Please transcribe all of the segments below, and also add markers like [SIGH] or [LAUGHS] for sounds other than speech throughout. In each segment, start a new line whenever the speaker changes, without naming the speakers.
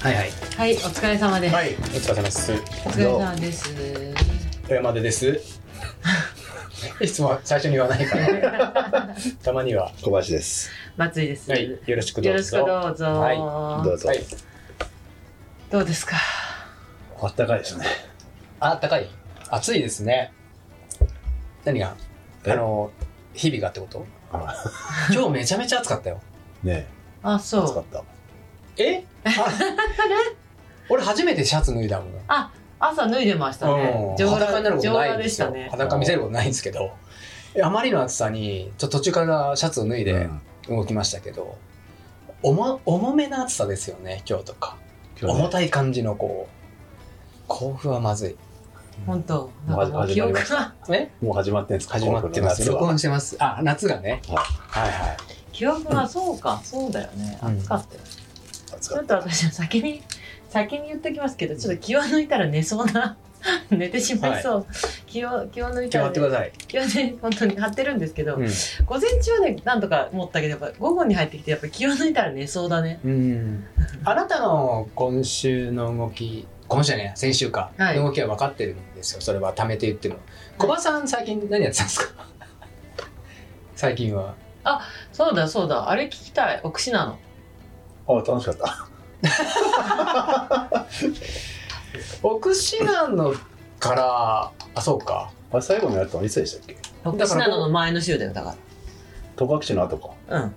はいはい。
はい、お疲れ様です。
い。お疲れ様です。
お疲れ様です。
富山でです。 [LAUGHS] いつも最初に言わないから。 [LAUGHS] たまには。
小林です。
松井です。
はい。よろしくど
よ
う
ろしくど
ぞ。
うぞ。
どうぞ
は。い。
どうですか。
あったかいですね。
あったかい。暑いですね。何があ
え
の、日々がってこと
あ
今日めちゃめちゃ暑かったよ。
[LAUGHS] ね
あ、
え、暑か
そう
っ。た。
えあ [LAUGHS] 俺初めてシャツ脱いだもん。
朝脱いでましたね。
うん、
裸
裸になることないん
上裸
で
でし
す
た
よ、
ね。
裸見せることないんですけどあまりの暑さにちょっと途中からシャツを脱いで
うん
動きましたけど、重重めな暑さですよね今日とか
今日ね
重たい感じのこう甲府はまずい
本当。なんかもう
始
記
まり
憶
ま
が、 [LAUGHS]
え
もう始まってんですか。
始まってます
今
録
日の
音してますあ夏がね
は
は
い
いはい
記憶がそうか、そうだよね。
うん
暑かったよ。
夏は暑
ち
か
ょ
っ
っと私は先に先に言ってきますけど、ちょっと気を抜いたら寝そうな。 [LAUGHS] 寝てしまいそう、気を気を抜い
決
た
ま
ら、
って
ね
く、ださい、
気をね本当に張ってるんですけど、
うん
午前中はねなんとか持ったけどやっぱ午後に入ってきてやっぱ気を抜いたら寝そうだね
うん、あなたの今週の動き今週じゃね先週か、
はい
の動きは分かってるんですよそれはためて言っても小林さん最近何やってたんですか最近は
そうだそうだあれ聞きたいおくしなの
た。あ、楽しかった。
奥志南のからあそうか
あれ、最後にやったのいつでしたっけ。
おくしなのの前の週だよだか
戸隠の後か。
らうん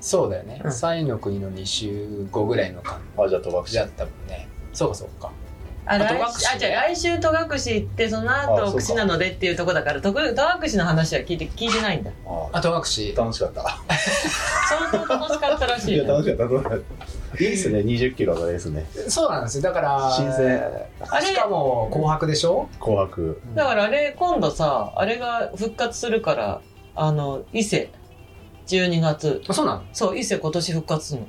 そうだよね
うん
西の国の2週後ぐらいの感
あ、じゃあ戸隠。
じだったもんねそうかそうか
あ来
戸隠
週あじゃあ来週戸隠行ってその
あそ
後
うか
おくしなのでっていうとこだから戸戸隠の話は聞いて聞いてないんだ
あ、
あと学士
楽しかった。
相当楽しかったらし
い
い
や、
ね
楽しかった楽しかった。いいですね。二十キロがですね。
そうなんですよだから
新鮮。
あれ
しかも紅白でしょ、
紅白。
だからあれ今度さあれが復活するからあの伊勢12月
あそうなの
そう伊勢今年復活する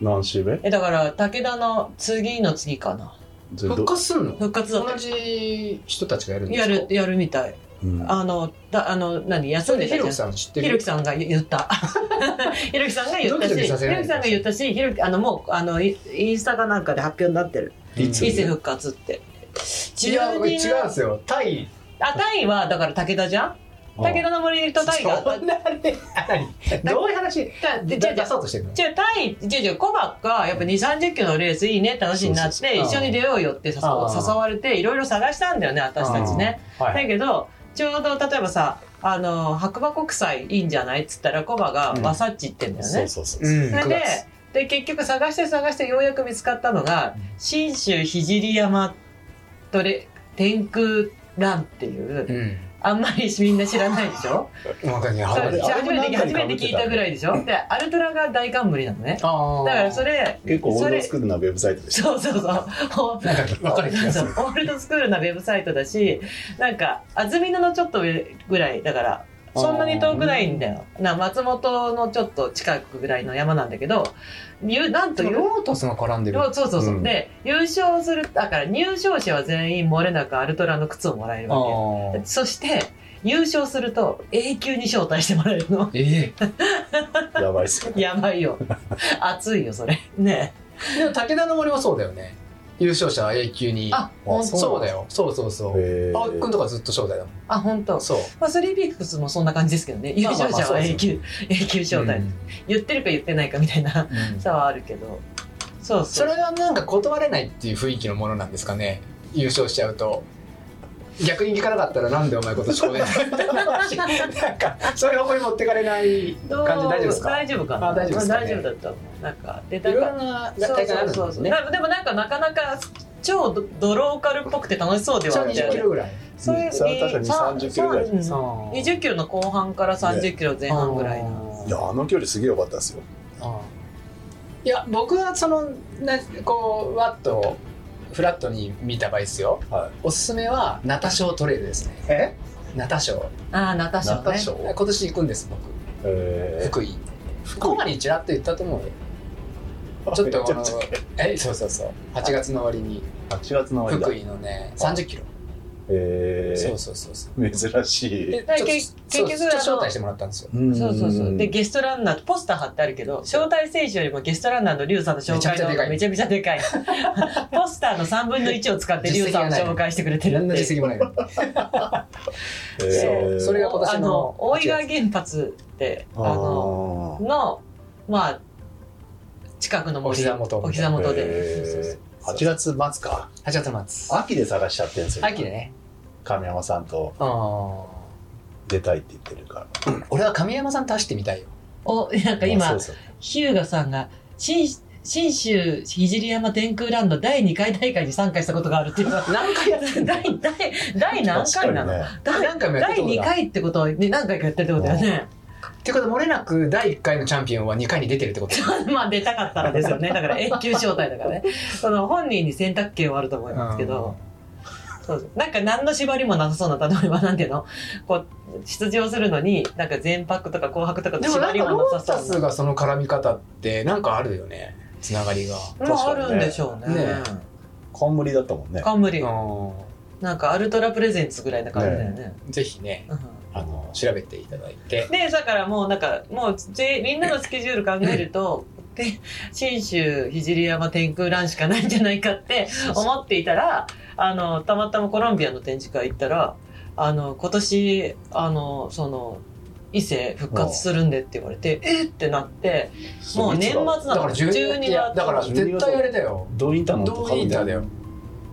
の
何週目。
えだから武田の次の次かな
ずっ
復
と。
活すんの
復活だっ
同
た
じ人たちがやるんです
や
か
るやるみたい
うん
あのだあの何
そ
休ん
れ
で
でひ
た
ろきさん
じゃん
知って
ひろ
る
きさんが言った [LAUGHS] ひろきさんが言った
ドキドキ
し
させな
ひ
い
ろきさんが言ったしひろきあのもうあのイインスタかなんかで発表になってる「
いつ
伊勢復活」って
いや違うんで
12の
すよタイ
あタイはだから武田じゃん武田の森とタイが
そんなねあ何どういう話
だ
で
で
じゃ
じゃ
あ
あ
出そうとしてるの
じゃあタイじゃあじゃあコバがやっぱ2 3 0キロのレースいいねって話になっ
そう
て
そうそう
一緒に出ようよって誘
あー
誘われていろいろ探したんだよね私たちね
は
だ
い
けどちょうど例えばさあの白馬国際いいんじゃないっつったらコバが
うん
ワサッチってんだよね、
そうそうそうう。
ん
それ
9
で
月
で結局探して探してようやく見つかったのが
うん
信州聖山とれ天空ランっていう、
うん
あんまりみんな知らないでしょ
わかんない
そ
あ
う
れ
私初めて
あれ
初めて聞いたぐらいでしょでアルトラが大冠なのね
あ
だからそれ
結構オールドスクールなウェブサイトでし
そうそうそうほ
なんか分かる気がす
[LAUGHS] そう
る
オールドスクールなウェブサイトだしなんか安曇野のちょっと上ぐらいだからそんなに遠くないんだよな松本のちょっと近くぐらいの山なんたけどゆなんと
でも
よ
ロータスが絡んでる
そうそうそう、
うん
で優勝するだから入賞者は全員漏れなくアルトラの靴をもらえる
あ
わけ
ー
そして優勝すると永久に招待してもらえる
[LAUGHS]
の
え
ょ。やばい
[LAUGHS]
っすよ。
やばいよ熱いよそれね
えでも武田の森もそうだよね優勝者は永久に
あ
ほんと
そうだよそうそうそう
へー
青木くんとかずっと招待だもん
あ本当。
そう
まあ、スリーピークスもそんな感じですけどね優
まあまあ
勝
まあ
者は永久永久招待、言ってるか言ってないかみたいな
うんうん
差はあるけどそう
そ
そう
れはなんか断れないっていう雰囲気のものなんですかね優勝しちゃうと逆に聞かなかったらなんでお前今年
[LAUGHS]
こうやってなんかそういう方向に持ってかれない
どう
感じ大丈夫ですか
大丈夫かな
あ大丈夫ですかね
まあ大丈夫だと思うなんかで
い
な
ろい
ん
ろ
か
な
そう
大会があるん
そう
です
そう
ね
なでもなんかなかなか超ドドローカルっぽくて楽しそうではあるんだ
30
よ
キ
ね
ロぐらい、
そういう
それは確かに30キロぐらい
うん
そう
20キロの後半から30キロ前半ぐらいの
いや、あの距離すげえ良かったですよ。
いや僕はそのなこうわっとフラットに見た場合ですよ
は
おすすめはナタショートレイルですね
い。え。
ナタショー
ああナタシ
ナ
ョ
タ
ね
ショ
今
ー。
年行くんです僕
え
福井
福
ここまでちらっと言ったと思うよ
ー
ちょっとあの
めゃくちゃ
えそうそうそう8月の終わりに
8月の終わりだ
福井のね30キロ
え
そ
ー
うそうそうそう
珍しい。
で
だから
ちょっと
け結局
そうちょっと招待してもらったんですよ
ん
そうそうそう。で、
ん
ゲストランナー、ポスター貼ってあるけど、招待選手よりもゲストランナーのリュウさんの紹介の方がめ
め
ちゃめちゃでかい。ポスターの3分の1を使ってリュウさんを紹介してくれてるっ
何の
て
実
いう。
績もないの
え
そうそれが今年の
あの、大井川原発って、あの、
の
の、まあ、近くの森
お膝元
お膝元で。
えー
そうそうそう
8月末か
8月末
秋で探しちゃってるんですよ
秋でね
神山さんと
あー
出たいって言ってるから
俺は神山さんと走ってみたいよ
お、なんか
まあ
今、
そうそう
ヒューガさんが、新、新州聖山天空ランド第2回大会に参加したことがあるっていう [LAUGHS] のは
何回やってんだよ
第、第、第何回なの、
確か
第
何回もやってた
第
こと
2
が
回ってことは、ね、何回かやってるってことだよね。
ってことは漏れなく第1回のチャンピオンは2回に出てるってこと
[LAUGHS] まあ出たかったらですよね。だから永久招待だからね。その本人に選択権はあると思いますけど、そうそうなんか何の縛りもなさそうな、例えばなんていうのこう、出場するのに、なんか全泊とか紅白とか
うんで
の
もな
縛
ん
り
かロ
も
ー
なさ
タ
そう
スがその絡み方ってなんかあるよねつながりが
な。
が
まああるんでしょうね。
ね
冠だったもんね
冠、
う
なんかアルトラプレゼンツぐらいな感じだよね。
んぜひね
うん
あの調べていただいて
でだからもうなんかもうぜみんなのスケジュール考えると [LAUGHS] で信州聖山天空ランしかないんじゃないかって思っていたらあのたまたまコロンビアの展示会行ったらあの今年あのその伊勢復活するんでって言われてえっってなってもう年末な
だから
の
12
12
いやだから
月
絶対あれだよ
ドインターの
ドーイーターだよ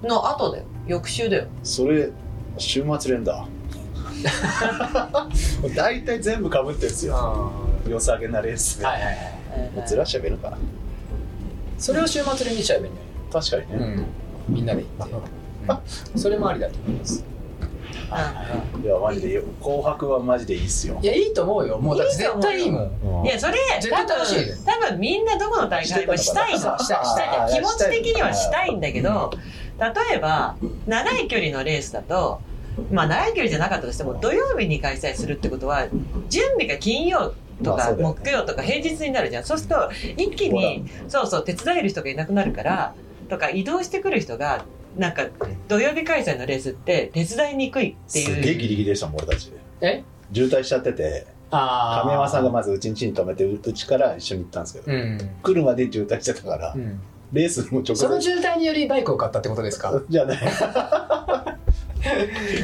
の後だよ翌週だよ
それ週末
[LAUGHS]
連打大体全部かぶってるんですよ
は
良さげなレース
い
が、
はいはい
ずらしちゃべるから
それを週末で見ちゃえばいいんだよ
確かにね、
ね、みんなで行って、うんそれもありだと思います
う
いやマジで紅白はマジでいいっすよ
いやいいと思うよもうだって絶対いいもん
んいやそれ
絶
多
対楽しい
分多分みんなどこの大会もしたいの
したいした
したい気持ち的にはした
い
いんだけど例えば長い距離のレースだとまあ長い距離じゃなかったとしても土曜日に開催するってことは準備が金曜と
まあ
か
そうだよね
木曜とか平日になるじゃんそうすると一気にそうそう手伝える人がいなくなるからとか移動してくる人がなんか土曜日開催のレースって手伝いにくいって
すげ
い
え
う
ギリギリでしたもん俺たち
え
渋滞しちゃってて
あ
亀山さんがまずうちんちに泊めてうちから一緒に行ったんですけど、
うん、
来るまで渋滞してたから、
うん、
レースも直
その
前
渋滞によりバイクを買ったってことですか
じゃない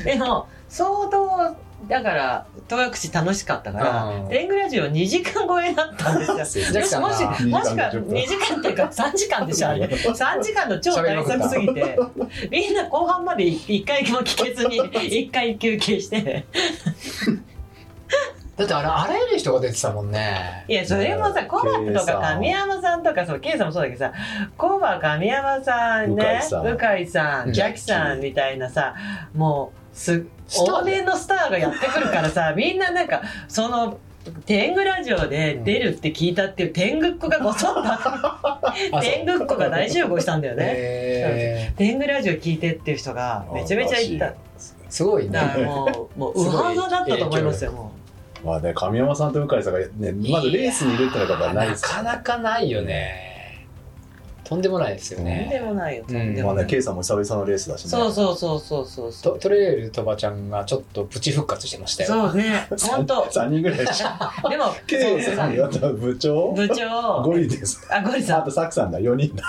でも相当だから戸隠楽しかったから
うん
レングラジオ2時間超えだったんですよ
そう
ジャ
も
ック
し
さん
も
が
し、もしか
2時間でち
2
ょっと
時間っていうか3時間でしょ、あれ。3時間の超大作すぎて、みんな後半まで1回も聞けず [LAUGHS] に、1回休憩して。
だってあれあらゆる人が出てたもんね
いや、それ [LAUGHS] もさ、コバとか神山さんとか、そのケイさんもそうだけどさ、コバ、神山さんね、
向
向井さ
うん
ん、ジャキさんみたいなさ、もう、す、
スター
往
だよ
年のスターがやってくるからさ、みんななんか、その、天狗ラジオで出るって聞いたっていう天狗っ子がごそっと、
あそう
天狗っ子が大集合したんだよね。
へ
天狗ラジオ聞いてっていう人がめちゃめちゃいた
ーすごい
だ
ね
からも
[LAUGHS]
うもうウハウハだったと思いますよも
まあね神山さんと向井さんがねまずレースにいるってのがやっぱない
な
です
かなかないよねとんでもないですよ
うとん
ね
でもないよとんで
ま
も
あ
な
ね
い、
圭さんも久々のレースだしね
そうそうそうそうそうそ
と
う
トレイルとばちゃんがちょっとプチ復活してましたよ
そうね本当
3人ぐらいでしょ
でも
圭さんあと部長
部長
ゴリです
あゴリさ
あ
ん
とサクさんだ4人だ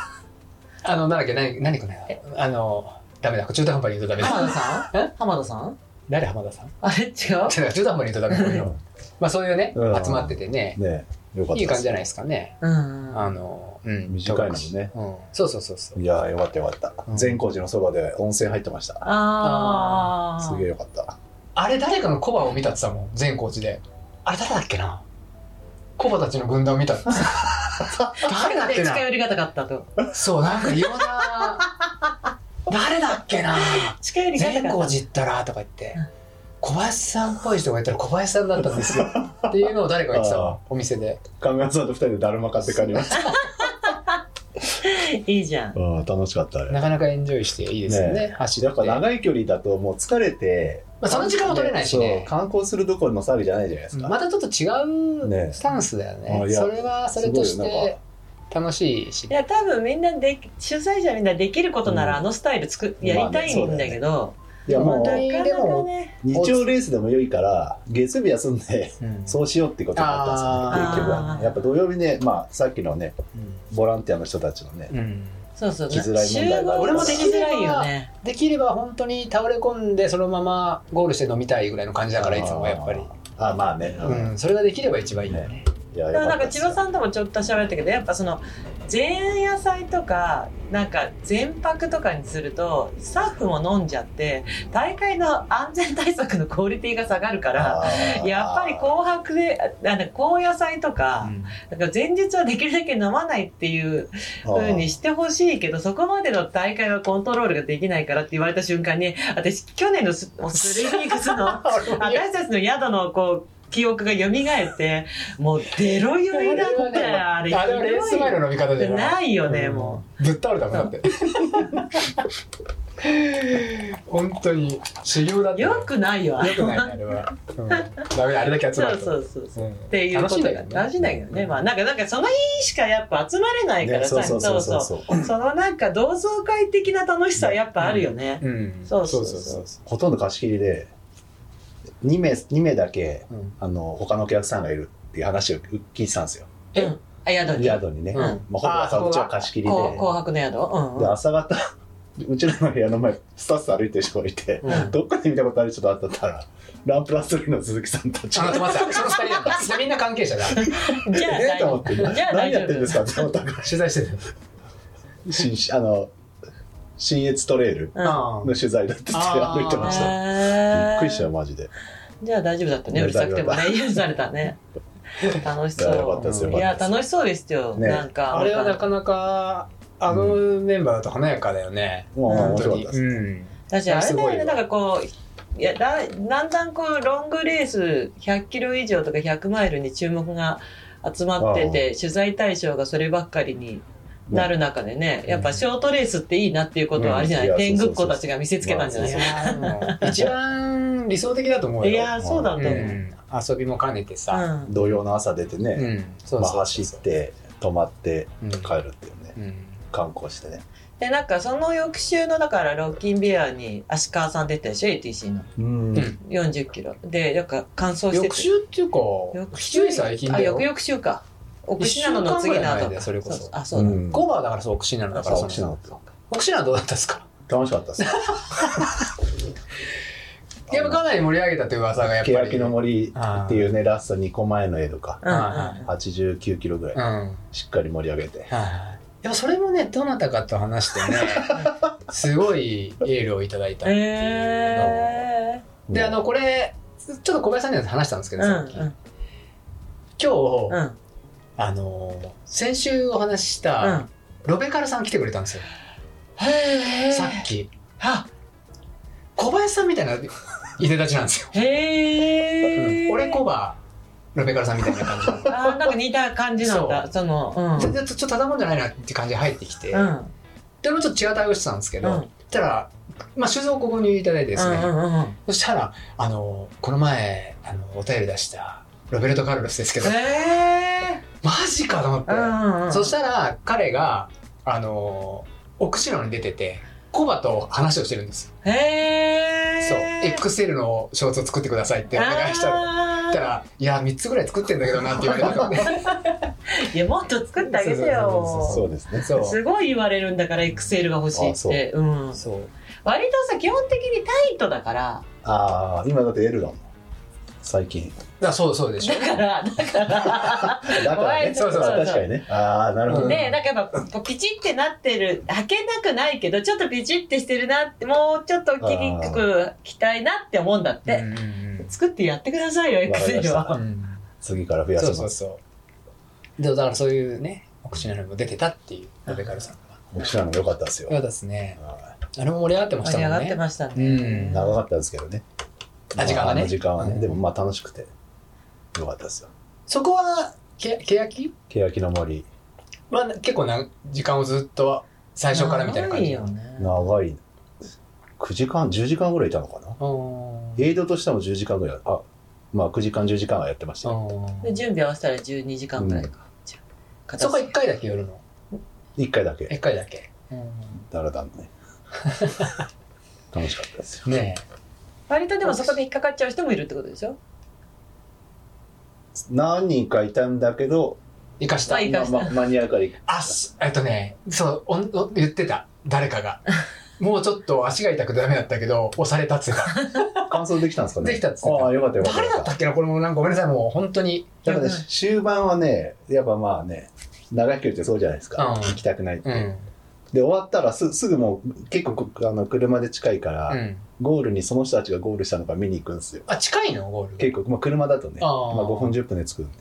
あのなんだっけ何何かねあのダメだ中途半端に言うとダメだ [LAUGHS]
浜田さん
え
浜田さん
誰浜田さん
あれ違う
違う中途半端に言うとダメだけどまあそういうね
うん
集まっててね
ねよかった
いい感じじゃない
い
ですかね
うん
あのうん
短いのにね
うんそうそうそうそう
いやーよかったよかった
うん
善光寺のそばで温泉入ってました
あー
すげえよかった
あれ誰かのコバを見たって言ってたもん全コーチであれ誰だっけなコバたちの軍団を見たって言ってた誰だっけ
で近
な
寄りがたかったと
そうなんか異様な誰だっけな
近寄りがた
善
か
光
っ
寺行ったらとか言って
うん
小林さんっぽい人がいたら小林さんだったんですよっていうのを誰かが言ってた
あー
わお店で
神山さんと2人でだるま買って帰りました
たいいじゃん
うん楽しかったあれ
なかなかエンジョイしていいですよね
ね
走
や
っ
ってぱ、長い距離だともう疲れて、
まあ、その時間も取れないしね
そう観光するどころの騒ぎじゃないじゃないですか、
またちょっと違う
ね
スタンスだよね
あいや
それはそれとして楽しいし
いや多分みんなで主催者みんなできることならあのスタイルつく、
うん
やりたいんだけど、
いやも
本当
う
に
なか
で
なか
も
ね
日曜レースでも良いから月曜日休んで [LAUGHS]
うん
そうしようってことになったんですよ結局
あ
は
ー
ねやっぱ土曜日ねまあさっきのね
うん
ボランティアの人たちのね
うん
そうそう
来づらい問題がある
俺もできづらいよね
できれば本当に倒れ込んでそのままゴールして飲みたいぐらいの感じだからいつもやっぱり、
あーまあね
うん、それができれば一番いいんだよね
いや
だ
よ
から
か
な
っ
んか
たで
千
す
葉さんともちょっと喋ったけどやっぱその前夜祭とかなんか前泊とかにするとスタッフも飲んじゃって大会の安全対策のクオリティが下がるから
あー
やっぱり紅白であなんか紅野祭とか,、なんか前日はできるだけ飲まないっていうふうにしてほしいけどそこまでの大会はコントロールができないからって言われた瞬間に私去年のススルーニングスの私たちの宿のこう記憶が蘇ってもうデロ酔いだっ
あれ
てあ
はねあ
れひ
れは
どい
レース前の飲み方じゃない
ないよねも
うぶっ倒れたもんだって本当に修行だっ
う
て
よくないよあれ
よくないねあれは、うん、ダメだあれだけ集
そ
まる
う
と
そうそうそう
うん
っていうことが楽しいんだけどね、まあなんかなんかその日しかやっぱ集まれないから
ね
さ、
そうそうそうそう
そう
そう
そうそのなんか同窓会的な楽しさはやっぱあるよね、
うん
そうそうそう
ほとんど貸し切りで2名二名だけ
う、うん
あの他のお客さんがいるっていう話を聞いてたんですよ
え
うんあ宿に
宿にね、
うん
まあ、ほぼ朝うちは貸し切りで
こう紅白の宿うんうん
で朝方 [LAUGHS] うちらの部屋の前スタッフ歩いてる人がいて、
うん
どっかで見たことある人と会ったったらランプラストリーの鈴木さんたち
あ待って待ってその二人なんだでみんな関係者だ
じゃあ大
えーと
丈
思
夫
って
じゃあ大
何
丈
やっ
夫
てるんですかって思ったから
取材してて、
ししあの新越トレイル
うん
あ
の取材だって言って
あー
歩いてましたび
へ
っ
ー
くりしたよマジで
じゃあ大丈夫だったねう
ね
るさくてもね許されたね楽し
いやよか
そ
ったですよ
う
よ
い
か
や
ったです
楽しそうですよ
ね
なんか
あれはなかなかあのメンバーだと華やかだよね、
もう
本
面
当
白かっ
に
たです、
うん
私あれだよね
すごいわ
なんかこういやだだんだんこうロングレース100キロ以上とか100マイルに注目が集まってて取材対象がそればっかりになる中でねやっぱショートレースっていいなっていうことはあれじゃない、
うんいや
天狗っ子
そうそうそう
たちが見せつけたんじゃない、
ま
一番理想的だと思うよ
いやーそうだと
う
思う、うん
ん、遊びも兼ねてさ、
土曜の朝出てね、
うんそう
まあ、
そう
走って泊まって
うん
帰るっていうね
うん
観光してね
でなんかその翌週のだからロッキンビアに芦川さん出てたでしょ ATC の
うん
ん
4 0キロでなんか完走してて
翌週っていうか
翌週
つい最近
あ
だよ
翌々週か奥信濃の
一週間
次
ぐら
の
い前
後
だよ
か
それこそう
あそうだ、
うん
コバーだからそう奥信濃だから
そう奥信濃
その奥信濃はどうだったですか
楽し
[LAUGHS]
かったですね
やっぱかなり盛り上げたという噂がやっぱり
欅の森っていうねラスト2個前の江戸か
うんうん
はい
89キロぐらい
うんはい
しっかり盛り上げて
でもそれもねどなたかと話してねすごいエールをいただいたっていうのを、
え
であのこれちょっと小林さんには話したんですけ
ー
ど、さっき
うん
今日、
うん
あのー先週お話しし
う
た
ん
ロベカルさん来てくれたんですよ、
へえ
さっき
は
小林さんみたいないでたちなんですよ、
へえ
俺コバロベカルさんみたいな感じで
あーなんか似た感じなんだ
そ
そのうん
全然ちょっとただもんじゃないなって感じで入ってきて、
うん
でもちょっと違う対応してたんですけ
う
ど、
ん
そしたらまあ酒造をここにいただいてですね、
うんうんうん
そしたらあのーこの前あのお便り出したロベルト・カルロスですけど、
え
マジかと思って、
ーうんうん
そしたら彼があの奥白に出ててコバと話をしてるんですよ、
へえ
そう XL のショーツを作ってくださいってお願いしたら
あ
言っ
ー
たら「いや3つぐらい作ってんだけどな」って言われたから
[LAUGHS]
ね
いやもっと作ってあげて
そ
よ
そうですね
そう
すごい言われるんだから XL が欲しい
あ
っ
そう
てうん
そう
割とさ基本的にタイトだから
ああ今だって L だもん最近
だそうそうでしょ
だからだから
だからね
そう
そうそう
確かにねああなるほどね
ねなんかやっぱこうピチってなってる履けなくないけどちょっとピチってしてるなってもうちょっと切りにく着たいなって思うんだっ
うん
て、作ってやってくださいよ
わかりまし
うん
XL
た
う
は。
ん
次から増やし
そ
ま
う
す
そうそうでだからそういうね奥白にも出てたっていうロベカルさんが
僕らのも良かったですよ
よかったですね
は
あれも盛り上がってまし
盛
た
り
も
上
ん
がって
ね
ましたね。
うん
い長かったですけどね
あ時間がね
あの時間は
う
ね
ん
でもまあ楽しくて良かったですよ
そこはけ欅
欅の森
は結構な時間をずっと最初からみたいな感
長
じ
よね。
長い9時間10時間ぐらいいたのかな
うん
エイドとしても10時間ぐらいあまあ9時間10時間はやってましたよ
で準備合わせたら12時間ぐらいか。じゃあ
そこ1回だけ寄るの
1回だけ
1回だけ、
だらだんね [LAUGHS] 楽しかったですよ。
ね
割とでもそこで引っかかっちゃう人もいるってことでしょ
何人かいたんだけど、
生かした
は。い
まあまあ、マニアから行く
あ、すえっとね、そう、おんお言ってた。誰か [LAUGHS] が。もうちょっと足が痛くてダメだったけど、押されたっつってた。
完走できたんですかね。
できたっつってた
ああ、よかったよかっ
[LAUGHS]
た。
誰だったっけなこれもなんかごめんなさい、もう本当に。
だからね、終盤はね、やっぱまあね、長い距離ってそうじゃないですか。
うん
行きたくないって。
うん。
で、終わったらすすぐもう、結構こあの車で近いから、
うん。
ゴールにその人たちがゴールしたのか見に行くんですよ。
あ、近いのゴール。
結構、まあ、車だとね、
あ
ま
ー
あ、5分10分で着くんで。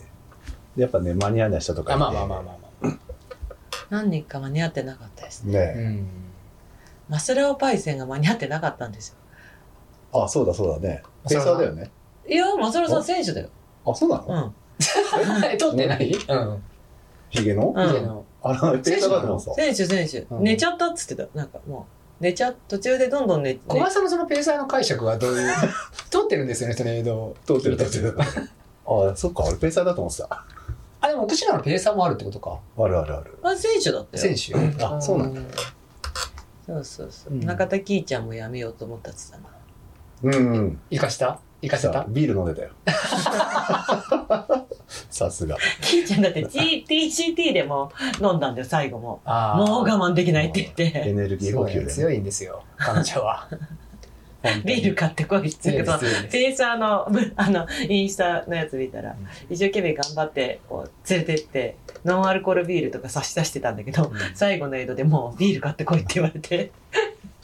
でやっぱね、間に合わない人とかい
あ、
て
まあまあまあまあま
何人か間に合ってなかったですね
あ。
ね
[LAUGHS] うん。
マスラオパイセンが間に合ってなかったんですよ
あ、そうだそうだね。
そ
ペ
う
ー
だな
サーだよね。
いやマスラさん選手だよ
あ、そうな
う
の
ん
え撮ってないうん。
ヒゲの
うん
家の
あの、ペーサーだと思ってた。
選手選手、
うん
寝ちゃったっつってたなんかもう寝ちゃ途中でどんどん寝て
小林さんのそのペーサーの解釈はどう [LAUGHS] いう撮ってるんですよねその映像を
通ってる通ってる。
[LAUGHS]
あ、そっか、俺ペーサーだと思ってた。
あでも徳島のペーサーもあるってことか
あるあるある。
あ選手だった
選
よ
手
あそうなん
だ
そうそうそう、
うん
中田キーちゃんもやめようと思ったっつ [LAUGHS] ってたな
うんうん。
生かした生かせ
さ
た
あ、ビール飲
[LAUGHS]
んでたよ。さすが。
キーちゃんだって GTCT でも飲んだんだよ最後も
あー
もう我慢できないって言っ [LAUGHS]
エ
て
ネルギー
す
補
ごい
給
ね
でね。
強いんですよ彼女
[LAUGHS]
は
ビール
か
買ってこいっつっ
強い
て
です強いです
ペーサーの [LAUGHS] ぶあのインスタのやつ見たら
うん
一生懸命頑張ってこう連れてってノンアルコールビールとか差し出してたんだけど最後のエイドでもうビール買ってこいって言われて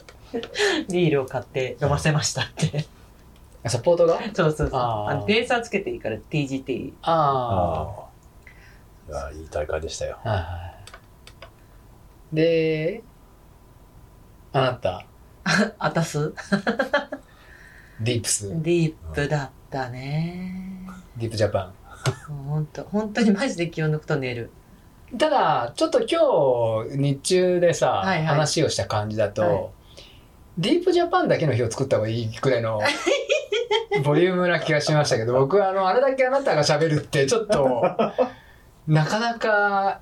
[LAUGHS] ビールを買って飲ませましたって
あサポートが
[LAUGHS] そうそうそう
あー
あのペーサーつけていいから TGT
あ
ああ。いやいい大会でしたよ。
あはいはいであなた
あたす
ディープス
ディープだったね
ディープジャパ
もう本当本当にマジで気を抜くと寝る
ンただちょっと今日日中でさ、
はいはい
話をした感じだと、
はい
ディープジャパンだけの日を作った方がいいくらい
[LAUGHS]
のボリュームな気がしましたけど僕はあのあれだけあなたがしゃべるってちょっ
[LAUGHS]
となかなか、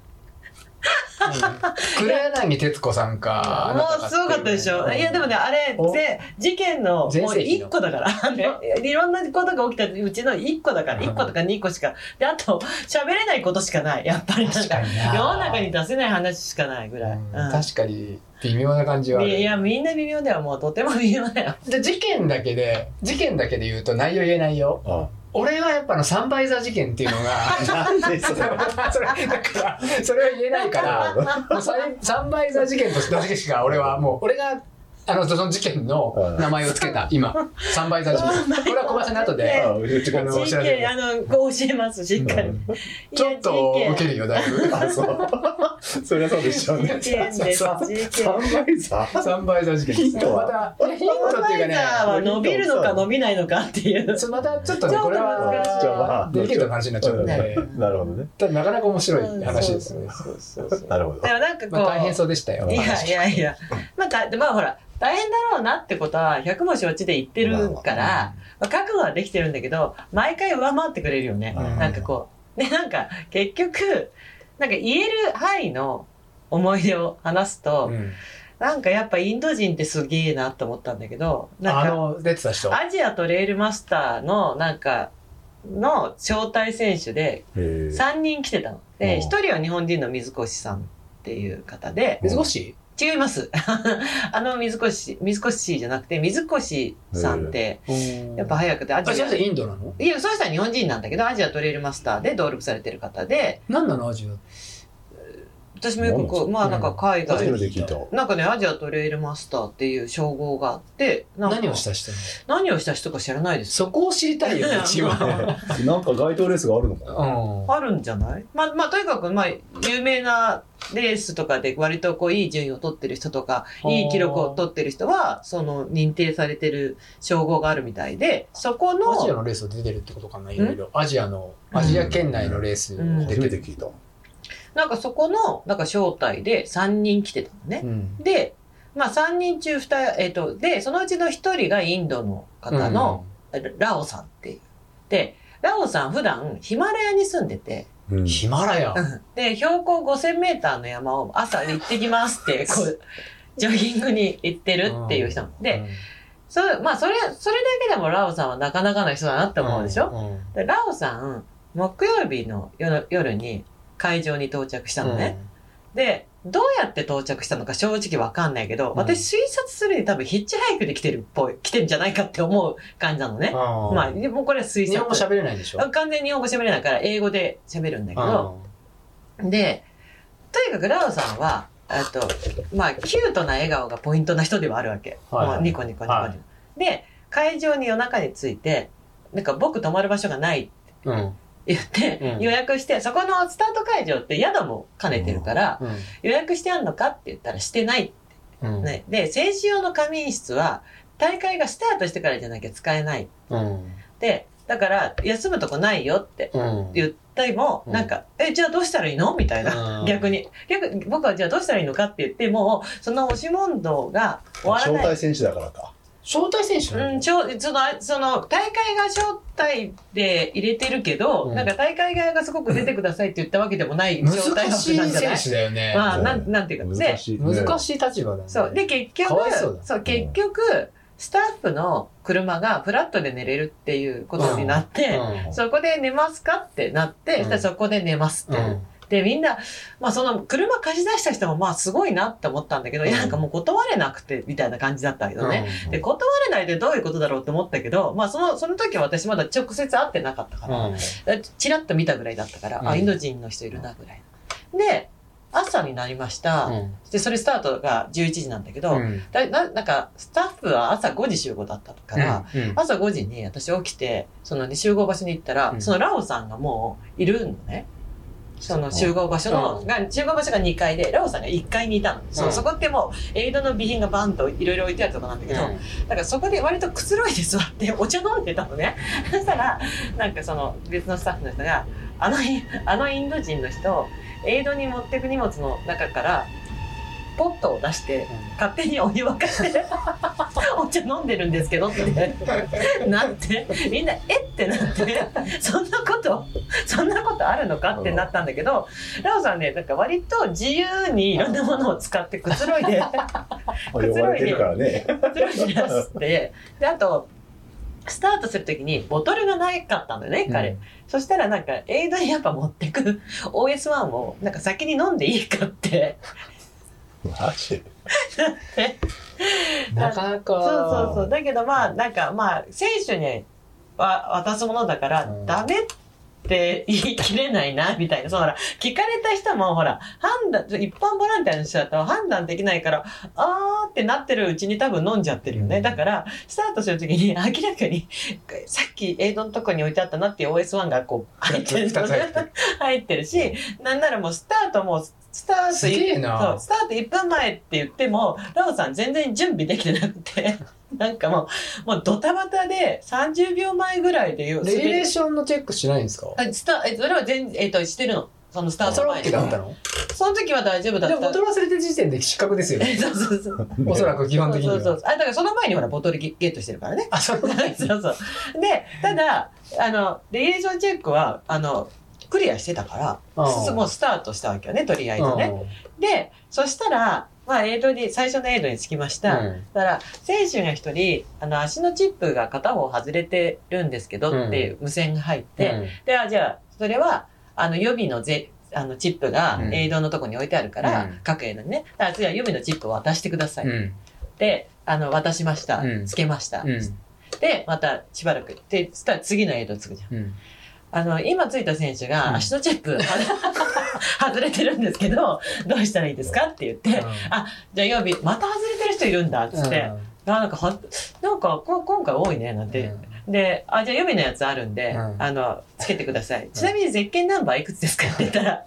うん、黒柳徹子さんかあなた
も
か
う
って
す
い
ごかったでしょ、
うん
いやでもねあれ
お
ぜ事件のもう
全盛期の
1個だからあのいろんなことが起きたうちの1個だから1個とか2個しかであと喋れないことしかないやっぱりなん
確
か
かに
世
な
の中に出せない話しかないぐらい、
うん
うん
確かに微妙な感じはある
でいやみんな微妙だよもうとても微妙だよ
で事件だけで事件だけで言うと内容言えないよ
あ
俺はやっぱあのサンバイザー事件っていうのが
[LAUGHS]
あ。なんで
そ
それ
れだからそれは言えないからもうサイサンバイザー事件としてだけしか俺はもう俺があのその事件の名前をつけた今サンバイザー事件これは小林さんの後で
ああ、うちか
あ
ら
の
の。
知
事
らない
件あのこう教えますしっかり、
うん
い
ち
や
ょっと
事
受け
件
るよだいぶ
あ、そう。そりゃそうでしょうね。
事件です
さ
事件
サンバイザー
サンバイザー事件
ヒントは
またいやヒントっていう
サ
か
ンバイ
ね
ザーは伸びるのか伸びないのかっていう
そうまたちょっとねこれ
ちょっと
は
難しい
デリケートな話になっちゃうので
ね
なるほどね。
ただなかなか面白い話ですよね
そうそうそうそう
なるほど
で。もなんかこう、
まあ大変そうでしたよ
いやいやいや、まあ、だでまあほら大変だろうなってことは100も承知で言ってるから、まあ、覚悟はできてるんだけど毎回上回ってくれるよね、
うん
なんかこうでなんか結局なんか言える範囲の思い出を話すと、
うん
なんかやっぱインド人ってすげえなと思ったんだけどなん
あ
か
の出てた人
アジアとレールマスターのなんかの招待選手で
へえ
3人来てたの。
うん
で、1人は日本人の水越さんっていう方で、
水越
違います。 [LAUGHS] あの水越、水越じゃなくて、水越さんって、やっぱ早くて、ア
あ
ジ
じゃ
ア
あ。インドなの
いや、その人は日本人なんだけど、アジアトレイルマスターで登録されてる方で、
何なのアジア
私もよくこう、まあなんか海
初
外、
めて聞いた。
なんかね、アジアトレイルマスターっていう称号があって、なんか
何をした人なの
何をした人か知らないです。
そこを知りたいよね一番
なんか街頭レースがあるのかな
う
あるんじゃないまあ、まあ、とにかく、まあ、有名なレースとかで割とこう、いい順位を取ってる人とか、
ん
いい記録を取ってる人は、その認定されてる称号があるみたいで、そこ
アジア
の、
のレースを出てるってことかないろいろアジアのアジア圏内のレースに出
初
て
めて
る
聞いた。
なんかそこの、なんか招待で3人来てたのね。
うん
で、まあ3人中2人、えっ、と、で、そのうちの1人がインドの方の、ラオさんっていう。で、ラオさん普段ヒマラヤに住んでて、
うん
ヒマラヤ
うんで、標高5000メーターの山を朝行ってきますって、こう、ジョギングに行ってるっていう人なので、
うん
そまあ、それ、それだけでもラオさんはなかなかの人だなって思うでしょ、
ょ
でラオさん、木曜日の夜夜に会場に到着したのね。で、どうやって到着したのか正直わかんないけど、
うん
私推察するに多分ヒッチハイクで来てるっぽい、来てんじゃないかって思う感じなのね。まあ、もうこれは推
日本語
察。
喋れないでしょ
完全に日本語喋れないから英語で喋るんだけど、で、とにかくラオさんは、えっと、まあ、キュートな笑顔がポイントな人ではあるわけ。
はいはい
もうニコニコニコニコ。
は
で、会場に夜中に着いて、なんか僕泊まる場所がないって
うんうん
言って、
うん
予約して、そこのスタート会場って宿も兼ねてるから、予約してあんのかって言ったらしてない。
うんうん
ね、で、選手用の仮眠室は、大会がスタートしてからじゃなきゃ使えない。
うん
で、だから、休むとこないよって
うん
言ったりも、
うん
なんか、え、じゃあどうしたらいいのみたいな。
うん
逆に。逆に僕はじゃあどうしたらいいのかって言って、もう、その押し問答が終わら
招
ない。
待選手だからか。
招待選手な
う
の
ん、ちょその、あその、大会が招待で入れてるけど、
うん
なんか大会側がすごく出てくださいって言ったわけでもない招待
難し
枠
い
なんじゃない
選手だよね
まあ、なん、なんていうか。
難
で、
しい。
難
い。
しい立場だね
そう。で、結局、
かわいそうだ
そう結局、スタッフの車がフラットで寝れるっていうことになって、そこで寝ますかってなっ
う
て、
ん
そしたらそこで寝ますっ
う
て。
んうん
で、みんな、まあその車貸し出した人もまあすごいなって思ったんだけど、
うん
いやなんかもう断れなくてみたいな感じだったけどね。で、断れないでどういうことだろうって思ったけど、まあその、その時は私まだ直接会ってなかったか
うん
ら、チラッと見たぐらいだったから、
う
あ、
ん
インド人の人いるなぐらい。で、朝になりました。
うん
で、それスタートが11時なんだけど、
うん
だななんかスタッフは朝5時集合だったから、
うん
朝5時に私起きて、そのね、集合場所に行ったら、
うん
そのラオさんがもういるのね。その集合場所の、
うん
が、集合場所が2階で、ラオさんが1階にいたの。そううんそこってもう、エイドの備品がバンといろいろ置いてあるとこなんだけど、
うん
だからそこで割とくつろいで座って [LAUGHS] お茶飲んでたのね。 [LAUGHS] そしたら、なんかその別のスタッフの人が、あのイン、あのインド人の人、エイドに持ってく荷物の中から、ポットを出して、勝手にお湯沸かして [LAUGHS] お茶飲んでるんですけどってなってみんなえってなってそんなことそんなことあるのかってなったんだけど、ラオさんねなんか割と自由にいろんなものを使ってくつろいで
呼ばれてるからね。
くつろいでらしてであとスタートするときにボトルがないかったんだよね彼、そしたらなんかエイドにやっぱ持ってく OS1 をなんか先に飲んでいいかって
マジで
うんなかなか
そうそうそう。だけどまあ、なんかまあ、選手には渡すものだから
うん、
ダメって言い切れないな、みたいな。そうほら、聞かれた人もほら、判断、一般ボランティアの人だと判断できないから、あーってなってるうちに多分飲んじゃってるよね。だから、スタートするときに明らかに、さっきエイドのとこに置いてあったなっていう OS1 がこう、入ってる、
二つ入ってる
入ってるし、なんならもうスタートもう、スタート
す
一
げえな
そう、スタート1分前って言っても、ラオさん全然準備できてなくて、 [LAUGHS] なんかもう、もうドタバタで30秒前ぐらいで言う。
レギュレー
ス
ションのチェックしないんですか
あスタえそれは全、えっ、と、してるの。そのスター
そ
ト
れは
前に
OK だったの
その時は大丈夫だっ
で
た。
もボトル忘れてる時点で失格ですよね
え [LAUGHS] そうそうそう。
おそらく基本的に
そうそう
は
そう。あ、だからその前にほら、ボトルゲゲットしてるからね。
あそう
そう [LAUGHS] そうそう。で、ただ、あの、レギュレーションチェックは、あの、クリアしてたから、すもうスタートしたわけよね、とりあえずね。で、そしたら、まあ、エイドに、最初のエイドに着きました。だから、選手が一人、あの、足のチップが片方外れてるんですけどっていう無線が入って、で、あ、じゃあ、それは、あの、予備のぜ、あの、チップが
う、ん
エイドのとこに置いてあるから、
うん
各エイドにね。だから、次は予備のチップを渡してください。
うん
で、あの、渡しました。
うん
つけました。
うん
で、またしばらく。で、そしたら次のエイドつくじゃん。
うん
あの、今ついた選手
うん
が、足のチップ、 [LAUGHS] 外れてるんですけど、どうしたらいいですかって言って、じゃあ、予備、また外れてる人いるんだ、つって。あなんかはなんかこ今回多いねなんて、であじゃあ予備のやつあるんで、
うん
あのつけてください、ちなみに絶景ナンバーいくつですかって言ったら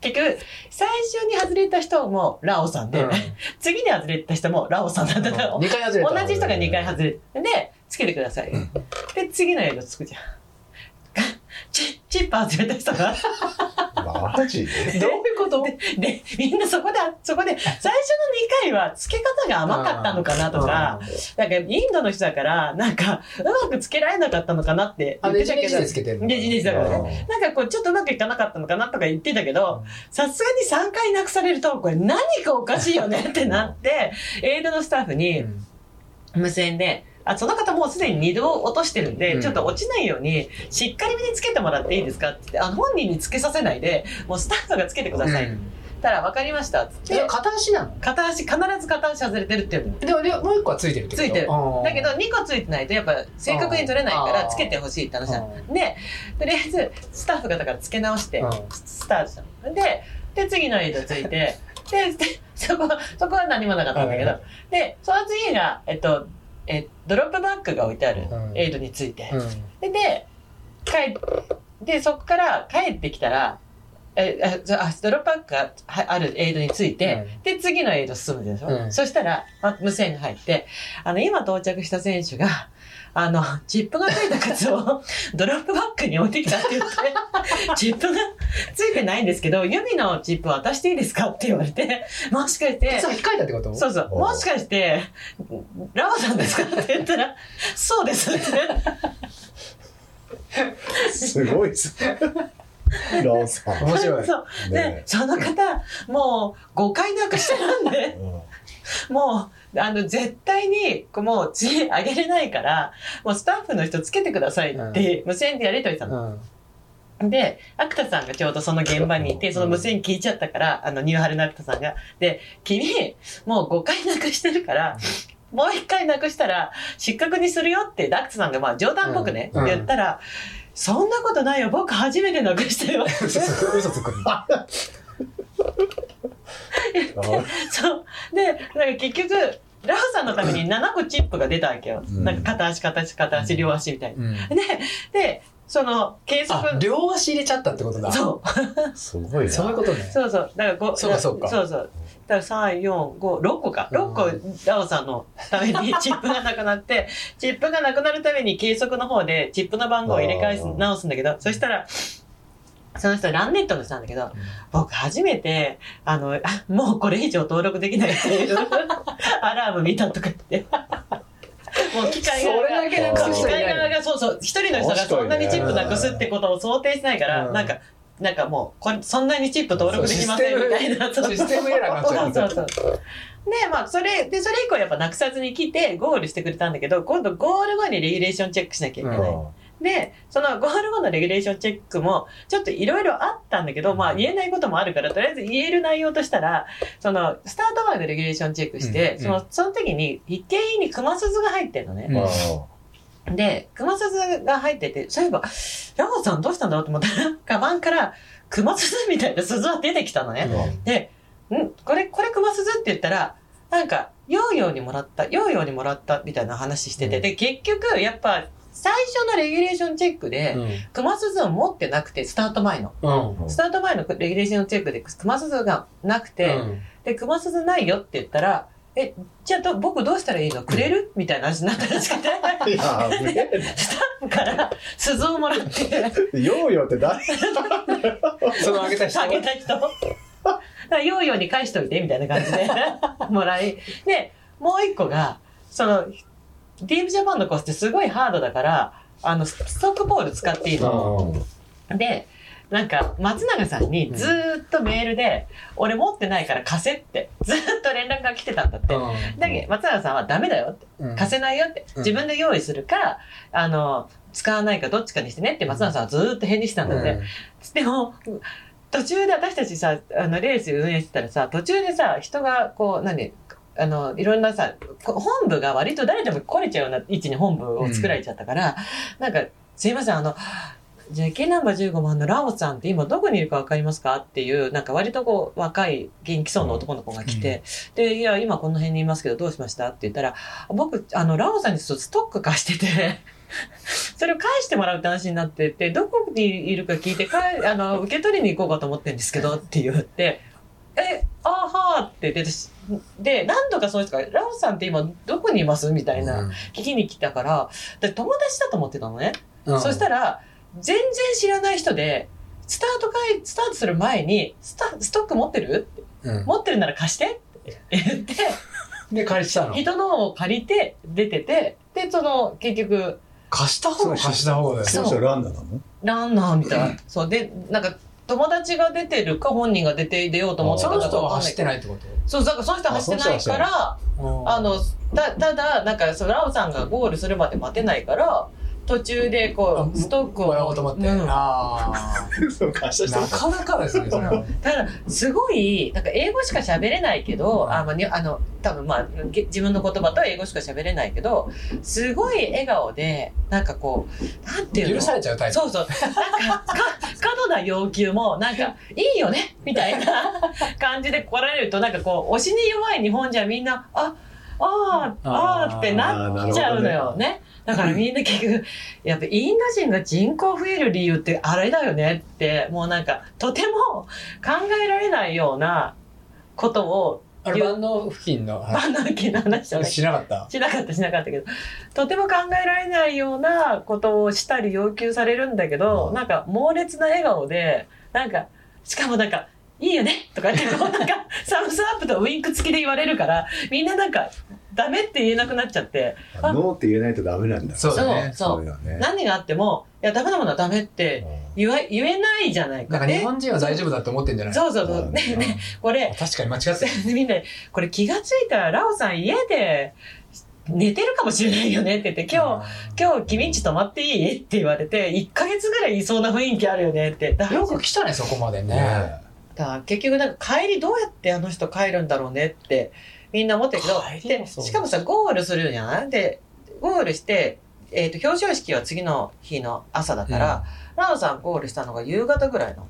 結局最初に外れた人もラオさんで、 [LAUGHS] 次に外れた人もラオさんだったから、
2回外れた
同じ人が2回外れてでつけてください、で次のやつつくじゃん [LAUGHS] チチップ外れた人が
マジで
どういうこと
ででみんなそこでそこで最初の2回はつけ方が甘かったのかなとか、なんかインドの人だから、なんかうまくつけられなかったのかなって
あ
言っ
で
て
ジネ
たけ
ジ
ど、
でつけてるの
レジネジだからねなんかこうちょっとうまくいかなかったのかなとか言ってたけど、さすがに3回なくされると、これ何かおかしいよねってなって、エイドのスタッフに無線で、あその方もうすでに2度落としてるんで、
うん
ちょっと落ちないようにしっかりめにつけてもらっていいですかって言ってあの本人につけさせないでもうスタッフがつけてください、
うん
たら分かりましたっつっ
え
て
片足なの
片足必ず片足外れてるっていうの
でもでももう一個はついてるってこと
ついてる
あー
だけど2個ついてないとやっぱ正確に取れないか
あ
ら
ー
つけてほしいって話なの
う
でとりあえずスタッフがだからつけ直して
うん
スタートしたのでで次の間つ
[LAUGHS]
いてででそこそこは何もなかったんだけど、
は
でその次が、えっとえドロップバッグが置いてある
うん
エイドについて
うん
でで帰でそこから帰ってきたらえあそうあドロップバッグがはあるエイドについて、で次のエイド進むでしょ、
うん
そしたら、ま、無線が入ってあの今到着した選手があのチップがついた靴を [LAUGHS] ドロップバッグに置いてきたって言って
[LAUGHS]
チップがついてないんですけど指のチップ渡していいですかって言われてもしかして
えそれ控えたってこと
そうそう。
おう
もしかして、ラオさんですかって言ったら、そうですって。
すごいですね。ラオさん。
面白い
そう。で、
ね
その方、もう5回なくしてるんで、 [LAUGHS]
うん
もう、あの、絶対に、こうもう、知恵あげれないから、もうスタッフの人つけてくださいって、無線でやりとりしたの。
うん
で、アクタさんがちょうどその現場にいて、その無線聞いちゃったから、あの、ニューハルのアクタさんが。で、君、もう5回なくしてるから、もう1回なくしたら、失格にするよって、アクタさんがまあ冗談っぽくね、
うん
言ったら、そんなことないよ、僕初めてなくしたよ。
嘘つく嘘つく
[LAUGHS]
の
そう。で、なんか結局、ラフさんのために7個チップが出たわけよ。
うん
なんか片足、片足、片足、両足みたいな。
うん
で、で、その、計
あ
測。
両足入れちゃったってことだ
そう。
すごい
そうい
な。
うことね
そうそう。だからこ
そうかそうか
そうそう。だから三四五六個か。
うん
六個ダオさんのためにチップがなくなって、 [LAUGHS] チップがなくなるために計測の方でチップの番号を入れ替えす
あー
直すんだけど、そしたら。その人ランネットの人なんだけど、僕初めて、あの、あもうこれ以上登録できないっ
[LAUGHS]
ていうアラーム見たとか言って。もう機械
そ
側
れ
が
だけなくす
機
人い
械
な
側
い
がそうそう一人の人がそんなにチップなくすってことを想定してないから、
うん
なんかなんかもうこれそんなにチップ登録できませんみたいなそう
システムエラーになっちゃう
そうそうそうでまあそれでそれ以降やっぱなくさずに来てゴールしてくれたんだけど今度ゴール後にレギュレーションチェックしなきゃいけない、
う
でそのゴール後のレギュレーションチェックもちょっといろいろあったんだけど、まあ、言えないこともあるからとりあえず言える内容としたらそのスタート前のレギュレーションチェックして、
うん
そのその時に一軒家に熊鈴が入ってるのね、
うん
で、熊鈴が入ってて、そういえば、ラゴさんどうしたんだろうと思ったら、 [LAUGHS] カバンから熊鈴みたいな鈴が出てきたのね。で、んこれ、これ熊鈴って言ったら、なんか、ヨーヨーにもらった、ヨーヨーにもらったみたいな話してて、
うん
で、結局、やっぱ、最初のレギュレーションチェックで、
う
熊鈴を持ってなくて、スタート前の。
んうん
スタート前のレギュレーションチェックで、熊鈴がなくて、
うん
で、熊鈴ないよって言ったら、え、じゃあど、僕どうしたらいいのくれるみたいな話になったらしく
[LAUGHS]
て。
いやべえ
スタッフから鈴をもらって、
なヨーヨーって誰
そのあげた人
あげた人。だからヨーヨーに返しといて、みたいな感じ
[LAUGHS]
でもらい。で、もう一個が、その、ディーブジャパンのコースってすごいハードだから、あの、ストックボール使っていいの。で、なんか、松永さんにずーっとメールで、俺持ってないから貸せって、ずーっと連絡が来てたんだって。だけど、松永さんはダメだよって。
うん
貸せないよって、
うん
自分で用意するか、あの、使わないかどっちかにしてねって松永さんはずーっと返事してたんだよね。でも、途中で私たちさ、あの、レース運営してたらさ、途中でさ、人がこう、何、あの、いろんなさ、こ本部が割と誰でも来れちゃうような位置に本部を作られちゃったから、なんか、すいません、あの、じゃあ、K ナンバー15番のラオさんって今どこにいるかわかりますかっていう、なんか割とこう、若い元気そうな男の子が来て、で、いや、今この辺にいますけどどうしましたって言ったら、僕、あの、ラオさんにちょっとストック貸してて、それを返してもらうって話になってて、どこにいるか聞いて、かあの、受け取りに行こうかと思ってるんですけどって言って、え、あーはーって言って、私で、何度かその人が、ラオさんって今どこにいますみたいな、聞きに来たから、で友達だと思ってたのね。そした
ら
ら、全然知らない人で、スタート会、スタートする前に、スタ、ストック持ってる持ってるなら貸してって言って、
で借りてたの
人のを借りて出ててでその結局
貸した
方
方
が
が貸した方が
その人ランナーなの
ランナーみたいなそうでなんか友達が出てるか本人が出て出ようと思って
そ
たか
の
わ
人は
かんな
走
い
ってないってこと
そうだからその人は走ってないか
あ
らあ
あ
のたただなんかそうラオさんがゴールするまで待てないから途中でこ
あ
うストックを
もらおうと思って、
うん
ああ
そう感謝して
な
ます
かなかですねそれは
ただすごいなんか英語しか喋れないけどあ、まあ、にあの多分まあげ自分の言葉とは英語しか喋れないけどすごい笑顔でなんかこうなんていうの
許されちゃうタイプ
そうそう。なんか、か、 [LAUGHS] 過度な要求も、なんか、いいよねみたいな感じで来られると、なんかこう、推しに弱い日本人はみんな、あ、あー、あ
あー
ーってなっちゃうの
なるほ
よね。だからみんな結局、やっぱインド人が人口増える理由ってあれだよねって、もうなんか、とても考えられないようなことを、
あれ万能付近の話
バンドの気の話じゃない
しなかった
しなかったしなかったけどとても考えられないようなことをしたり要求されるんだけど、
うん
なんか猛烈な笑顔でなんかしかもなんか「いいよね」とかってこうなんかサムスアップとウインク付きで言われるからみんななんか「ダメ」って言えなくなっちゃってあ
ノーって言えないとダメなんだ
そうだね
そう
いうのはね
何があっても「いやダメなものはダメ」って言わ言えないじゃない
な
か
んか日本人は大丈夫だって思ってんじゃない
そうそうそう、
うん
ね
うん
ねこれ [LAUGHS]
確かに間違ってる
みんな、これ気がついたら、ラオさん家で寝てるかもしれないよねって言って、今日、今日君んち泊まっていいって言われて、1ヶ月ぐらいいそうな雰囲気あるよねって。だ
よく来たねそこまでね
ね
だ結局なんか帰りどうやってあの人帰るんだろうねって、みんな思ってるけど、
帰り
で、
もそう
しかもさ、ゴールするじゃないで、ゴールして、えっ、と、表彰式は次の日の朝だから、ラオさんゴールしたのが夕方ぐらいなのか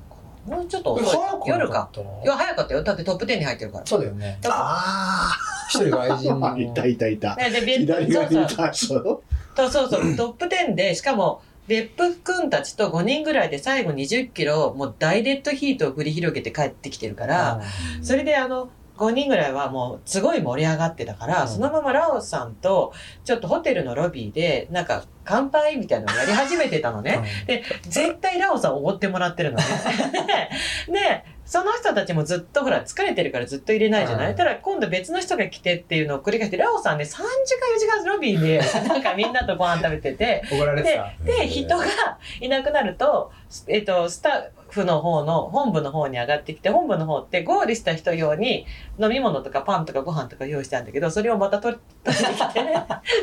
なもうちょっと
うん
遅い
早くな。った
夜か。いや、早かったよ。だってトップ10に入ってる
[LAUGHS]
から。
そうだよね
だから
あ
一人外人 [LAUGHS]
あいたいたいた
ね、で、ベ
左側に
そう
い
そう
たそう
そ
[CLEARS THROAT]
うそうそう、トップ10で、しかも、別府くんたちと5人ぐらいで最後20キロ、もう大デッドヒートを繰り広げて帰ってきてるから、それであの、5人ぐらいはもうすごい盛り上がってたから、
うん
そのままラオさんと、ちょっとホテルのロビーで、なんか、乾杯みたいなのをやり始めてた
[LAUGHS]
のね。絶対ラオさんおごってもらってるのね。でで、その人たちもずっとほら疲れてるからずっと入れないじゃな
う
い
ん
ただ今度別の人が来てっていうのを繰り返して、ラオさんね、3時間4時間ロビーで、なんかみんなとご飯食べてて、
うん怒られてた
で、人がいなくなると、すえっと、スタッフの方の、本部の方に上がってきて、本部の方ってゴールした人用に飲み物とかパンとかご飯とか用意してあるんだけど、それをまた取り、 [LAUGHS] 取ってきて、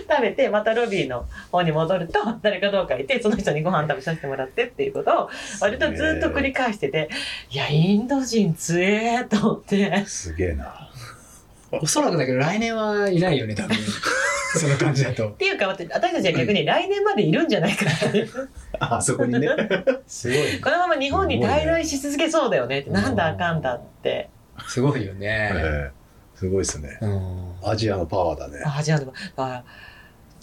食べて、またロビーの方に戻ると、誰かどうかいて、その人にご飯食べさせてもらってっていうことを、割とずっと繰り返してて、いや、インド人強えと思って。
すげえな
おそらくだけど来年はいないよね [LAUGHS] 多分その感じだと
っていうか、私私たちは逆に来年までいるんじゃないかなって。
あそこにね
すごい
[LAUGHS] このまま日本に滞在し続けそうだよねっ
す
て、
ごいね
なんだあかんだって。
すごいよね
ええすごいですね
うん
アジアのパワーだね
アジアのだから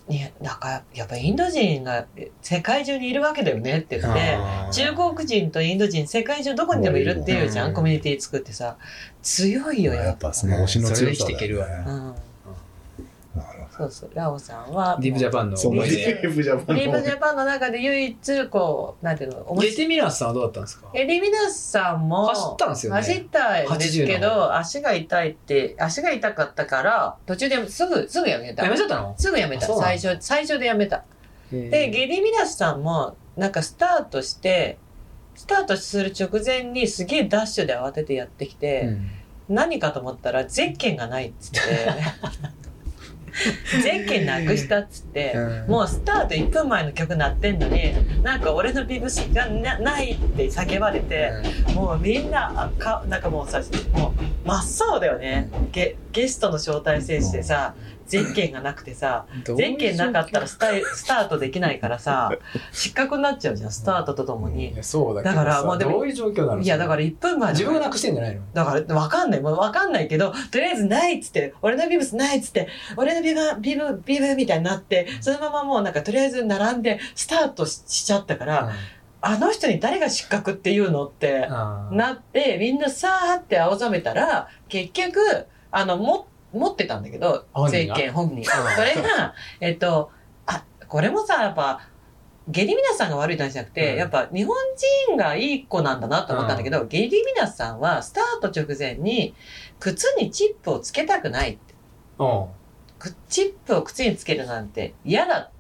になんかやっぱインド人が世界中にいるわけだよねって言って
あー
中国人とインド人世界中どこにでもいるっていうじゃん、
うん
コミュニティ作ってさ強いよや
や
っ
っ
ぱ
ぱその推しの強さ
それで生きていけるわ
ね
う。ん、
なるほ
そうそうラオさんは
ディープジャパン
ど
の
その
思い
リ
出
ーブジャパン
ディープジ
の
ャパンの中で唯一こうなんていうの面
ゲ
白い
テミラーさんはどうだったんですか
エリミナスさんも
走ったんですよね
走ったんですけ
80
ど足が痛いって足が痛かったから途中ですぐすぐやめた
やめちゃったの
すぐやめた
あそうな
最
んだ
初最初でやめたで、ゲリミナスさんも、なんかスタートして、スタートする直前にすげえダッシュで慌ててやってき
う
て、
ん
何かと思ったらゼッケンがないっつ [LAUGHS] って、ゼッケンなくしたっつって、もうスタート1分前の曲鳴ってんのに、なんか俺のビブスがなないって叫ばれて、もうみんな、あかなんかもうさ、もう真っ青だよね。ゲゲストの招待選手でさ、ゼッケンがなくてさ、全件なかったらスタイスタートできないからさ失格になっちゃうじゃんスタートとともに、
うんそうだけど
だから
さ
もうでも
どういう状況なの
いやだから1分前
自分がなくしてんじゃないの
だから分かんないもう分かんないけどとりあえずないっつって俺のビブスないっつって俺のビブビブビブみたいになってそのままもうなんかとりあえず並んでスタートししちゃったから、あの人に誰が失格っていうのって、
あー
なってみんなさーって青ざめたら結局あのも持ってたんだけど
本人
政
が
権本人それがえっとあこれもさやっぱゲリミナスさんが悪い話じゃなくて、
うん
やっぱ日本人がいい子なんだなと思ったんだけど、ゲリミナスさんはスタート直前に靴にチップをつけたくないってくチップを靴につけるなんて嫌だ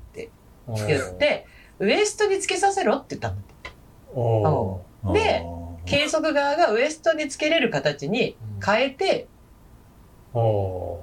うん
って言って、ウエストにつけさせろって言ったの。
おー
で
うん
計測側がウエストにつけれる形に変えて、
お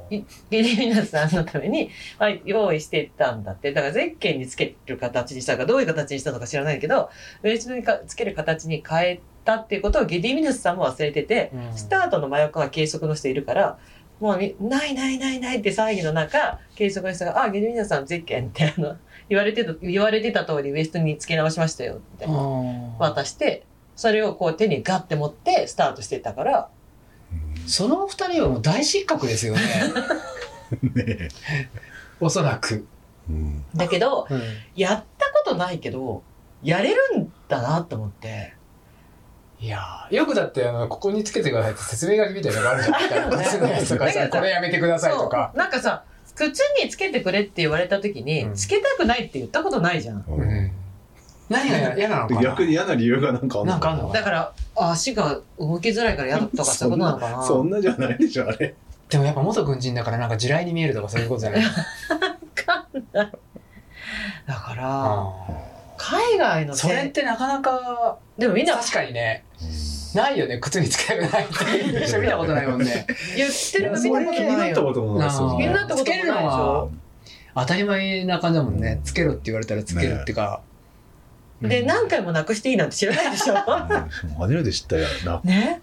ゲリミナスさんのために、まあ、用意してたんだって。だからゼッケンにつける形にしたか、どういう形にしたのか知らないけど、ウエストにかつける形に変えたっていうことをゲリミナスさんも忘れてて、
ー
スタートの真横は計測の人いるから、もうみないないないないって騒ぎの中、計測の人が、あ、ゲリミナスさんゼッケンってあの、言われてた、言われてた通りウエストにつけ直しましたよって
うん
渡して、それをこう手にガッて持ってスタートしてたから、
そのお二人はもう大失格ですよ [LAUGHS] ね
ね
おそらく、
うん
だけど、やったことないけど、やれるんだなと思って。
いやーよくだってあのここにつけてくださいって説明書きみたいなのがあるじゃ [LAUGHS] ない
あるね
ですかとか
だけ
さ
どさ
これやめてくださいとか
う。なんかさ、靴につけてくれって言われた時に、
うん
つけたくないって言ったことないじゃん。
う、ん何が嫌なのかな
逆に嫌な理由がなんかあんの
なんかあんの
だから、足が動きづらいから嫌だとかそういうことなのかな。
[LAUGHS] そんなじゃないでしょあれ
でもやっぱ元軍人だからなんか地雷に見えるとかそういうことじゃない
だから、
[LAUGHS] あ
海外
ー
の
それっ
せ
てなかなか
でもみんな
確かにねないよね靴につけたくないっていう人見たことないもん [LAUGHS] ね
言ってるの見
そ
た
れ
こ
気
と
に
な
ないった
よ。
こともないですよ
気に
ね
なった
つ
こともないでしょ
けるのは当たり前な感じだもんねつけろって言われたらつけるってか、
で、
な
何回もなくしていいなんて知らないでしょ
うん初めて知ったよ
[LAUGHS]
な
ね。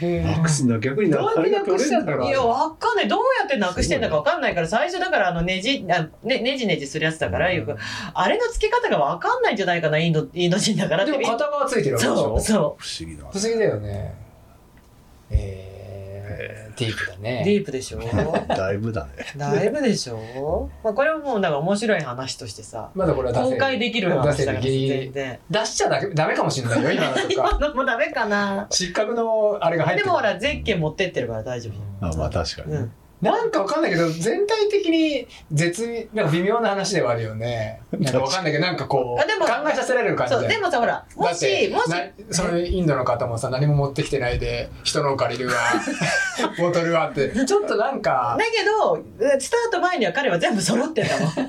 なくすんだ逆に
どうやって
あれが取れるんだ
なく
い
し
や、わかんない。どうやってなくしてんだかわかんないから、最初だから、あの、ねじ、あね、ねじねじするやつだから、よく、あれの付け方がわかんないんじゃないかな、インド、インド人だからっ
で
て。
も片側ついてるわけでし
そ
ょ
う、そ
不思議な
不思議だよねえー、ディープだ
う。
ね
ディープでし
[LAUGHS]
ょ
だいぶだね
だいぶでしょまあ、これはもう、なんか面白い話としてさ、
まだこれは出せる
公開できる話だから、
出せるギリギリ
全然。
出しちゃダメダメかもしれないよ今のと
[LAUGHS]
か
今のもダメかな。
失格のあれが入って
で
る
もほら、ゼッケン持ってってるから大丈夫
あまあ確かに
う
ね
ん。
なんかわかんないけど全体的に絶妙なんか微妙な話ではあるよねなんかわかんないけどなんかこう
あでも
考えさせられる感じ
そ
だよ
う、でもさ、ほら、も
だって
し、もし、
なそのインドの方もさ何も持ってきてないで人のを借り
[LAUGHS]
るわボトルはってちょっとなんか
だけど、スタート前には彼は全部揃ってたもん。スタ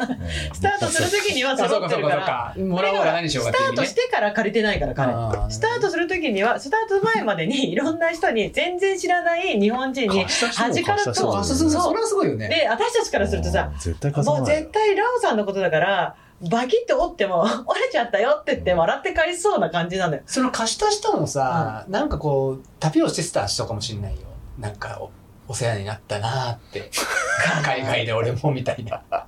ートする時には
あそう
揃
か
って
そう
る
か
か
そうかも
ら。
らおうが何しようが
ス
って
タ
いう意
ー
味
ト
ね
してから借りてないから彼
あー
スタートする時にはスタート前までにいろんな人に全然知らない日本人に
貸した人も
端からと
貸した人も
あそうそうそうそれはすごいよね
で私たちからするとさ
うん絶対貸さ
もう
ない
絶対ラオさんのことだからバキッと折っても [LAUGHS] 折れちゃったよって言って笑って返しそうな感じなのよ
その貸した人もさ、なんかこう旅をしてた人かもしれないよなんかおお世話になったなーって海外で俺もみたいない
や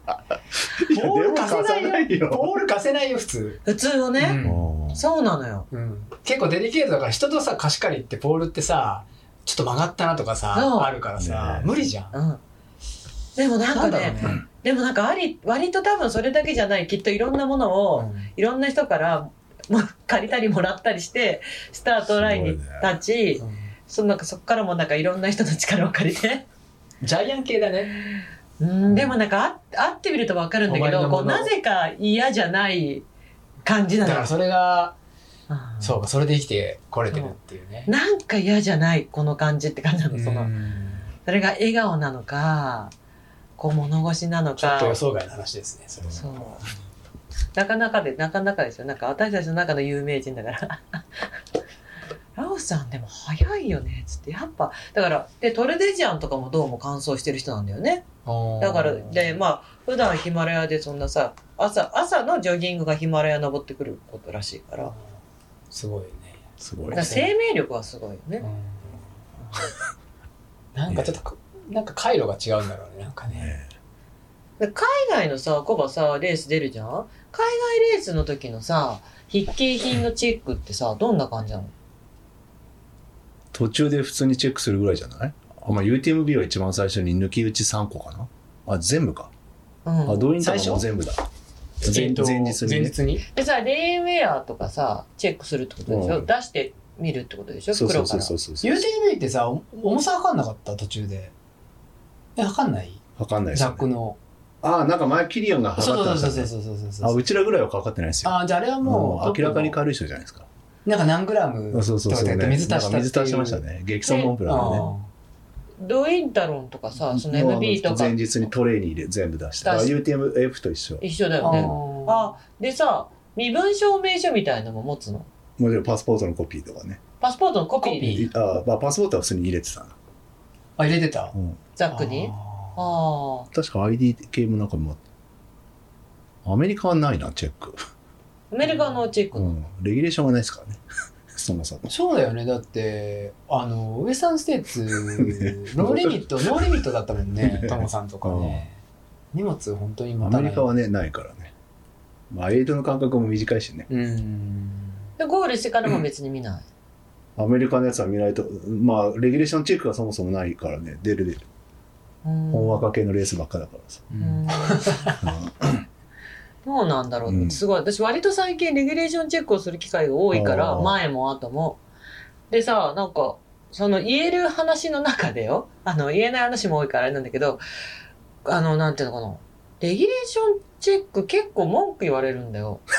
で
ボール
も
貸せ
貸
な
さ
いよ
ないよ
ボール貸せないよ普通、
普通の
う
ね、
ん
うん
そうなのよ
うん結構デリケートだから人とさ貸し借りってボールってさちょっと曲がったなとか
そう
さあるからさ、
ね
無理じゃん
うんでもなんか
だ
ねでもなんかあり割と多分それだけじゃないきっといろんなものを、
ろうね
いろんな人からもう借りたりもらったりしてスタートラインに立ち、
うん
そのなんかそこからもなんかいろんな人の力を借りて。
ジャイアン系だね
うん、でもなんかあ会ってみるとわかるんだけ
お前
ど、
のもの
こうなぜか嫌じゃない感じな
だか
のよ
ら。それが、
うん
そうかそれで生きてこれてるっていうね
なんか嫌じゃない、この感じって感じなの。その、
ん
それが笑顔なのか、こう物腰なの
ちょっ
か
と。予想外の話ですねそれは
そう。なかなかで、なかなかですよ。なんか私たちの中の有名人だから。 [LAUGHS] ラオさんでも早いよね、つって。やっぱ、だから、で、トルデジアンとかもどうも乾燥してる人なんだよね。だからで
あ
まあ普段ヒマラヤでそんなさ朝朝のジョギングがヒマラヤ登ってくることらしいからだか
すごいね、
すごい
ら生命力はすごいよ
う
ね
んなんかちょっとこなんか回路が違うんだろうねなんかね
ね
で海外のさコバさレース出るじゃん海外レースの時のさ筆記品のチェックってさどんな感じなの
途中で普通にチェックするぐらいじゃないあ、まあ、UTMB は一番最初に抜き打ち3個かなあ全部か、
う
あ
ん、
動員とか
最
も
初
全部だ
え
前
っと
前日に
前
ね、
日に
でさレインウェアとかさチェックするってことでしょ、
うん
出してみるってことでしょ
そうそ
袋
う
か
そう
ら
そうそうそう
UTMB ってさお重さ測んなかった途中でえ測んない
わかんないです
ザ
よ
ッ
ね、
クの
あなんか前キリアンが
そう
測っ
そ
たん
う
です
そう
よ
そう
ね
そうそうそう
あうちらぐらいはかかってないですよ
あじゃああれはもう
もう明らかに
トッ
軽い人じゃないですか
プのなんか何グラム
あそうそうそう、
とかって
ね、
水足したっていう
なんか水足しましたね激酸モンブランのね
ドインタロンとかさその
もうあの
MB とか
前日にトレーに入れ全部出して
出し
UTMF と一緒
一緒だ
あ
よね
ー
あでさ身分証明書みたいのも持つの
もちろんパスポートのコピーとかね
パスポートのコピ
コ
ー
ピー。
あ、まあ、パスポートは普通に入れてたな、
あ、入れてた。
うん、
ザックに
あ
あ
確か ID 系もなんかもうアメリカはないなチェック、
あアメリカのチェック、
うん、レギュレーションがないですからね [LAUGHS] そもそも
ーそうだよね。だって、あの、ウエスタンステーツ、ノーリ
[LAUGHS]
ミット、ノーリミットだったもんね。トモさんとかね。荷物、本当に持
ア
たない。
メリカはねないからねまあエイドの間隔も短いしね
うん。
でゴールしてからも別に見ない、
アメリカのやつは見ないとまあレギュレーションチェックがそもそもないからね出る出る
うん
本若系のレースばっかだから
[LAUGHS]
さ、
うん
う
どうなんだろう、
うん
すごい私割と最近レギュレーションチェックをする機会が多いから
あー
前も後もでさなんかその言える話の中でよあの言えない話も多いからあれなんだけどあのなんていうのかなレギュレーションチェック結構文句言われるんだ
[LAUGHS]
よ [LAUGHS]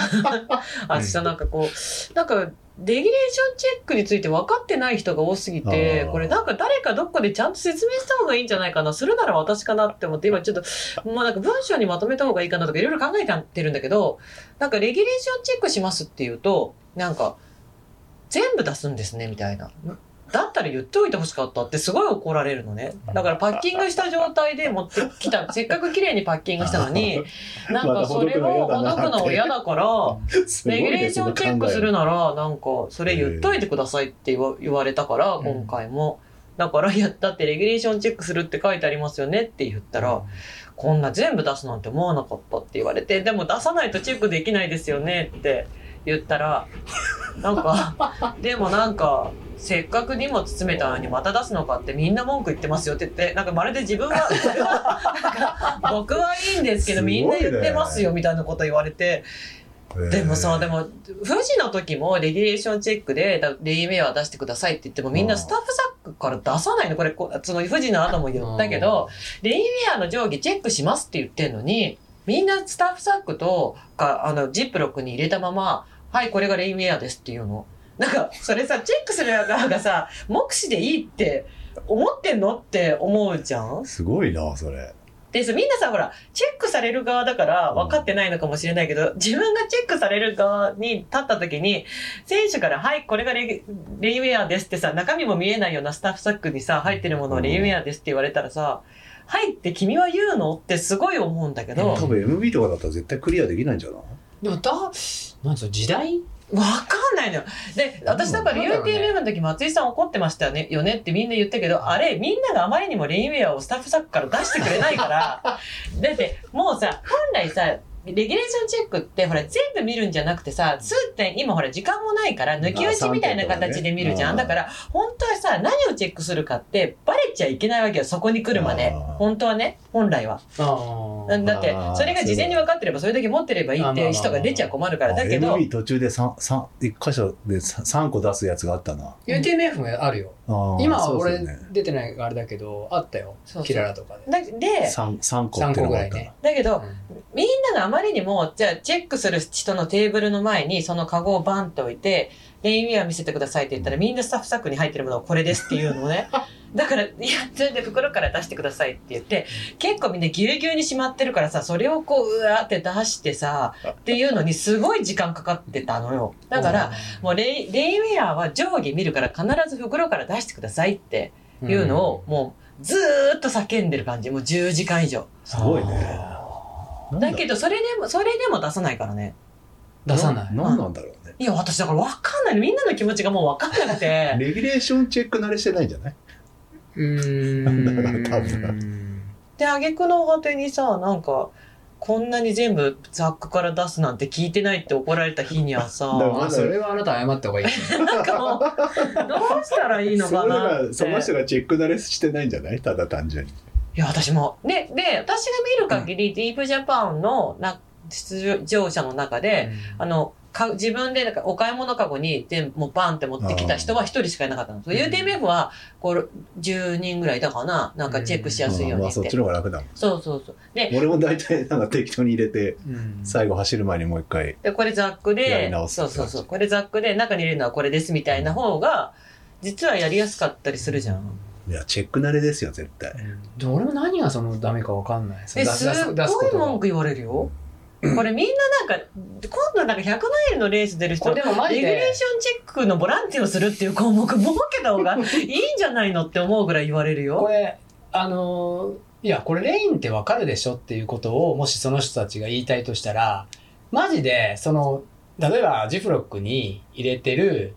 あ私さなんかこうなんかレギュレーションチェックについて分かってない人が多すぎて
あー
これなんか誰かどっかでちゃんと説明した方がいいんじゃないかなするなら私かなって
[LAUGHS]
思って今ちょっとまあなんか文章にまとめた方がいいかなとかいろいろ考えてるんだけど、なんかレギュレーションチェックしますっていうと、なんか、全部出すんですね、みたいな。だったら言っておいてほしかったってすごい怒られるのね。だからパッキングした状態で持ってきた、せっかく綺麗にパッキングしたの
[LAUGHS]
に、なんかそれをほ
ま
どく
たほどく
の
のは
も
嫌
嫌だから、
んすごい
レ
ね
ギュレーションチェックするなら、なんか、それ言っといてくださいって言わ言われたから、
うん
今回も。だから、いやったってレギュレーションチェックするって書いてありますよねって言ったら、こんな全部出すなんて思わなかったって言われて、でも出さないとチェックできないですよねって言ったら、なん
[LAUGHS]
か、でもなんか、せっかく荷物詰めたのにまた出すのかってみんな文句言ってますよって言って、なんかまるで自
[LAUGHS]
分は、なんか僕はいいんですけど
すごいね
みんな言ってますよみたいなこと言われて、
えー
でもさ、でも、富士の時もレギュレーションチェックで、だレイメイは出してくださいって言っても、みんなスタッフサックから出さないの。これ、こその富士の後も言ったけど、レイメアの定規チェックしますって言ってんのに、みんなスタッフサックとか、あの、ジップロックに入れたまま、はい、これがレインウェアですっていうの。なんか、それさ、チェックする側がさ、目視でいいって思ってんのって思うじゃん
すごいなそれ
でさ、みんなさ、ほら、チェックされる側だから分かってないのかもしれないけど、自分がチェックされる側に立った時に、選手から、はい、これがレギレインウェアですってさ、中身も見えないようなスタッフサックにさ、入ってるものをレインウェアですって言われたらさ、はいって君は言うのってすごい思うんだけど、
多分 MB とかだったら絶対クリアできないんじゃない
でも、だ、なんですか、時代
わかんないのよ。で、私だから
なんだろうね
UTMF の時松井さん怒ってましたよねよねってみんな言ったけど、あれ、みんながあまりにもレインウェアをスタッフサックから出してくれないから、だってもうさ、本来さ、レギュレーションチェックってほら全部見るんじゃなくてさ、数点、今ほら時間もないから抜き打ちみたいな形で見るじゃん。
あー
だ
三点とかね
から、本当はさ、何をチェックするかってバレちゃいけないわけよ、そこに来るまで
あー。
本当はね、本来は。
あ
だって
あー、
それが事前に分かってればそれだけ持ってればいいっていう人が出ちゃ困るから。だけど、
MB 途中で三三一箇所で三三個出すやつがあったな
UTMF もあるよ。
あー
今は
そうで
俺
すよね、
出てないあれだけど、あったよ
そうそう。
キララとかで。
だで、
三三個ってのがあったな
三
だけど、
う
みんながあまりにも、じゃあチェックする人のテーブルの前にそのカゴをバンって置いて、レインウェア見せてくださいって言ったら、みんなスタッフサックに入ってるものをこれですっていうのをね。だから、いや、全然袋から出してくださいって言って、結構みんなぎゅうぎゅうにしまってるからさ、それをこう、うわーって出してさ、っていうのにすごい時間かかってたのよ。だから、、もうレイレインウェアは定規見るから必ず袋から出してくださいっていうのを、もうずーっと叫んでる感じ。もう10時間以上。
すごいねなん
だけど、それでも、それでも出さないからね。
出さない。
なんなんだろうね
いや、私だから分かんない。みんなの気持ちがもう分かんなくて。
レギュレーションチェック慣れしてないんじゃないう
ーん。
[LAUGHS] 多分
で、挙句の果てにさ、なんか、こんなに全部ザックから出すなんて聞いてないって怒られた日には
だか
さ、
ら
まあ、それはあなた謝った方がいい。
なんかもう、どうしたらいいの
そ
か
れだか
なっ
らその人
て。
がチェック慣れしてないんじゃないただ単純に
いや、私も。で、で、私が見る限り、ディープジャパンのな出場者の中で、あの、か自分でなんかお買い物かごに全部もうバンって持ってきた人は一人しかいなかったの。UTMF はこう10人ぐらいいたかななんかチェックしやすいよう
ま
に
あ
って
そっ。ちの方が楽だもん
そうそうそう。で、
俺も大体なんか適当に入れて
うん
最後走る前にもう一回
でこれザック
やり
で
直、す
そうそうそう、これザックで中に入れるのはこれですみたいな方が、実はやりやすかったりするじゃん。
いやチェック慣れですよ絶対
で俺も何がそのダメかわかんない。
え、
出
す
す
っ
出す
ごい
ことが
文句言われるよ。これみんななんか、今度なんか100マイルのレース出る人、
これでもマジ
レギュレー
で
ションチェックのボランティアをするっていう項目設けた方がいいんじゃないのって思うぐらい言われる
こ
よ。
れあのーいやこれレインってわかるでしょっていうことをもしその人たちが言いたいとしたらマジでその例えばジフロックに入れてる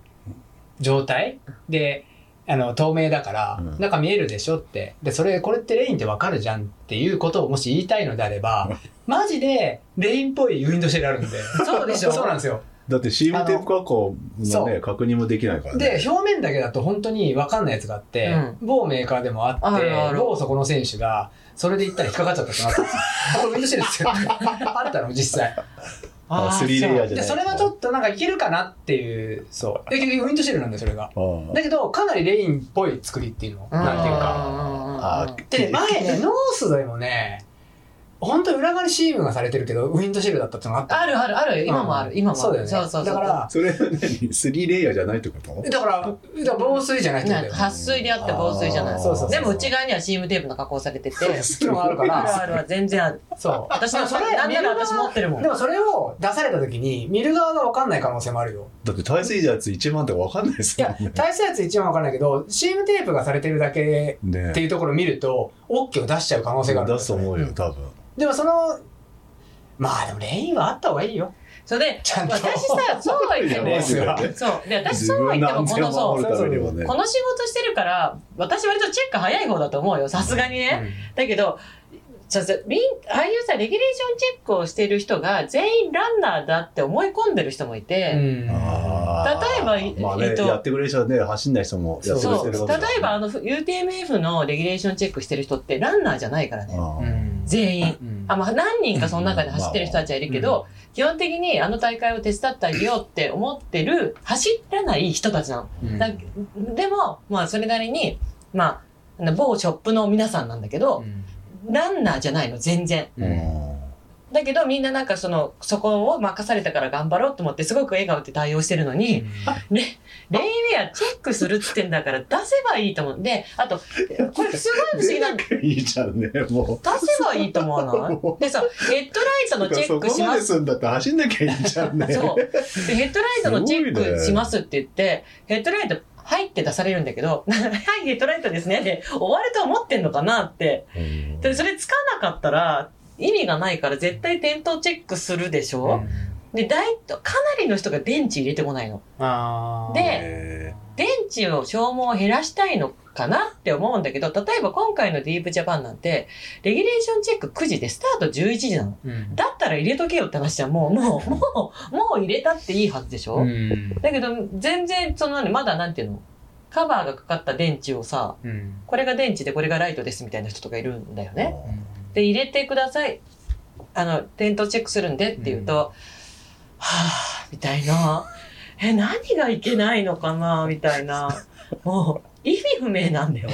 状態であの透明だから
うん
中見えるでしょってでそれこれってレインってわかるじゃんっていうことをもし言いたいのであれ
[LAUGHS]
ばマジでレインっぽいウィンドシェルあるんで
そうでしょ
そうなんですよ
だって CM テープ加工の
そ
ね
う
確認もできないからね
で表面だけだと本当に分かんないやつがあって、
う
某メーカーでもあって
あるある
某そこの選手がそれで行ったら引っかかっちゃった
[LAUGHS]
ってなったんですよこれウィンドシェルですよ [LAUGHS] あったの実際
あ
ー
3D レイヤーじゃない
でそれはちょっとなんかいけるかなっていうそうで結局ウィンドシェルなんでそれが
あー
だけどかなりレインっぽい作りっていうの
そう
なんていうか
あー
でね前ねノースでもね本当に裏側にシームがされてるけどウィンドシェルだったってのがあった
あるあるある、今もある、今もある。
そうだよね
そうそうそ
だ
う。
から
それは何 ?3 レイヤーじゃないってこと
だからだから防水じゃないってことだ
な
よね
撥水であって防水じゃない
あー
そうそうそう
でも内側には CM テープの加工されてて。
そういうのがあるか
ある
ら
あるは全然ある。
そう
私の
でもそれ
なんなら私
見る側
持ってるもん
でもそれを出された時に見る側が分かんない可能性もあるよ
だって体水ジャーツ1万とか分かんないです
い
も
や
んね。
大切なやつ一番分かんないけど CM テープがされてるだけ
ね
っていうところを見ると OK を出しちゃう可能性がある
出すと思うよ、多分。
でもそのまあでもレインはあった方がいいよ
それで、
ちゃんと
私さ、そうは言って
レ
も
イ、ズが
そう。で、私
自
そうは
分
言って
の
も、
安
こ
全
の
を
そ
守
う。
るためにもね。
この仕事してるから、私割とチェック早い方だと思うよ、さすがにね。だけど、ささみんああいうさ、レギュレーションチェックをしてる人が全員ランナーだって思い込んでる人もいて、
うん
あー
例えば
まあ
え
ね
っと
やってくれる人はね、走んない人もやってくれ
そ
て
う。
る
例
わけだ
えば、あの、UTMF のレギュレーションチェックしてる人って、ランナーじゃないからね。
あ
う
ー
ん
全員。
うん
あ、まあ、何人かその中で走ってる人たちはいるけど、基本的にあの大会を手伝ってあげようって思ってる、走らない人たちなの。
うん
だでも、まあ、それなりに、まああの、某ショップの皆さんなんだけど、ランナーじゃないの、全然。
うん
だけど、みんななんかその、そこを任されたから頑張ろうと思って、すごく笑顔で対応してるのに、ね、レインウェアチェックするって言ってんだから出せばいいと思う。で、あと、これすごい不思議なんだ
うん [LAUGHS] いいじゃんね、も
出せばいいと思わないでさ、ヘッドライト
う。
のチェッ
そこ
クし
ま
ま。
ですすんだって走んなきゃいいじゃんね。
そう。でヘッドライトのチェッ
すごい
ク
ね
しますって言って、ヘッドライト、はいって出されるんだけど、 [LAUGHS] はい、ヘッドライトですね。で、終わると思ってんのかなって。
うん
で、それつかなかったら、意味がないから絶対点灯チェックするでしょ、で、大と、かなりの人が電池入れてこないの。
あー
で
え
電池の消耗を減らしたいのかなって思うんだけど、例えば今回のディープジャパンなんて、レギュレーションチェック9時で、スタート11時なの。
うん
だったら入れとけよって話じゃん。もう、もう、もう、もう入れたっていいはずでしょ、
うん
だけど、全然、その、まだなんていうのカバーがかかった電池をさ、
うん
これが電池でこれがライトですみたいな人とかいるんだよ
ー
ね。で、入れてください。あの、点灯チェックするんでって言うと、
うん
はぁ、みたいな。え、何がいけないのかなみたいな。もう、意味不明なんだよ。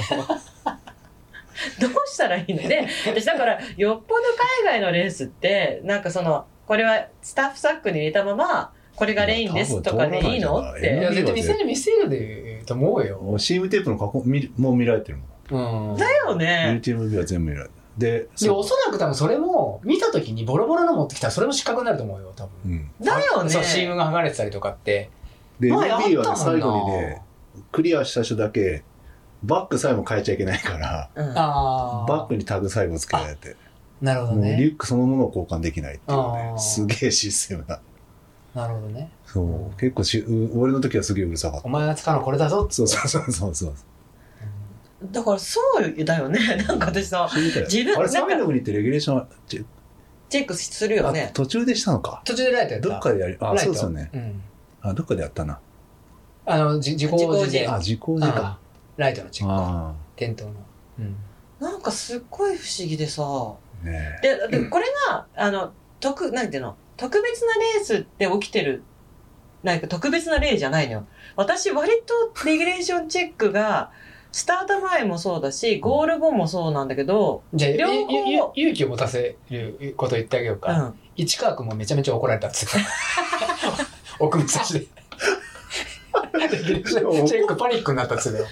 どうしたらいいので、私だから、よっぽど海外のレースって、なんかその、これはスタッフサックに入れたまま、これがレインですとかでいいの
いや多分
っ
通らない
い
じゃ
て。
や絶対見せる見せるでと思うよ、
もう CM テープの加工見るもう見られてるもん。
うん、
だよね。
UTMB は全部見られてる。で、
で
う
おそらく多分それも見た時にボロボロの持ってきたらそれも失格になると思うよ多分、
うん。
だよね。
そう CM が剥がれてたりとかって
で、
前あったもん
NB
な
はね、最後にね、クリアした人だけ、バックさえも変えちゃいけないから、
うん
ああ
バックにタグ最後つけられて、
なるほど
もうリ
ね
ュックそのものを交換できないっていう
あ
ね
ー、
すげえシステムだ。
なるほどね
そう。結構し、う俺の時はすげえうるさかった
お。前が使うのこれだぞ
そうそうそうそうそう。
だからそうだよね。なんか私さ、
自
自分
あれ、
なんか
3位の国ってレギュレーションち
チェックするよね。
途中でしたのか。
途中でライトやった
どっかでやり、あ、
ライ
そ
ト
うですよね。
うん
あ、どっかでやったな。
あのじ自己
自己
自
自え
で
え
あ、時効時か。
あライトのチェック
あ
点灯の、うん、
なんかすっごい不思議でさ。
あ。ね
で、でこれが、あの、特、なんていうの、特別なレースって起きてる、なんか特別な例じゃないのよ。私割とレギュレーションチェックが、スタート前もそうだし、ゴール後もそうなんだけど、
じゃあゆ
両方
ゆゆ勇気を持たせることを言ってあげよう
う
か、
ん。
市川君もめちゃめちゃ怒られたっつ
[LAUGHS]
って奥武蔵でチェックパニックになったっつってたよ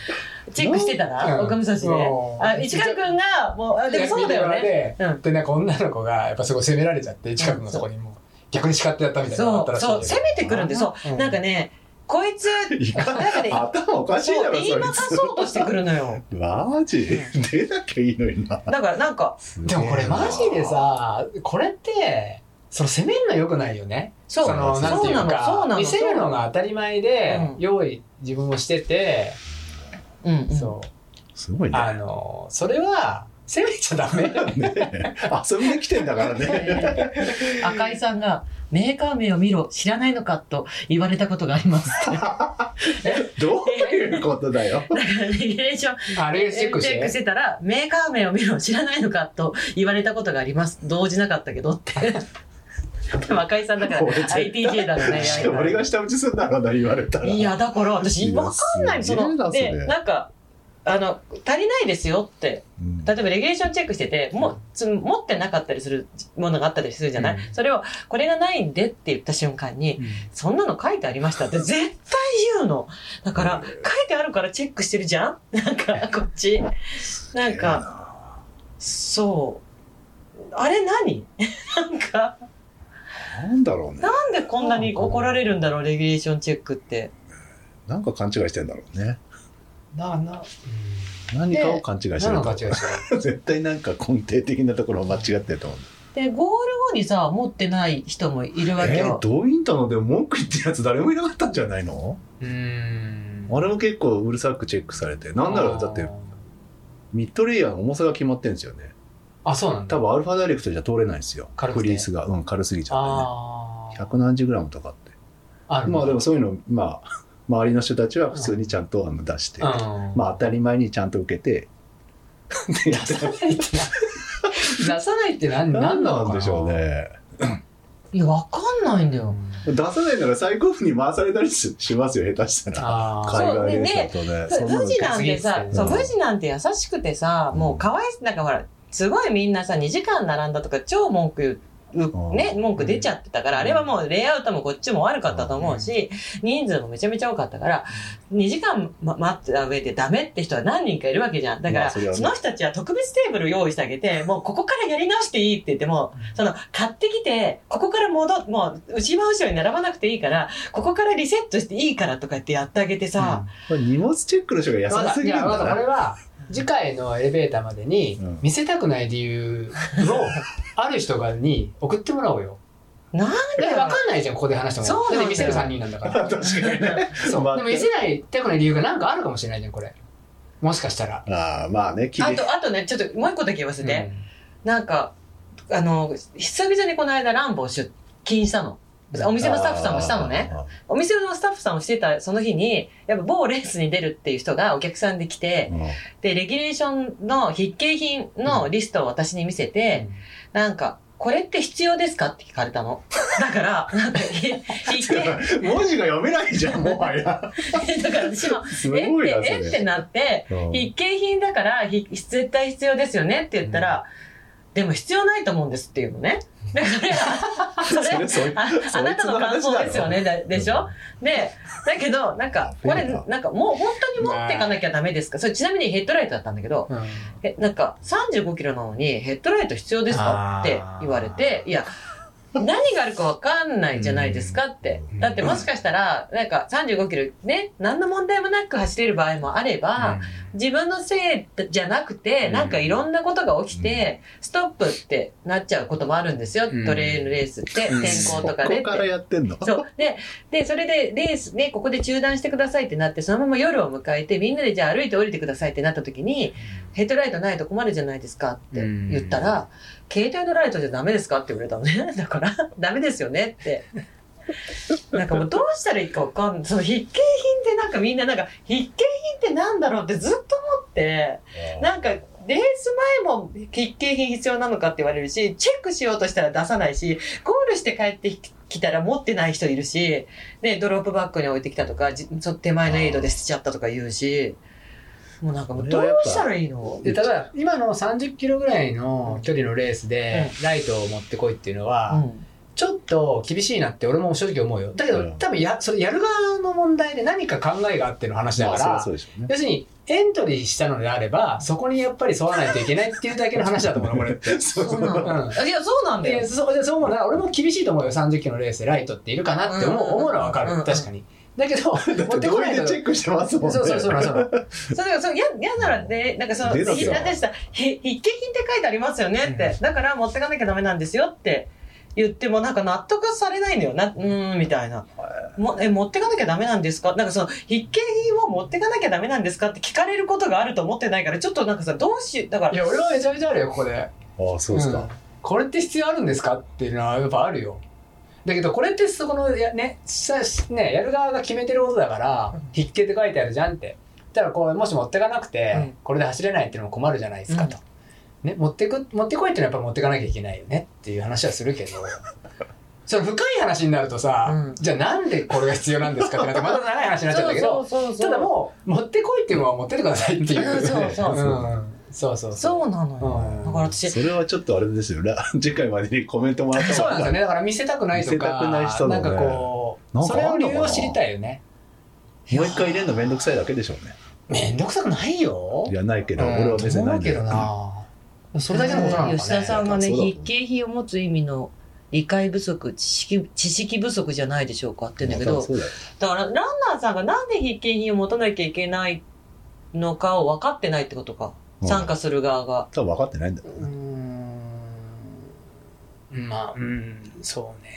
チェックしてたな、
うん
おかみさしね
う。ん
あ、市川くんが、もう、あでもそうだよね。
ね
うん。
でなんか女の子がやっぱすごい責められちゃって近くのそこにもう逆に叱ってやったみたいなのがあ
そ
った
う、
らしい
そう、攻めてくるんで、そうう、
ん
なんかね、こいつ、
いか
なんか
[LAUGHS]
ね、
頭おかしい
そ
だ
う
ろ
言い
そい
まか
つ
そうとしてくるのよ。
マジ出なきゃいいのにな
だから、なんか、
でもこれマジでさこれってその攻めるのよくないよね
そう、
そのなんていう
そうなのそうな
か
の
見せるのが当たり前で
うん
用意自分もしてて、
うんうん。
そう
すごいね
あのそれは攻めちゃダ
[LAUGHS]
メ
ねえ遊びに来てんだからね
えー [LAUGHS] 赤井さんが、メーカー名を見ろ、知らないのかと言われたことがあります。
どういうことだよ
だから、レギュレーション、
あレースチェックし
チェックしててたら、メーカー名を見ろ、知らないのかと言われたことがあります。動じなかったけどって。でも赤井さんだから
俺絶対
ITJ だろうね。やり方
俺が下打ちすんだから言われたら
いや、だから私、わかんないい。
や
そ
すげえな
の、
それ
で、なんか、あの、足りないですよって。
うん
例えば、レギュレーションチェックしてて、も、つ持ってなかったりするものがあったりするじゃない、
うん
それを、これがないんでって言った瞬間に、そんなの書いてありましたって絶対言うの。だから、書いてあるからチェックしてるじゃん [LAUGHS] なんか、こっち。なんか、そう。あれ何 [LAUGHS] なんか、
なんだろうね
なんでこんなに怒られるんだろう、レギュレーションチェックって。
なんか勘違いしてんだろうね
なな
何かを勘違いしてると
何の
思う
勘違いしてる
[LAUGHS] 絶対なんか根底的なところを間違ってると思う
で、ゴール後にさ、持ってない人もいるわけ
えー、
よ。
ドインタのでも文句言ってるやつ誰もいなかったんじゃないの
[LAUGHS] うーん
あれも結構うるさくチェックされてなんだろうだってミッドレイヤーの重さが決まってるんですよね
あそうなんだ
多分アルファダイレクトじゃ通れないんですよ
軽く
フ
て
リースが、うん、軽すぎちゃ
あ
ってね
ー
100何十グラムとかって
ある
まあでもそういうのまあ [LAUGHS] 周りの人たちは普通にちゃんとあの出して、
うん
まあ当たり前にちゃんと受けてでやって
出さないってな [LAUGHS] 出さないって
[LAUGHS]
何
[LAUGHS] 何
何な
な
のか
んでしょうね
いや、わかんないん
う
だよ。
ん
出さないなら最高峰に回されたりししますよ下手したら
あー
海外レースだとね
ふ
そんなの
富士なんてさ
う、ん
そう、富士なんて優しくてさ、
うん
もう可愛い、なんかほら、すごいみんなさ、2時間並んだとか超文句言
う
う、
ん
ね、文句出ちゃってたから、あれはもうレイアウトもこっちも悪かったと思う
う
し、人数もめちゃめちゃ多かったから、2時間ま待ってた上でダメって人は何人かいるわけじゃん。だか
ま
ら、
あ
そ
それはね
の人たちは特別テーブル用意してあげて、もうここからやり直していいって言っても、その、買ってきて、ここから戻、もう、後ろ後ろに並ばなくていいから、ここからリセットしていいからとかってやってあげてさ、
これ荷物チェックの人が優
わか
し
った
す
い
ぎるん
やわかった
だ
これ
な
は次回のエレベーターまでに
うん
見せたくない理
[LAUGHS]
由をある人がに送ってもらおうよ。
なん
だ
だ
って
よ
わ。かんないじゃんここで話しても
そう
だ
なんだよ
って見せる3人なんだから。
確かにね
そう
まあ [LAUGHS]
でも見せないたくない理由がなんかあるかもしれないじゃんこれ。もしかしたら。
ああまあね綺
あ
麗
と、あとね、ちょっともう一個だけ言わせて。なんか、あの、久々にこの間ランボを出勤したの。お店のスタッフさんもしたのね。
あ
お店のスタッフさんをしてたその日に、やっぱ某レースに出るっていう人がお客さんで来
ー。
て、
うん
で、レギュレーションの必携品のリストを私に見せて、なんか、これって必要ですかって聞かれたの。だから、なん
[LAUGHS]
か、ひ必携、
文字が読めないじゃんもはや
だから私も、
す
えっ
ごいな
て、
そ
えって
れ
なって、
うん
必見品だからひ絶対必要ですよねって言ったら、でも必要ないと思うんですっていうのね。だから、そ
そ
れ
れそい
ああなたの感想ですよねだでしょ、で、だけど、なんか、これ、なんかもう本当に持っていかなきゃダメですかそれちなみにヘッドライトだったんだけど、
うん。うん
え、なんか35キロなのにヘッドライト必要ですかって言われて、いや、何があるかわかんないじゃないですかって
う。ん
だってもしかしたら、なんか35キロね、何の問題もなく走れる場合もあれば、自分のせいじゃなくて、
うん
なんかいろんなことが起きて、ストップってなっちゃうこともあるんですよ、
うん
トレイルレースって、
うん
天候とかでっ
そこから
て。
やってんの
そう。で、で、それでレースね、ここで中断してくださいってなって、そのまま夜を迎えて、みんなでじゃあ歩いて降りてくださいってなった時に、ヘッドライトないと困るじゃないですかって言ったら、携帯のライトじゃダメですかって言われたのね。 [LAUGHS] だから、ダメですよねって。なんかもうどうしたらいいかわかんない。その必見品ってなんかみんななんか、必見品ってなんだろうってずっと思って、なんか、レース前も必見品必要なのかって言われるし、チェックしようとしたら出さないし、ゴールして帰ってきたら持ってない人いるし、で、ドロップバッグに置いてきたとか、じそ手前のエイドで捨てちゃったとか言うし、もうなんかもうどうしたらいいの
でただ今の30キロぐらいの距離のレースでライトを持ってこいっていうのは、
うん
ちょっと厳しいなって俺も正直思うよだけど、
うん
多分やそれやる側の問題で何か考えがあっての話だ
ま
か
あ
ら、
そりゃそうでしょうね
要するにエントリーしたのであれば、そこにやっぱり沿わないといけないっていうだけの話だと思うの、これ。
そう
そうなんだ
うん
いや、そうなんだ
[LAUGHS] で
よ。
そうでそう思うな俺も厳しいと思うよ30キロのレースでライトっているかなって思う,、
うんうんうん
思うのは分かる、
うん
確かにだ
[LAUGHS]
けど持ってこ
同
な
意
い
で
と
チェックしてますもんね。
そうそうそうそう
そうだから、そう、や、やならね、なんかその、
出
ひな
な
ん
き
ん
ゃ
かした、ひ、筆記品って書いてありますよねって。だから、持ってかなきゃダメなんですよって言っても、なんか納得されないのよ。な、うーん、みたいな。も、え、持ってかなきゃダメなんですかなんかその、筆記品を持ってかなきゃダメなんですかって聞かれることがあると思ってないから、ちょっとなんかさ、どうし、だか
い
ら、
や俺はめちゃめちゃあるよここで
ああ、そうです
うん
か。
これって必要あるんですかっていうのはやっぱあるよだけどこれってそこのや,、ね、さねやる側が決めてることだから
うん
筆記って書いてあるじゃんってだからこうもし持ってかなくて、
うん
これで走れないっていうのも困るじゃないですかと、ね、持ってく持ってこいっていうのはやっぱ持ってかなきゃいけないよねっていう話はするけど
[LAUGHS]
その深い話になるとさ、
うん
じゃあなんでこれが必要なんですかってなってまた長い話になっちゃうんだけど
そうそうそうそう。
ただもう持ってこいっていうのは持ってってくださいっていう
うんそうそ
う
う
そう
んそうそうそう
そうなのよ。
うん
だから私、
それはちょっとあれですよ。ら次回までにコメントもらっ
[LAUGHS]
た
そうなんですよ
ね。
ね。だから見せたくないとか、
見せたくない人だ
な
ね
んかこう、
なん
そ
か
れ
あ
の
んの
理
か
由
な
を知りたいよね。
もう一回入れるのめんどくさいだけでしょうね。
めんどくさくないよ。
いや、ないけ
う
ど、
ん
俺は別にな
思う
い
んけ
だ
ど
よ。
な。それだけのことなのかね。
吉田さんがね、
そうだ
筆記費を持つ意味の理解不足、知識、知識不足じゃないでしょうかって言うんだけ
まあ
ど、
そうだよ
だからランナーさんがなんで筆記費を持たなきゃいけないのかを分かってないってことか。
うん
参加する側が。
多分分かってないんだよ。
うーん。まあ、うん、そうね。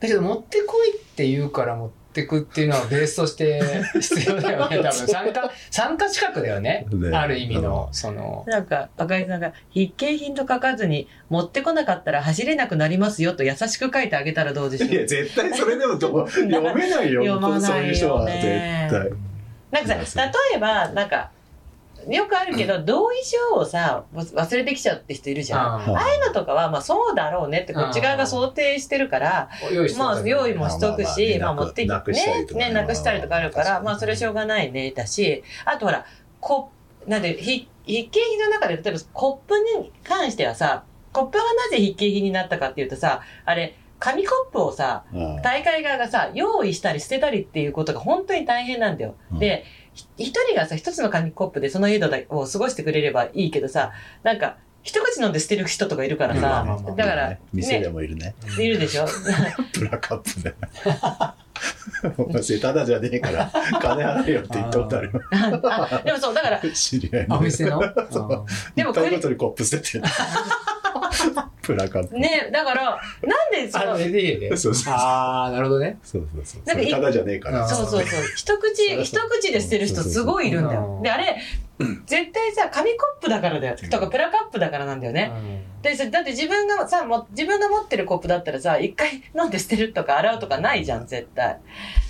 だけど、持ってこいって言うから持ってくっていうのはベースと
[LAUGHS]
して必要だよね、多分。参加、参加資格だよね。
ね
ある意味の、その。
なんか、赤井さんが、必見品と書かずに、持ってこなかったら走れなくなりますよと優しく書いてあげたらどうでしょ
いや、
う。
絶対それでもど
[LAUGHS]
う読めないよ、
読まないよね
そういう人は絶対。
なんかさ、例えば、なんか、よくあるけど、同意書をさ、忘れてきちゃうって人いるじゃん。
あ
ああいうのとかは、まあそうだろうねって、こっち側が想定してるから、
あ用意して
まあ用意もしとくし、ま
ま
あ
あまあ
持ってき
なくなくしたり
て、
とかね
ね、なくしたりとかあるか
確
ら、
かに
まあそれしょうがないね、だし、あとほら、こ、なんで、ひ、筆記品の中で、例えばコップに関してはさ、コップがなぜ筆記品になったかっていうとさ、あれ、紙コップをさ、
うん
大会側がさ、用意したり捨てたりっていうことが本当に大変なんだよ。
うん
で、ひ一人がさ、一つの紙コップでその家度を過ごしてくれればいいけどさ、なんか、一口飲んで捨てる人とかいるから
まあまあ
さ
まあ、
だから、ね、
店でもいるね。
いるでしょ
プラカップで。 [LAUGHS] お前、ただじゃね
[LAUGHS]
えから、金払えよって言ったことあるよ。
あでもそう、だから、
知り合い
お
の。
店の
[LAUGHS] そう
でも
一杯ごとにコップ
[LAUGHS]
捨ててる。プラカップ。
ね、だから、なんでそ
あ
の、
の、LDA で。
そうそうそう
ああ、なるほどね。
そうそうそう。
なんかい
ただじゃねえから。
そうそうそう。一口、一口で捨てる人すごいいるんだよ
う。ん
で、あれ、絶対さ、紙コップだからだよ。とか、プラカップだからなんだよね。でそれだって自分がさも自分が持ってるコップだったらさ一回飲んで捨てるとか洗うとかないじゃん絶対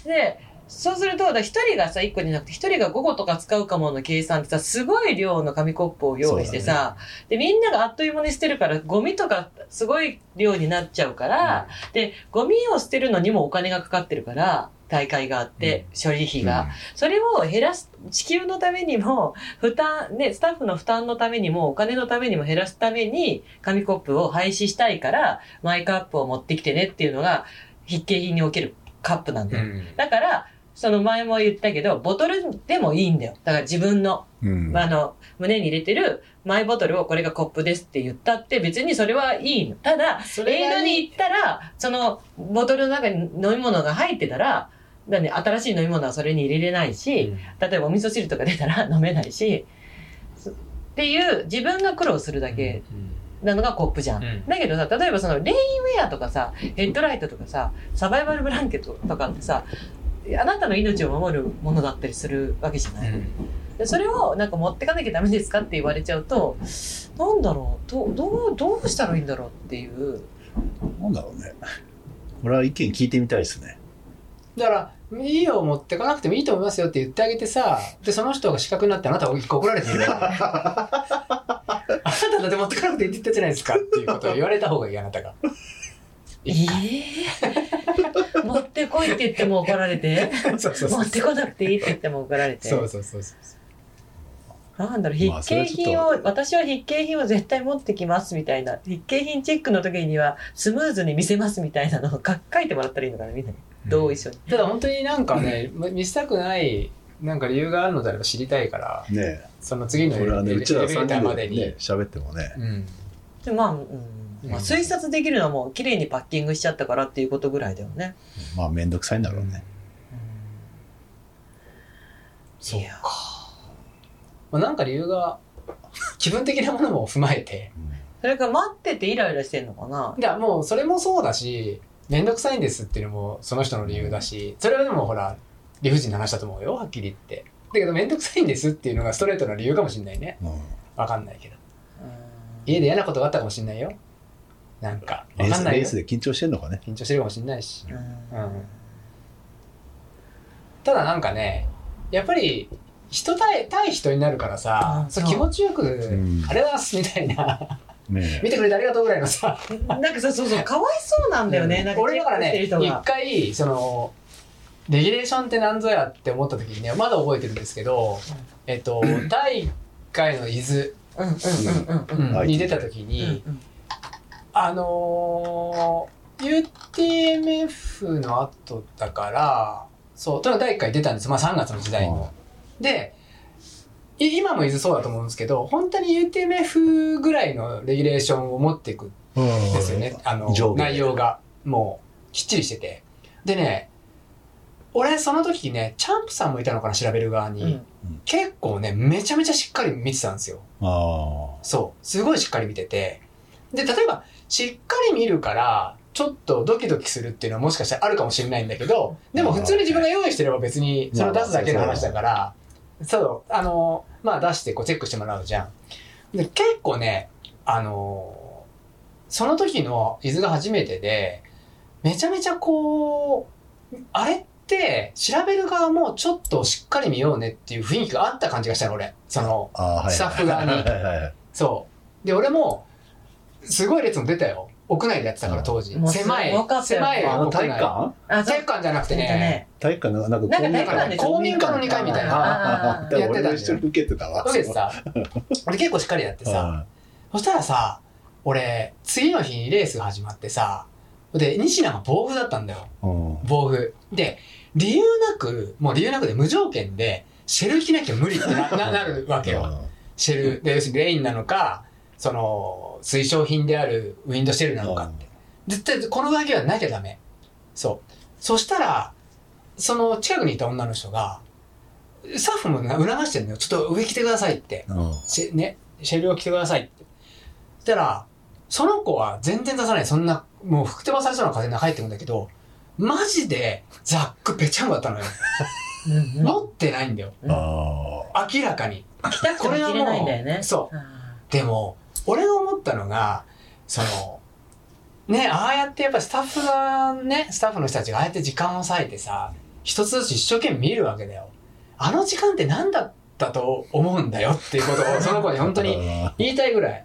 でそうするとだから一人がさ一個じゃなくて一人が5個とか使うかもの計算ってさすごい量の紙コップを用意してさ、でみんながあっという間に捨てるからゴミとかすごい量になっちゃうから、でゴミを捨てるのにもお金がかかってるから大会があって、処理費が、それを減らす、地球のためにも、負担、ね、スタッフの負担のためにも、お金のためにも減らすために、紙コップを廃止したいから、マイカップを持ってきてねっていうのが、筆記品におけるカップなん
う
だよ。
ん。
だから、その前も言ったけど、ボトルでもいいんだよ。だから自分の、
うん。
あの、胸に入れてるマイボトルをこれがコップですって言ったって、別にそれはいいの。ただ、
そ
エイドに行ったら、そのボトルの中に飲み物が入ってたら、だね、新しい飲み物はそれに入れれないし、例えばお味噌汁とか出たら [LAUGHS] 飲めないし、そっていう自分が苦労するだけなのがコップじゃん。
うん
だけどさ、例えばそのレインウェアとかさ、ヘッドライトとかさ、サバイバルブランケットとかってさ、あなたの命を守るものだったりするわけじゃない。でそれをなんか持ってかなきゃダメですかって言われちゃうと、なんだろう、どどう、どうしたらいいんだろうっていう。
なんだろうね。俺は意見聞いてみたいですね。
だから、いいよ、持ってかなくてもいいと思いますよって言ってあげてさ、で、その人が資格になってあなたは一個怒られてるよ。あなただって持ってかなくていいって言ったじゃないですかっていうことを言われた方がいい、あなたが。
ええ [LAUGHS] 持ってこいって言っても怒られて、
そうそうそ
持
う。
ってこなくていいって言っても怒られて。
そうそうそうそう。
なんだろう、必
まあ
見品
そ
を、私は必見品を絶対持ってきますみたいな、必見品チェックの時にはスムーズに見せますみたいなのを書書いてもらったらいいのかな、みんなに。同意書に。
ただ本当になんかね、見せたくないなんか理由があるのであれば知りたいから、
ね
その次の
こ
エレ
れはね、うちら
ベーターま
3人
で
で
に
ね。、喋ってもね、
うん。
でまあ、うんまあ、
うん
推察できるのはもう綺麗にパッキングしちゃったからっていうことぐらいだよね。
まあ、めんどくさいんだろうね。
そう
いや
まあ、なんか理由が、 [LAUGHS] 気分的なものも踏まえて。
それから待っててイライラしてんのかな
じゃあもうそれもそうだし、めんどくさいんですっていうのもその人の理由だし、それはでもほら、理不尽な話だと思うよ、はっきり言って。だけどめんどくさいんですっていうのがストレートな理由かもしんないね。
うんうん
わかんないけど。
うん
家で嫌なことがあったかもしんないよ。なんか、
レ
わ
ー
かん
ス
な
レ
い
ー
よ。
スで緊張してんのかね。
緊張してるかもしんないし。
うん
ただなんかね、やっぱり人対対人になるからさ、
うん
そう気持ちよく、
ん
あれだすみたいな、 [LAUGHS]
ね
見てくれてありがとうぐらいのさ、
なんかさ、そうそう、かわいそうなんだよね。なんか
俺だから
チェ
ね
ックしてる人
一
が
回そのレギュレーションって何ぞやって思った時にねまだ覚えてるんですけど、えっと第1回の伊
うんうんうんうんうん
豆
はい
に出た時に、
うん
あのー UTMF の後だからそうとにかく第1回出たんですまあ3月の時代の。でい今も伊豆そうだと思うんですけど本当に UTMF ぐらいのレギュレーションを持っていく
うん
ですよね。あの
上、下
内容が、もう、きっちりしてて。でね、俺、その時ね、チャンプさんもいたのかな、調べる側に。
うん
結構ね、めちゃめちゃしっかり見てたんですよ。
あ
そう。すごいしっかり見てて。で、例えば、しっかり見るから、ちょっとドキドキするっていうのはもしかしたらあるかもしれないんだけど、でも普通に自分が用意してれば別に、それを出すだけの話だから、そう、あの、まあ出してこうチェックしてもらうじゃん。で、結構ね、あの、その時の伊豆が初めてで、めちゃめちゃこう、あれって調べる側もちょっとしっかり見ようねっていう雰囲気があった感じがしたの、俺。その、
あ。ああ、はい。
スタッフ側に
はいはいはい。
そう。で、俺も、すごい列も出たよ。屋内でやってたから、当時
も。う
狭い
すごか、ったよ
狭い
あの
屋
体育
内。
館
あ、そ
体
う
育館じゃなくて
えっと
ね、
ね。
体育館なんか、なんか
なんか
体育館公民館の二階みたいな
あああ
あー
だから俺
や
も
ってた
一
じゃ
緒
ん
に受けてたわ。
受けてさ、俺結構しっかりやってさ、
あ
そしたらさ、俺、次の日にレースが始まってさ、で、西野が暴風だったんだよ。
あ。うん。
暴風。で、理由なく、もう理由なくで無条件で、シェル着なきゃ無理って
[LAUGHS]
なななるわけよ。シェル、で、要するにレインなのか、その、推奨品であるウィンドシェルなのかって。絶対、この上着はなきゃダメ。そう。そしたら、その近くにいた女の人が、スタッフもな促してるのよ。ちょっと上着てくださいって。
うん。うん
シェね、シェルを着てくださいって。そしたら、その子は全然出さない。そんな、もう吹き飛ばされそうな風に入ってくんだけど、マジでザックペチャンコだったのよ。
うんうん
持ってないんだよ。
うん
あ
明らかに。
着たくても着れないんだよね。
そう。
あ
でも俺が思ったのがそのねああやってやっぱスタッフがねスタッフの人たちがああやって時間を割いてさ一つずつ一生懸命見るわけだよあの時間って何だったと思うんだよっていうこと
[LAUGHS]
をその子に本当に
あ
言いたいぐらい、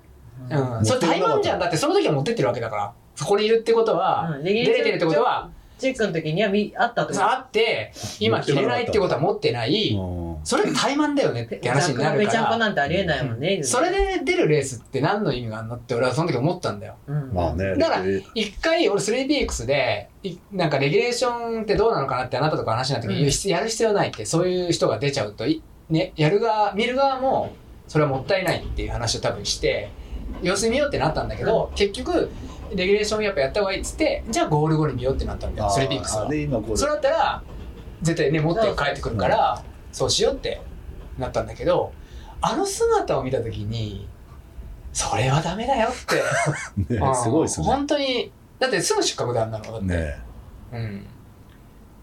ーうん
うん、それ台湾じゃんだってその時は持ってってるわけだからそこにいるってことは、
うんレギュ
出
レーショ
れ
ン
てるってことは
チェックの時には見あったと
さあって今着れないってことは持ってない、
うん
それ怠慢だよねって話になる
め
か
ちゃんこ
ら
なんてありえないもんね。
それで出るレースって何の意味があるのって俺はその時思ったんだよ
うん、
まあね。
だから一回俺 3DX でいなんかレギュレーションってどうなのかなってあなたとか話になった時に、
うん
必やる必要ないってそういう人が出ちゃうといねやる側見る側もそれはもったいないっていう話を多分して様子見ようってなったんだけど、結局レギュレーションやっぱやった方がいいっつってじゃあゴール後に見ようってなったんだよ 3DX
あ
は
ー。で、今こう。
それだったら絶対ね持って帰ってくるからそうしようってなったんだけどあの姿を見た時にそれはダメだよって。
ね
うん
すごいですね。
本当にだってすぐ失格であんなのだって、
ね
うん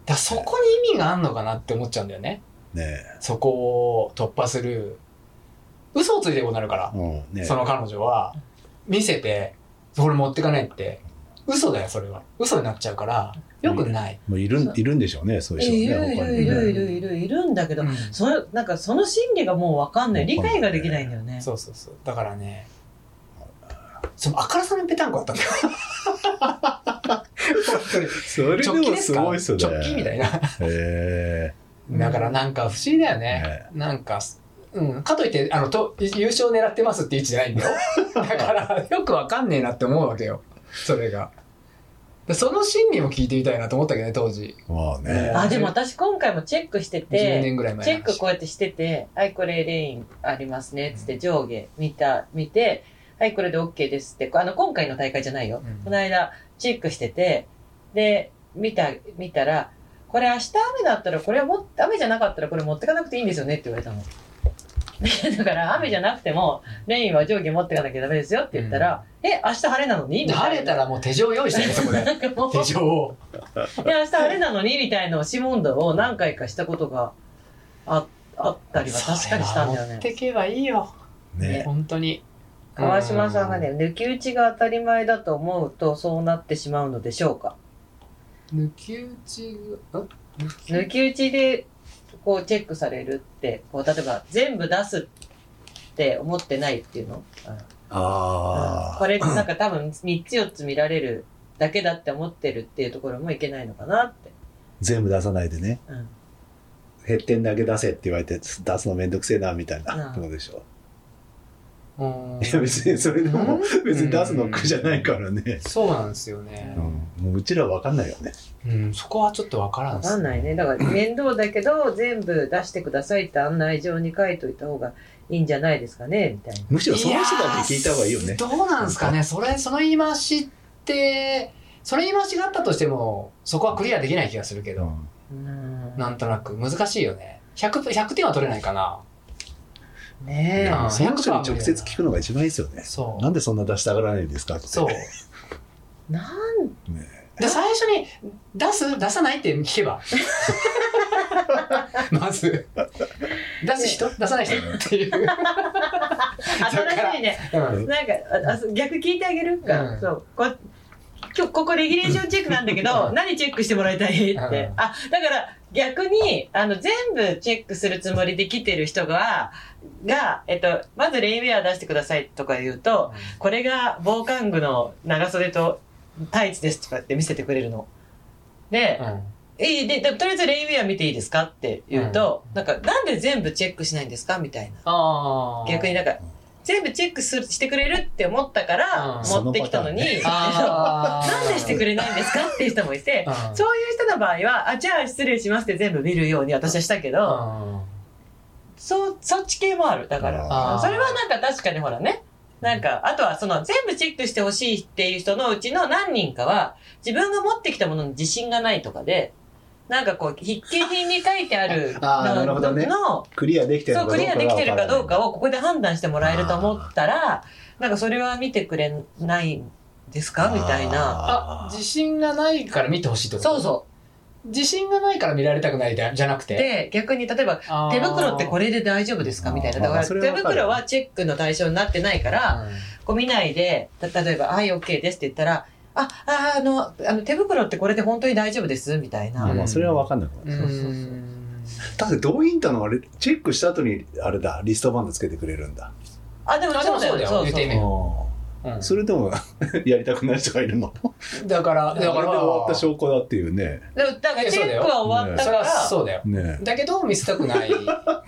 だそこに意味があんのかなって思っちゃうんだよね
ね
そこを突破する嘘をついてることになるから、
うん。ね
その彼女は見せてこれ持ってかないって嘘だよそれは嘘になっちゃうからよくない、
もういるんいるんでしょうね、そういう
い
人
る
もね。
い
他にも
る
ね
いるいるいるいるんだけど、そのなんかその心理がもうわかんない理
わかんない
解ができないんだよね。
そうそうそうだからねそのあからさまにペタンコあったんだよ本当に
そ
直
れで
帰
も
です
す
か
ごいですよね。
直帰みたいな
へ
うん
だからなんか不思議だよね。なんか、うん、かといってあのと優勝狙ってますって
[LAUGHS]
いう位置じゃないんだよ。だからよくわかんねえなって思うわけよ。それが。でその心理も聞いてみたいなと思ったけどね、当時。
まあね。
あ、でも私今回もチェックして
10
て、
年ぐらい前
チ
の
ェックこうやってしてて、はい、これレインありますね、つって上下見た、見て、はい、これで OK ですって、あの、今回の大会じゃないよ。
うん
この間、チェックしてて、で、見た、見たら、これ明日雨だったら、これはも、雨じゃなかったらこれ持ってかなくていいんですよねって言われたの。 [LAUGHS] でだから雨じゃなくても、レインは上下持ってかなきゃダメですよって言ったら、え、明日晴れなのにみたいな。
晴れたらもう手錠用意してね、そこ
[LAUGHS]
で。
なんかもう
手錠を。
で明日あれなのにみたいな押し問答を何回かしたことがああったりは確かにしたんだ
それは
よ
持っ
ね。
てけばいいよ。
ね。
本当に。
川島さんがね、抜き打ちが当たり前だと思うとそうなってしまうのでしょうか。
抜き打ちが、ん抜き打
抜
ち
き打ちでこうチェックされるって、こう例えば全部出すって思ってないっていうの。
あ
これなんか多分3つ4つ見られるだけだって思ってるっていうところもいけないのかなって。
全部出さないでね。
うん
減点だけ出せって言われて、出すのめんどくせえな、みたいな
うん
ことでしょ。
うん
いや、別にそれでも、別に出すの苦じゃないからね。
そうなんですよね
うん。。もううちらわかんないよね。
うん、そこはちょっとわからん
わ
で
か
す
んないね。だから面倒だけ
[LAUGHS]
ど、全部出してくださいって案内状に書いといた方がいいんじゃないですかね、みたいな。
むしろその人だけ聞いた方がいいよ
や
ね
ー。どうなんですかねそれその言い回しってそれ言い回しがあったとしてもそこはクリアできない気がするけど、
うん
うん
なんとなく難しいよね 100, 100点は取れないかな
い
ね
や
うん
その人に直接聞くのが一番いいですよね。
そう
なんでそんな出したがらないんですかって。
そう
え。なん
で最初に出す出さないって聞け
[LAUGHS]
ばまず出す人出さない人って
[LAUGHS]
いう、
新しいね。
うん
なんか、ああそう逆聞いてあげるか。
うん
そう。こ今日ここレギュレーションチェックなんだけど、何チェックしてもらいたいって。
うん
あ、だから逆に、あの、全部チェックするつもりで来てる人が、が、えっと、まずレインウェア出してくださいとか言うと、これが防寒具の長袖とタイツですとかって見せてくれるの。で
う、ん
えいででとりあえずレインウェア見ていいですかって言うと、
うん
なんか、なんで全部チェックしないんですかみたいな。
あー
逆になんか、全部チェックするしてくれるって思ったから、
う
ん
持ってきたのに、 [LAUGHS]
あー
なんでしてくれないんですかっていう人もい
[LAUGHS]
て、
うん
そういう人の場合は、あ、じゃあ失礼しますって全部見るように私はしたけど、
うん
そう、そっち系もある。だから。
あー
それはなんか確かにほらね。なんか、あとはその全部チェックしてほしいっていう人のうちの何人かは、自分が持ってきたものに自信がないとかで、なんかこう、筆記品に書い [LAUGHS] てある
あーなるほどね
の、
クリアできてる
そ
か
う、
どうか
クリアできてるかどうかをここで判断してもらえると思ったら、なんかそれは見てくれないんですかみたいな。
あ
な
自信がないから見てほしいってこと
そうそう
自信がないから見られたくないじゃじゃなく
う。
て
で、逆に例えば、手袋ってこれで大丈夫ですかみたいな。だか
ま
ら
あそれ
手
はわかる
袋はチェックの対象になってないから、
うん
こう見ないで、た例えば、はい、OK ですって言ったら、あ、ああの、あの手袋ってこれで本当に大丈夫ですみたいな。
あーまあそれは分かんない
うん
そうそうそう
だってドインタのあれチェックした後にあれだリストバンドつけてくれるんだ、
あ、でも
あで
そ
も
うだ
そ
よ
うだ
ね。
よ
そう
言っ
そう
てみれうん
それでも [LAUGHS] やりたくない人がいるの
だからだ
だ
か
かららで終わった証拠だっていうね
でもだからチェックは終わっ
そ
た
れ
か
は
ら、
そうだよ
ね
だけど見せたくないか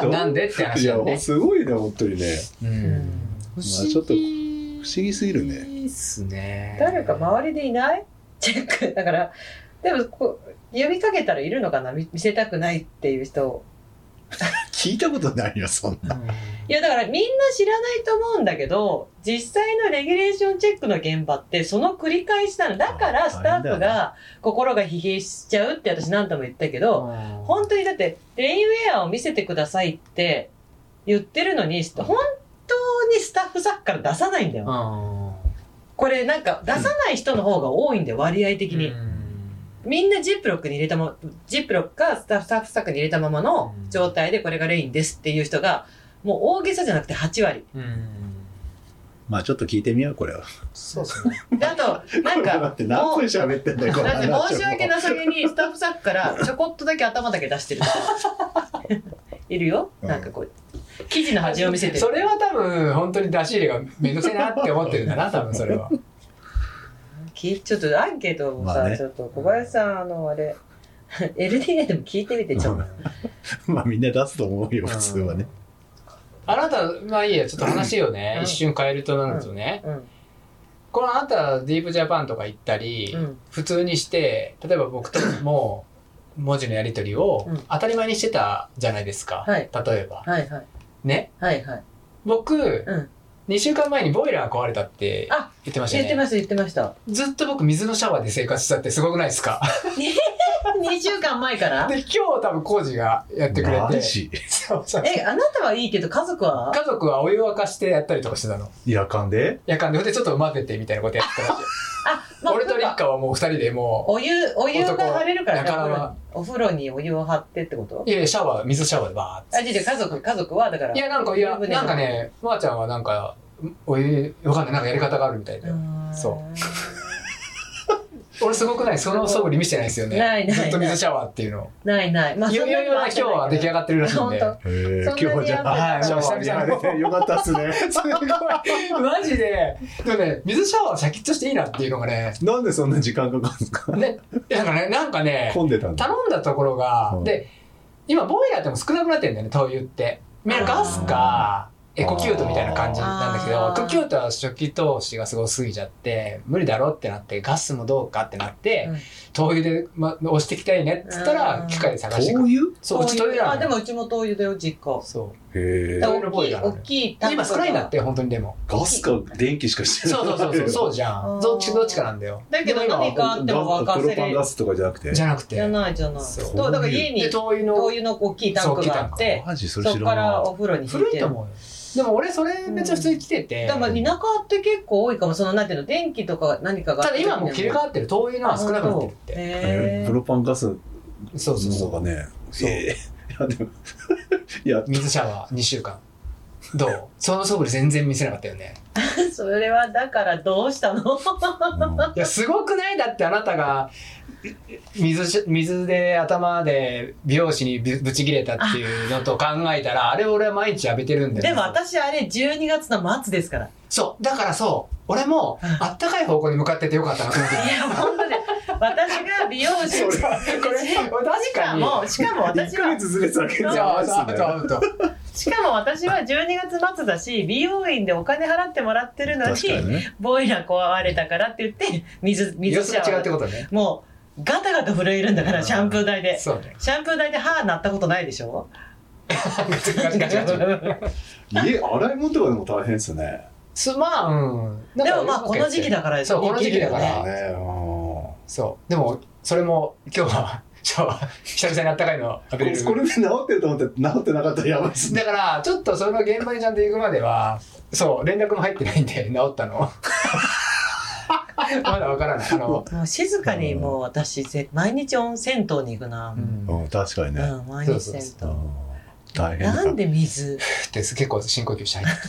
らなんでって
い
話だ
や
よね
すごいね本当にね
うん
うん
不
まあちょっと不思議すぎるね
いいっすね
誰か周りでいない [LAUGHS] チェック。だから、でもこう、呼びかけたらいるのかな見見せたくないっていう人。
聞いたことないよそんな
うん
いや、だからみんな知らないと思うんだけど、実際のレギュレーションチェックの現場ってその繰り返しなの。だからスタッフが心が疲弊しちゃうって私何度も言ったけど、
うん
本当にだってレインウェアを見せてくださいって言ってるのに本当にスタッフさっから出さないんだよ、これなんか出さない人の方が多いんだよ割合的
うん
に、みんなジップロックに入れたまジップロックかスタッフサッフサックに入れたままの状態でこれがレインですっていう人がもう大げさじゃなくて8割
うん
まあちょっと聞いてみようこれは
そうですね
であとなん
これだ
か
って何
も
分
う
喋ってんだよこの
だ
話
って申し訳なさげにスタッフさっきからちょこっとだけ頭だけ出してるいるよなんかこう記事の端を見せてる
それは多分本当に出し入れがめんどくせえなって思ってるんだ
[LAUGHS]
な多分それは
聞いちょっとアンケートをさ、
まあね
ちょっと小林さんあのあれ [LAUGHS] LDA でも聞いてみてちょっと
[LAUGHS] まあみんな出すと思うよ普通はね
あなた、まあいいや、ちょっと話をね
う、ん
一瞬変えるとなるとね、
うん
このあなたディープジャパンとか行ったり、
うん
普通にして例えば僕とも文字のやり取りを
うん
当たり前にしてたじゃないですか、
はい
例えば
はいはい
ね
はいはい
僕、
ん
2週間前にボイラー壊れたって
あ
言ってました
言って
ね
ました言ってました
ずっと僕水のシャワーで生活してたってすごくないですか [LAUGHS]
2週間前から
で今日多分コージがやってくれ
マ
て
ジ
そうそう
えあなたはいいけど家族は
家族はお湯沸かしてやったりとかしてたの
夜間で
夜間でほんでちょっと混ぜてみたいなことやってたらしい
あ、まあ、
俺とリッカはもう二人でも
お湯お湯が張れるからね
男だから
お風呂にお湯を張ってってこ
う
と
いやいやシャワー水シャワーでバー
あ
っ
じゃあ家族家族はだから
ていやなんかいや
湯船の
なんかねまー、ちゃんはなんかお湯わかんないなんかやり方があるみたいだよ、そ俺すごくないその素振り見せてないですよね
ないない
ずっと水シャワーっていうの
うないないまあ
い
そ
よ
ん
いよ
ないに
よな
は
今日は出来上がってるらしいんで
本
へー
そんなに
今日じゃあ
はい
シャ [LAUGHS] ワーに入れてよかったっす [LAUGHS] ね
[LAUGHS] すごいマジででもね水シャワーはシャキッとしていいなっていうのがね
なんでそんな時間かかるんですか
ねなんかねなんかね
混んでたんだ
頼んだところが、
うん
で今ボイラーっても少なくなってんだよね灯油ってみんなガスかエコキュートみたいな感じなんだけど
あー
エコキュートは初期投資がすごすぎちゃって無理だろってなってガスもどうかってなって、
うん
灯油で、ま、押していきたいねっつった
う
ら
ん
機械で探して
灯
くる
油
そううち灯油な
あ
の
で
よ
もうちも灯油だよ実家
そう
へえ
だ
大
灯油のボイ
きい
ラーなの
大
よ
きい
今少ないんだって本当にでも
ガスか電気しかして
そうそうそうそう [LAUGHS] そうじゃ
あ
ん
ー
どっちどっちかなんだよ
だけど
でも
何
今
かあっても沸か
プロ
せ
パン
れ
ガ
る
スとかじゃなくて
じゃなくて
じゃないじゃない
そう
そうだから家に
で
灯
灯油の
油の大きいタンクがあって
マジそ
そ
れ
こ
知
からら
な
お風呂に引い
古
て
いと思うよでも俺それめっちゃ普通に来てて、
でも田舎って結構多いかもそのなんていうの電気とか何かが
ただ今もう切り替わってる灯油のは少なくなってるって
いへ
へ
ー
ー
プロパンガスの
そうそう
方
そ
がね
そう
えーいやでもいや
う水シャワー2週間どう [LAUGHS] その素振り全然見せなかったよね
それはだからどうしたの
うん
いやすごくないだってあなたが水し水で頭で美容師にぶぶち切れたっていうのと考えたらあれ俺は毎日浴びてるんだよ
でも私あれ12月の末ですから
そうだからそう俺もあったかい方向に向かっててよかったなと思って [LAUGHS]
いや本当ね私が美容師
それこれ確
しか
かに
もしかも
1
私
ヶ
は
月ずれただけじ
じ
ゃ
ゃ
あ
あそう
だよ
そうそう
しかも私は12月末だし美容院でお金払ってもらってるのに
確かにね
ボイラー壊れたからって言って水水
様
シ
子
ャ
が違
ワ
うって
ー
ことね
もうガタガタ震えるんだからシャンプー台で
そう [LAUGHS] ね
シャンプー台で歯なったことないでしょ
ガチガ
[LAUGHS]
チガチガチ
家洗い物とかでも大変ですね
すまあうん
でもまあこの時期だから
そうこの時期だから
できるよね
ねうん
そうでもそれも今日は [LAUGHS] シャワー久々にあったかいの浴びれる
これで治ってると思って治ってなかったらやばいっすね
だからちょっとその現場にちゃんと行くまではそう連絡も入ってないんで [LAUGHS] 治ったのまだわからないあの、
もう静かにもう私ぜ毎日温銭湯に行くな
う、ん、
うん確かに
う
ね
ん、毎日
そう
銭
そう
湯
うん大変
なん
で
で水
って結構深呼吸して入った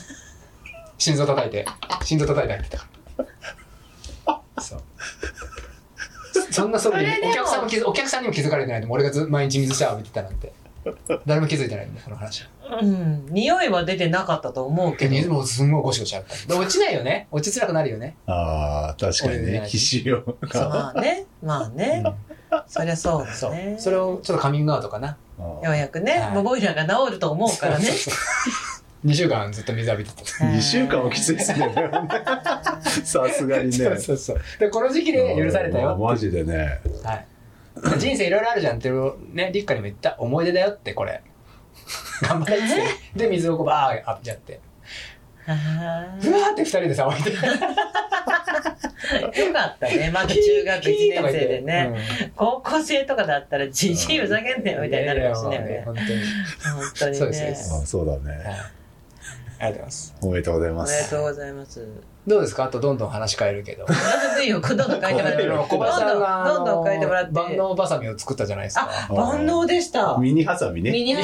心臓叩いて心臓叩いて入ってたからそうそんなそれ
それで
お
も
客さんも気づお客さんにも気づかれてないでも俺がず毎日水シャワー浴びてたなんて誰も気づいてないんだこの話は
うん匂いは出てなかったと思うけ
け
ど
ど水もすんごいゴシゴシあったで落ちないよね落ちづらくなるよね、
ああ確かにね皮脂量が
まあねまあね、そりゃそうです
そう
ね
それをちょっとカミングアウトかな
ようやくね、
はい
もうボイラーが治ると思うからね
2週間ずっと水浴びてた
2週間はきついっすね [LAUGHS] さすが
[LAUGHS]
にね
そうそうそうでこの時期で許されたよ
うんマジでね
はい人生いろいろあるじゃんってねリッカにも言った思い出だよってこ [LAUGHS] れ頑張れっつってで水をこうバーッ浴びちゃって
[LAUGHS] あ
ふわーって2人で騒いで
ーよかったねまだ中学1年生で
[LAUGHS]
ね、高校生とかだったらじじいふざけんなよみたいになるかもしれないよね
本当に、
本当に
そうですそうで
ね
す
あそうだね
はい、ありがとうございます
おめでとうござい
お
ま
めですとうございます
どうですかあとどんどん話変えるけど
なんでいいよどんどん書いてもらって
あの
[LAUGHS] 小林さんが
どんどんどんどん変えてもらって
万能バサミを作ったじゃないですか
あ万能でしたミ
ミニハサミね
ニハ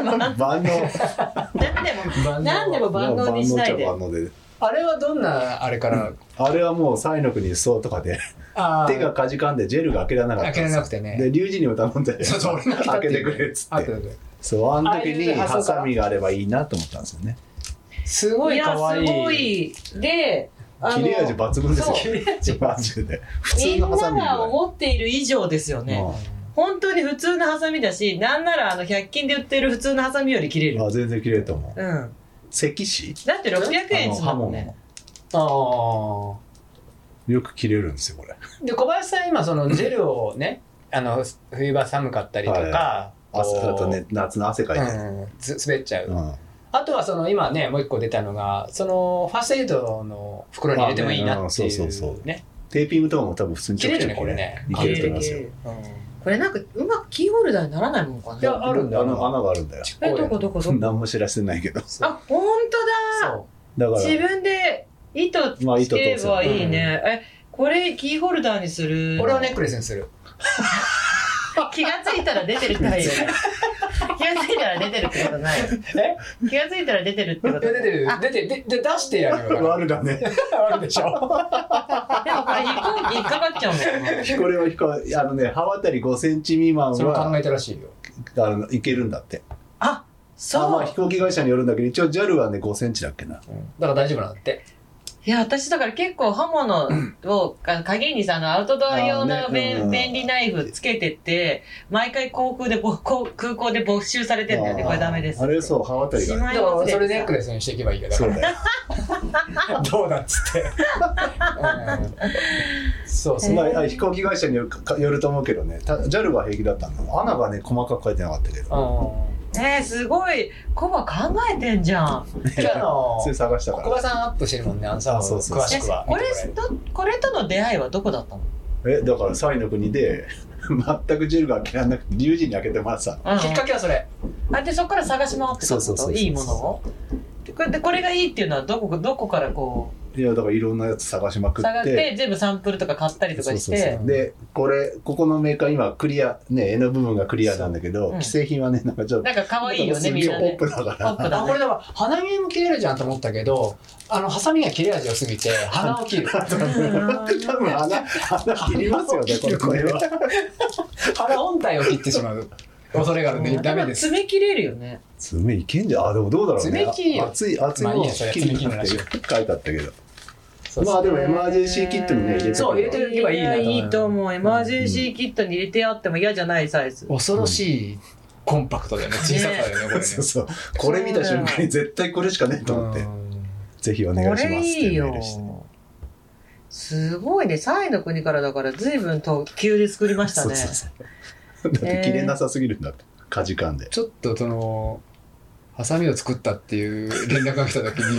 ン何
万能
でも
万能
何でも万能にしないで
万能っちゃ万能で
あれはどんなあれから、
あれはもうサイの国そうとかで
あー
手がかじかんでジェルが開けられなかった
開
んで
け
す
ら
よ
れなくてね
でリュウジにも頼んで
そうそう俺が来た
開
って
け
い
て
う
くれっつ
あ
っ
って
て
たね
そうあの時
あ
に
あいう発
ハ
想か
サミがあればいいなと思ったんですよね
すごい可愛い
やすごいであ
切れ味抜群です
そう
よ
切れ味抜群
マジで普
み
通
ん
のハサ
な
ミ
が思っている以上ですよね、本当に普通のハサミだしなんならあの100均で売ってる普通のハサミより切れる
あ全然切れると思う
うん
関市
だって600円
あの
する
刃
もん
物
ね
の
ああ
よく切れるんですよこれ
で小林さん今そのジェルをねあの冬場寒かったりとか、
汗
こう
あと、ね、夏の汗かいて、
うん、ず滑っちゃう、
うん
あとはその今ねもう一個出たのがそのファーストエイドの袋に入れてもいいなっていうね
あねうんそうそうそうテーピングとかも多分普通に
切れるねこれね
いけると思いますよ
これなんかうまくキーホルダーにならないもんか
いや
な
あるんだ
あの穴があるんだよ
えどこど
[LAUGHS]
こどこ
何も知らせてないけど
そう
あ本当だ
そう
だから
自分で糸
まあ
つ
糸通
け
せ
ば
ば
いいね、えこれキーホルダーにする
俺はネックレスにする
気がついたら出てるってことないよね
[LAUGHS]
気がついたら出てるってことない気がついたら出てる
[LAUGHS]
ってこ
出
と
てる
あ
出てでで出してやるよ
悪だね
[LAUGHS] あるでしょ
でもこれ引っか引っかかっちゃうんだよね
これはひこあのね刃渡り5センチ未満
それを考
は
えたらしいよ
あのいけるんだって
あ
あま
そ
あ
う
飛行機会社によるんだけど一応 JAL はね5センチだっけな
だから大丈夫なんだって
いや私だから結構刃物をあ鍵にさあのアウトドア用
あ
の
ーね
便,、
うん
便利ナイフつけてって毎回航空でぼこう空港で没収されてんだよね
あー
これダメです
あれそう刃渡り
し
が
ま
だ
い
か
忘
ら
れ
それネックレスにしていけばいいよだ
そ
か
うだよ
ら [LAUGHS] どうだっつって、うんそうそう
えー
まああ飛行機会社によるかよると思うけどねた JAL は平気だったんだ穴がね細かく書いてなかったけど
う
ねえすごいコバ考えてんじゃん
[LAUGHS]
んじゃああの
それ探したか
小
ら
林さんアップしてるもんねあのさ
あそうそう
詳しくは
えこれとこれとの出会いはどこだったの
えだからサイの国で [LAUGHS] 全く JAL が開けられなくて自由人に開けてもらってたの
うん
きっかけはそれ
あでそこから探し回ってたってこと
そうそうそうそう
いいものをでこれでこれがいいっていうのはどこどこからこ
いやだからいろんなやつ探しまく
う
って
探って全部サンプルとか買ったりとかして
そうそうそうでこれここのメーカー今クリアね絵の部分がクリアなんだけ
そ
ど、
ううん
既製品はねなんかちょっと
なんか可愛いよね
なんか
みん [LAUGHS] な
すげえ
ね
ポップだ
ポ
か
ッ
ら
プ
あ
だ
これ
ね
でも鼻毛も切れるじゃんと思ったけどあのハサミが切れ味がすぎて鼻を切
[LAUGHS]
る
多分穴穴切りますよねこれ
これは [LAUGHS] 鼻本体を切ってしまう恐れがあるんで [LAUGHS] ダメです
爪切れるよね
爪いけんじゃんあでもどうだろうね
爪切りよ
熱い熱い
まあいい
の
やそれ
切り切るっ
爪
て
切
書
り
いてあったけど
そう
まあでもエマージェンシーキットにね入れてる
そう入れてればいいなと思う
やいいと思うエマージェンシーキットに入れてあっても嫌じゃないサイズ
恐ろしいコンパクトだよね小ささだよねこれね
[LAUGHS] そうそうこれ見た瞬間に絶対これしかねえと思って
うん
ぜひお
こ
願いし
れ
ますっ
い
て
い
メー
よ
ルして
すごいねサイの国からだから随分と急で作りました
[LAUGHS] そう
ね
そうそうだって切れなさすぎるんだってかじかんで
ちょっとそのハサミを作ったっていう連絡が来た時
[LAUGHS]
に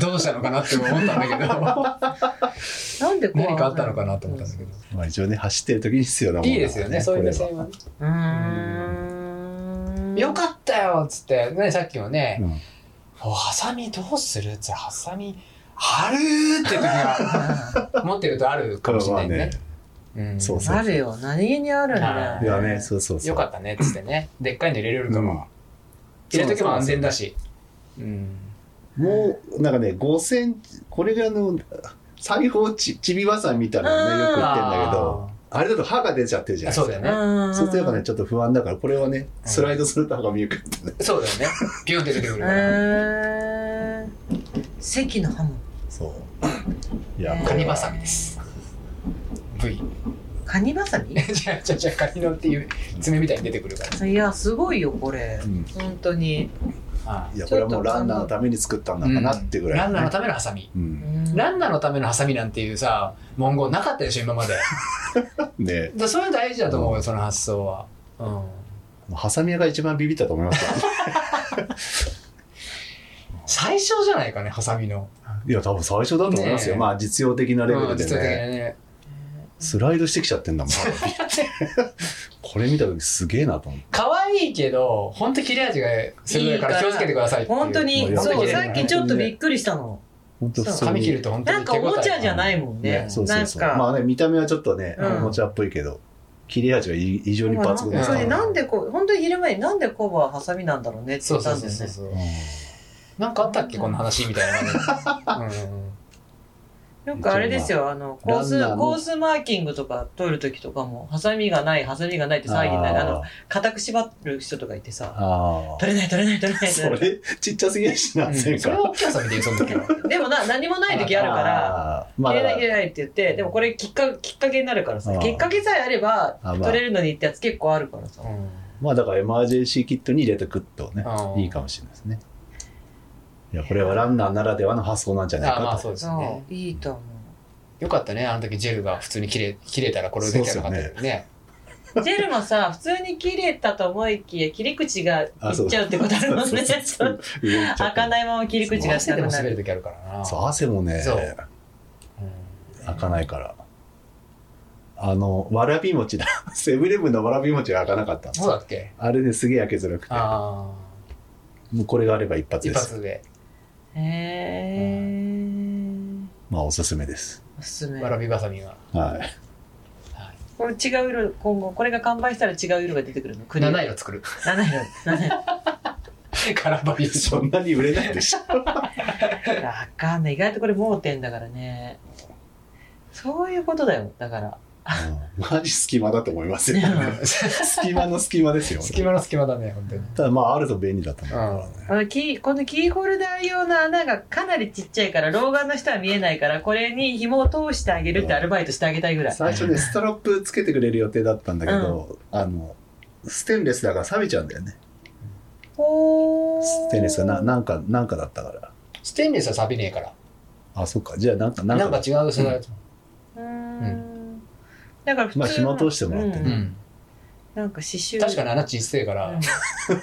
どうしたのかなって思ったんだけど
なんでこう
何かあったのかなと思ったんだけど
まあ一応ね走ってる時に必要なもの
いいですよねそういう目線はね
うーん
よかったよっつって、ね、さっきもね
うん
「おハサミどうする?」っつって「ハサミ貼る!」って時が持ってるとあるかもしれないね,、うん、
そうそ
[LAUGHS]
う
あるよ何気にあるんだ
はい
よ
やねそうそうそう
よかったねっつってねでっかいの入れれるかも、
うん
入れとけば安全だしうん
もうなんかね5センチこれがあの裁縫ちちびわさんみたいなのねよく売ってんだけどあれだと歯が出ちゃってるじ
あ
ゃない
そうだ
です
よ
う
ね
ん
かそうすればねちょっと不安だからこれはね
うん
スライドすると歯が見えくってね
そうだよねビュンって出てくるから
えー関の刃物
そういや
カニバサミです V
カニバサミ
じゃあじゃあじゃあカニのっていう爪みたいに出てくるから
いやすごいよこれ
うん
本当に
あ
いやこれはもうランナーのために作ったんだかなってぐらい
ランナーのためのハサミ
うん
ランナーのためのハサミなんていうさ文言なかったでしょ今まで
ね
だそれ大事だと思うよ、その発想は。うん。
ハサミ屋が一番ビビったと思いますよ
最初じゃないかね、ハサミの。
[LAUGHS] いや多分最初だと思いますよ
ねえ
まあ実用的なレベ
う
ル
ん
で
実用的な
ね
ね。
スライドしてきちゃってんだもん [LAUGHS] これ見た時すげえなと思って
可愛いけど、本当切れ味が鋭いか
いいから
ら気をつけてくださいっていう。
本当
も
に
うやっ
そ
ぱ
う
りね
さっきちょっとびっくりしたの
本当普通に
髪切ると本当に
なんかおもちゃじゃないもんね
ね、そうそうそう。
なんか
まあね、見た目はちょっとね、
うん
おもちゃっぽいけど、切れ味がい異常に抜群
な
で
ん
す
か
そ
か
う
ら
れ
ね
なんでこう本当に昼前になんでコバはハサミなんだろうねって
そ
言
う
っ
そ
た
うんそ
で
う
す
そう
ね
そう。
う
なんかあったっけ、この話みたいな感じ。うん
よくあれですよあのコース
ランナーの
コースマーキングとか取る時とかもハサミがないハサミがないって
ん
騒ぎになるあの
あー
固く縛る人とかいてさ
あ
取れない取れない取れ [LAUGHS] な
ー。
い
そ
取れない
れ、ちっちゃすぎるしな、 [LAUGHS]
うん。
前
それ
回。
は大きいハサミでいい、その時は。
でもな何もない時あるから
ら、まあ
入れ
だか
ない入
ら
れないって言ってでもこれきっかきっかけになるからさ
あー
きっかけさえあれば
あまあ
取れるのにってやつ結構あるからさ
うん
まあだからエマージェンシーキットに入れてくっとね、
うん
いいかもしれないですね。いや、これはランナーならではの発想なんじゃない
あまあ
か
そうです
そ
ね。
ういいと思う
よかったね、あの時ジェルが普通に切れ、切れたらこれできなかったよね。
ジェルもさ、 [LAUGHS] 普通に切れたと思いきや、切り口がいっちゃうってことあるも
[LAUGHS]
んね。そう開かないまま切り口が
汗
した
で
く
も
な
滑る
る。
時あるからな。
そう汗もね
そううん
開かないからあのわらび餅だ [LAUGHS] セブンイレブンのわらび餅が開かなかったんです
そう
よ
だっけ
あれですげえ開けづらくて
あ
もうこれがあれば一
あ。
発
一
です
発で、
へー。
まあおすすめです
おすすめ。
わらびばさみが。
はい
これ違う色、今後、これが完売したら違う色が出てくるの。クリア
七色作る。 [LAUGHS]
七色。七色。
空張り。
そんなに売れないでしょ
わかんない。意外とこれ盲点だからね。そういうことだよ。だから。
うんマジ隙間だと思いますよ隙間の隙間ですよ
隙間の隙間だね、本当に。
ただまああると便利だと思うからね
このキーこのキーホルダー用の穴がかなりちっちゃいから老眼の人は見えないからこれに紐を通してあげるってアルバイトしてあげたいぐらい
最初ねストラップつけてくれる予定だったんだけど、あのステンレスだから錆びちゃうんだよね
ほー
ステンレスがななんかなんかだったから
ステンレスは錆びねえから。
あそっかじゃあなんかなん
な
か
んか違う素材。
うーんだから普通の
まあ紐通してもらってね
う
うん
ん。
なんか刺繍
確かに穴ちっせえから、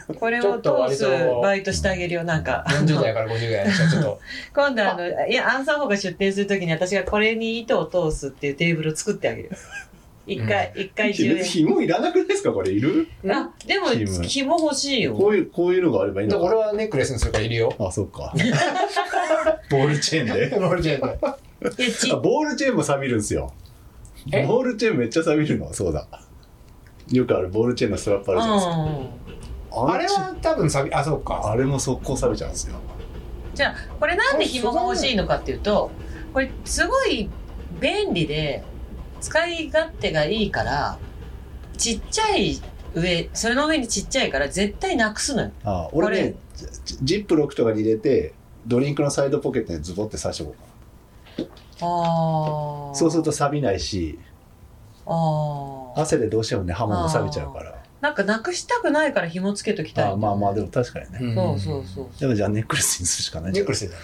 うんこ
[LAUGHS]
れ
ちょ
を
っと
通
割
す
と
バイトしてあげるよなんか
40代から50代の人はちょっと、
[LAUGHS] 今度あのいやアンサーホが出店するときに私がこれに糸を通すっていうテーブルを作ってあげるよ一回一回10円
紐いらなくないですかこれいる
あでも
チーム
紐欲しいよ
こういうこういうのがあればいい
だ
の
から
か
俺はネックレスにするからいるよ。
なあそっかボールチェ
[LAUGHS]
ーンで
ボールチェーンで。
いやち
[LAUGHS] あボールチェーンも錆びるんですよ
え
ボールチェーンめっちゃ錆びるのそうだよくあるボールチェーンのストラップあるじゃないですか、
うん
あれは多分錆び、あ、そうか。
あれも速攻錆びちゃうんですよ
じゃあこれなんで紐が欲しいのかっていうとこれすごい便利で使い勝手がいいからちっちゃい上それの上にちっちゃいから絶対なくすのよ
あ俺
こ
ね
れ
ジジップロックとかに入れてドリンクのサイドポケットにズボって刺しておこうか
あ
なそうすると錆びないし
ああ
汗でどうしてもね刃物錆びちゃうから
なんかなくしたくないから紐つけときたい
あまあまあでも確かにね、
うん
そうそうそう
でもじゃあネックレスにするしかない
ネ
じゃ
ッ
ん
クレスだね。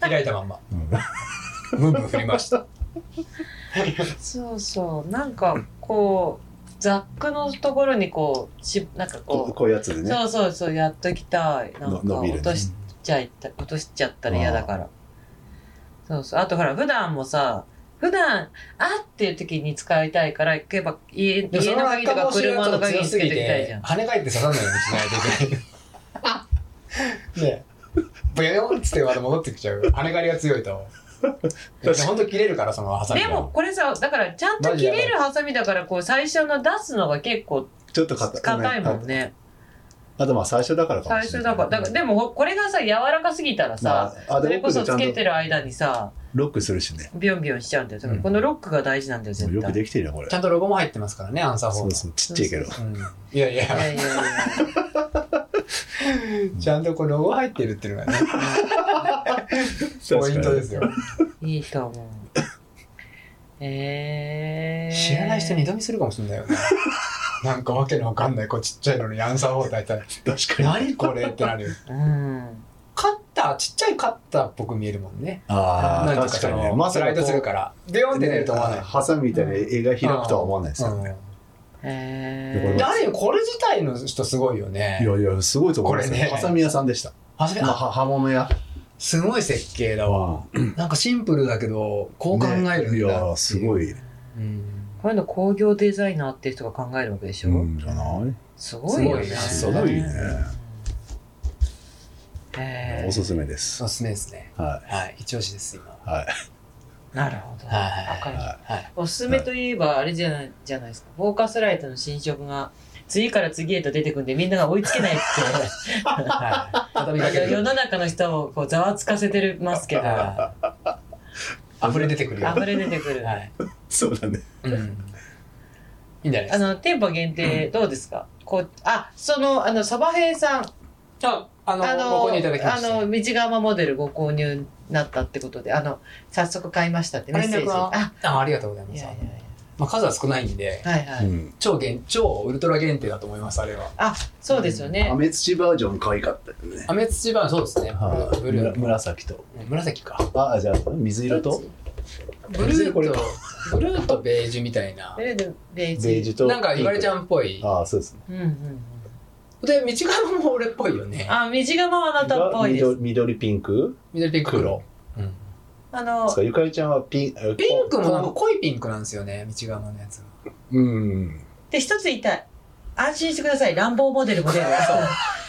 開いたまんま。
うん
ムンムン振りました。
そうそうなんかこうザックのところにこうしなんか
こう
こ
こういうやつで
う、
ね
そうそうそうやっときたいなん
の
か
伸びるね
落としちゃいた落としちゃったら嫌だからそうそうあとほら普段もさ普段あっていう時に使いたいからけば家
でもそ
家の鍵とか車の鍵
強
につ
す
け
ぎ
てきたいじゃ
て
ん、
跳ね返って刺さないようにしないといけない。ねえ。ブヨヨンっつってまた戻ってきちゃう。跳ね返りが強いと。本当切れるから、そのハサミ
で
が。
もこれさだからちゃんと切れるハサミだからこう最初の出すのが結構
ちょっと硬
硬いもんね
あとまあ最初だからかも
最
しれ
初
な
だ
い
からだからでもこれがさ柔らかすぎたらさ
ああ
それ
でロ
こ
ック
そ
でち
つ
ゃん
けて
と
る間にさ
ロックするしね
ビョンビョンしちゃうんだよだから
うん
このロックが大事なんだよ
もう
絶
よく
対
できてるよこれ
ちゃんとロゴも入ってますからね、アンサー4
そ
の
うそうちっちゃいけど
うんいやい
いや
や、
いやいや
ちゃんとこうロゴ入ってるっていうのがね、ポイントですよ。
いいと思う。えー、
知らない人二度見するかもしれないよ
[LAUGHS]
ね。なんかわけのわかんない、こうちっちゃいのにアンサー4って入
[LAUGHS]
ったら、
確かに
何これってなるよ。
うん。
カッター、ちっちゃいカッターっぽく見えるもんね。
あ
なん
あ
か
確
そ
かに
の
ねま
ス
さ
ラ
か
イドするから。ビヨンって出ると思わない。
ハサミみたいな絵が開くとは思わないですよね、
う
え
ん、で
ー、
ある意味これ自体の人すごいよね。
いやいやすごいと思いますよ
これね
ハサミ屋さんでした、
あそれ
まあ、
あ
は刃物屋
すごい設計だわ。
は
なんかシンプルだけど、こう考えるんだって
い
いう、
やすごい、
うん。
こういうの工業デザイナーっていう人が考えるわけでしょ、
うん、じゃない
すごいよね。
す
す
ご
ご
い
い
ね
ね、
えー、
おすすめです
おすすめですね。
は
はい。一押しです、今。
いはい
なるほど。
はい [LAUGHS] はい
わかりまし
はい。
たおすすめといえば、あれじゃない、じゃないですか。フォーカスライトの新色が、次から次へと出てくんで、みんなが追いつけない
[LAUGHS]
って、
はい。畳み
あ
かけ
の
[LAUGHS]
世
る。
の中の人をこうざわつかせてるますけど、
はい溢れ出てくるよ。
溢れ出てくる。
はい。
そうだね
うん。いいんじゃないで
あ
すか。
の、店舗限定どうですか、こう、あ、その、あの、サバヘイさん、
あ、あの、
あの、
ここにいただきま
あ
した。
の、道釜モデルご購入になったってことで、あの、早速買いましたってメッ
連
セージ。
絡は
あ、
あありがとうございま
い
す
やい。や
まあ、数は少ないんで、
いや。はいはい。
うん
超限、超ウルトラ限定だと思います、あれは。
あ、そうですよね。
メ土バージョン可愛かったよね
アメツチバーンそうですね。ブルー。
紫と
紫か。
あじゃあ水色と
ブルーと、ブルーとベージュみたいな。
ベーベージ
ベージュと
なんか、ゆかりち
ん
ゃんっぽい。
ああそうですね
うんうんうん
で、道側も俺っぽいよね。
あ道がまあなたっぽいです
緑緑ピンク
緑ピンク黒。うん
あ
で
の
すかゆかりちゃんはピンピ
ピンクもなんか濃いピンクなんですよね、道側のやつは。
うん
で一つ言いたい安心してください乱暴モデルも
[LAUGHS]
出る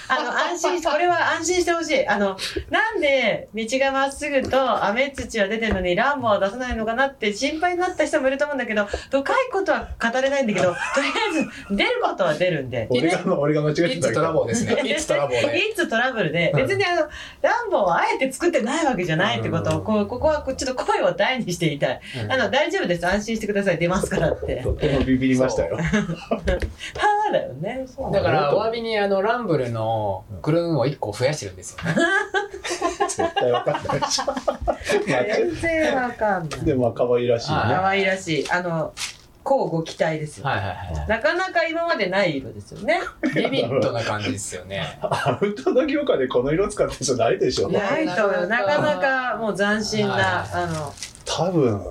あの安心しこれは安心してほしいあのなんで道がまっすぐと雨土は出てるのに乱暴は出さないのかなって心配になった人もいると思うんだけどどかいことは語れないんだけどとりあえず出ることは出るんで
俺が [LAUGHS] 俺が間違え
イ
て
ッ
た
ツ
け
トラボー
ど
[LAUGHS]
ですね。イッツトラボーね。
いつトラブルで、
うん
別にあの、ランボーはあえて作ってないわけじゃないってことを、こうここはこうちょっと声を大にして言いたい。
うん
あの、大丈夫です。安心してください。出ますからって
と。ってもビビりましたよ
パーだよね。そう
だから、お詫びにあの、ランブルのクルーンを1個増やしてるんですよね。
絶対わかんないでしょまあ
全然わかんない。
でもまあ可愛らしい
あ
ね
可愛らしい。あの、こうご期待ですよ。
はいはいは
なかなか今までない色ですよね。
い。ビビットな感じですよね。
アウトドア業界でこの色使ってる人ないでしょ
ないと、なかなかもう斬新な
は、い
あの、
多分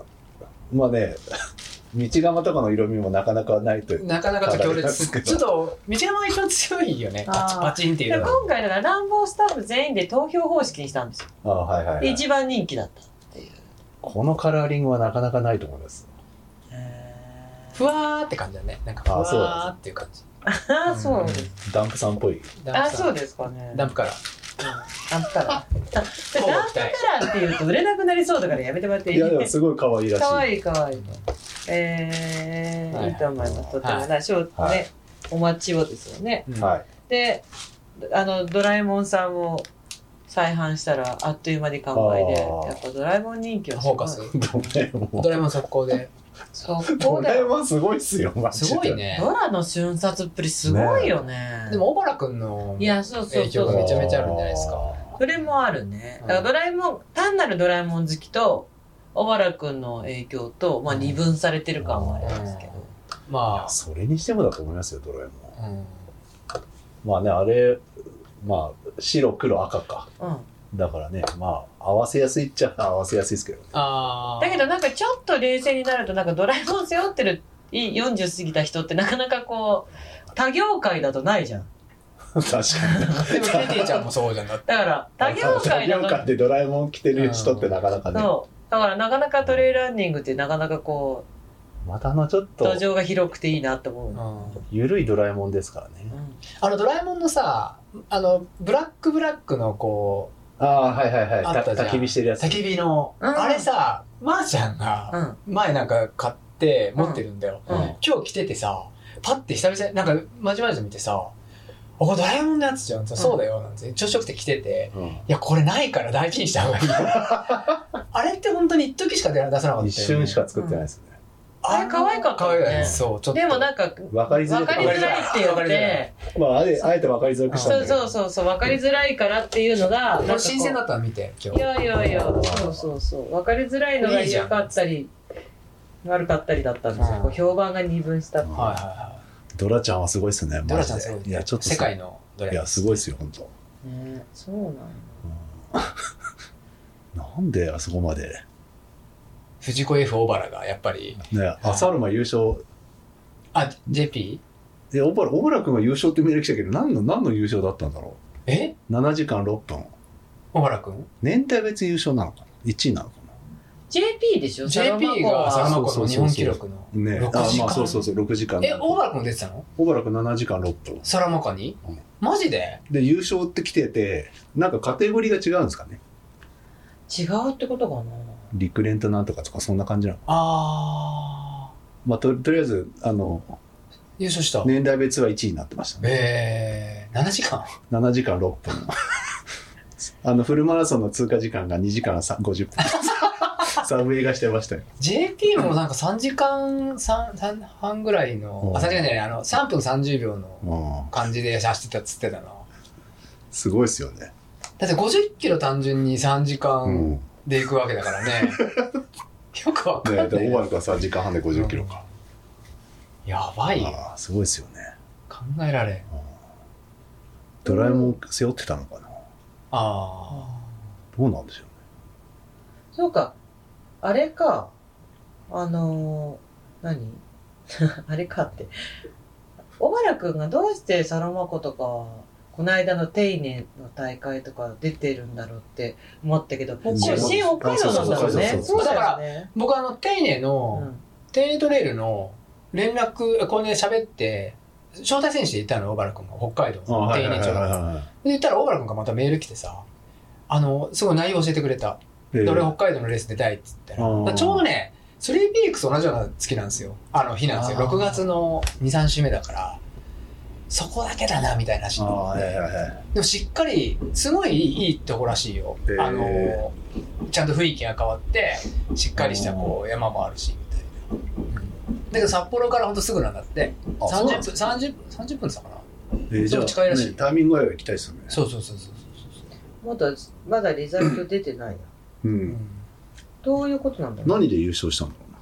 まあね [LAUGHS] 道釜とかの色味もなかなかないという
なかなかちょっと強烈です
体が
ちょっと、道山が一番強いよね。
あー
パチパチンって
で
いうのが。
今回だから、ランボースタッフ全員で投票方式にしたんですよ。
ああはいはい、は
で、
い、
一番人気だったっていう。
このカラーリングはなかなかないと思います
ふわーって感じだね。なんかふ
あーそうなんです
わーっていう感じ。
ああ、 [LAUGHS] そうです。
ダンプさんっぽい
あ、そう
で
ですかね。
ダ
ダ
ン
ン
プから。
プカラー。
乞うご
ダンプ
期待
カラーって言うと売れなくなりそうだからやめてもらってい
い
い
やでもすごい可
[LAUGHS]
愛いらしい
かわいいかわいい。えー
はい
いいと思います。とても
は
ね、ショート
は
ね
い、
お待ちをですよね。
うん
はい
で、あの、ドラえもんさんも再販したらあっという間に完売で、
あー
やっぱドラえもん人気はす
フォー
ご
カ
い。 [LAUGHS]
ス。
ドラえもん
ドラえもん速攻で。
そう、こ
ド
うだ
ラえ
よ。
もんすごいっすよマジです
ごいね。
ドラの瞬殺っぷりすごいよね。
でも、小原くんの
いや、そうそう
影響
そう
が
そう
め。ちゃめちゃあるんじゃないですか
それもあるね。
うん
だからドラえもん、単なるドラえもん好きと、小原くんの影響と、まあ
うん
二分されてる感はありますけど。
ま
それにしてもだと思いますよドラえもん
あ、うん
まあねあれまあ白黒赤か
うん。
だからねまあ合わせやすいっちゃ合わせやすいですけどね [LAUGHS]
あー
だけどなんかちょっと冷静になると、なんかドラえもん背負ってるい40過ぎた人ってなかなかこう、他業界だとないじゃん。
確かに
でもケティちゃんもそうじゃんだって
だから、他業界だ
業界
と、
でドラえもん着てる人ってなかなかね
そう。だからなかなかトレイランニングってなかなかこ
またあのちょっ
う、
と
土壌が広くていいなと思う
うん
の。
緩いドラえもんですから
う
ね
ん
あのドラえもんのさあのブラックブラックのこ
ああはいはいはい
あったじゃん
焚き火してる
う
やつ
焚き火の、
うん
あれさまー、ちゃん
う
が
ん。
前なんか買って持ってるんだよ、
うんうん
今日着ててさパッて久々になんかまじまじ見てさ「あこれドラえもんのやつじゃん」そうだよ」なんて朝食って着てて
うん
「いやこれないから大事にした方がいいよ」あれって本当に一時しか出なかったよね、
一瞬しか作ってないですね
あれ可愛かったよね
可愛いそうちょっと
でもなんか、
わかりづら
わ
い
かりづらいって言
わか
っ
りづら
て
い、
まああれあえてわかりづらくしたんだ
そ
け
う
ど
そうそうそう分かりづらいからっていうのがな
こ
んかこう
れ新鮮だったの見て今
い
日
やいやいやそうそうそう分かりづらいのが良かったり悪かったりだったんですよ、
うん
こう評判が二分した
うん
はいはいは
ドラちゃんはすごいっすね
いド
マ
ラ
ジ
ちゃん
です
ごい
いやちょっと
世界のドラ
いやすごいっすよ本当
ねそうなんや
うんなんであそこまで
藤子 F 小原がやっぱり
ね朝ルマ優勝
あ JP?
で小原小原君が優勝ってメール来たけど何の何の優勝だったんだろ
え
う7時間6分
小原くん
年代別優勝なのかな1位なのか
JP でしょ
JP がサラ
サロマ
マコの日本記録の
なね
6
あ
時
まあそう
間
そうそう6時間
え小原くんも出てたの
小原君7時間6分
サラマコに
うん
マジで
で優勝って来ててなんかカテゴリーが違うんですかね
違うってことかな
陸連となんとかとかそんな感じなの
ああ
まあととりあえずあの
優勝した
年代別は1位になってましたね
えー7時間 [LAUGHS]
7時間6分 [LAUGHS] あのフルマラソンの通過時間が2時間さ50分 [LAUGHS] サブ映画してましたよ
JP もなんか3時間 3, 三半ぐらいのあ
うん
3時間じゃないあの3分30秒の
うん
感じで走ってたっつってたな
すごいですよね、
だって50キロ単純に3時間で行くわけだから
[LAUGHS]
ね。よくわかんな
ね
い。
で [LAUGHS] 大原君は3時間半で50キロか、
やばいよ。
ああすごいですよね
考えられん。
ドラえもん背負ってたのかな
あ
どうなんでしょうね
そうかあれか、あのー何 [LAUGHS] あれかって。小原くんがどうしてサロマ湖とか、この間の丁寧の大会とか出てるんだろうって思ったけど、
海
出身北海道なんだろうね。
あそ
そうそ
う
うそう
だよね。
僕あの、丁寧
う
の、
ん
丁寧トレイルの連絡、こうね、喋って、招待選手で行ったの、小原君が、北海道
あ
の
はい
丁
はい
寧町
はい
で。
は
で、言ったら小原君がまたメール来てさ、あの、すごい内容教えてくれた。
いはい
で俺北海道のレース出たいって言ったら
あー
だからちょうどね3ピークス同じような月なんですよあの日なんですよ
あー
6月の23週目だからそこだけだなみたいな話
あ
にな
あ
っ
はいはい
て
はい
でもしっかりすごいいいとこらしいよ、
へー
あのちゃんと雰囲気が変わってしっかりしたこう山もあるしみたいなうんだけど札幌からほんとすぐなんだって
あそうな
30
んです
分30分30分って言ったかな
えーじゃ
そう近いらしい
あねタイミングは行きたいですよね
そうそうそうそう
まだ、まだリザルト出てないな。
う
そう、
ん
どういうことなんだろう。
何で優勝したんだろうな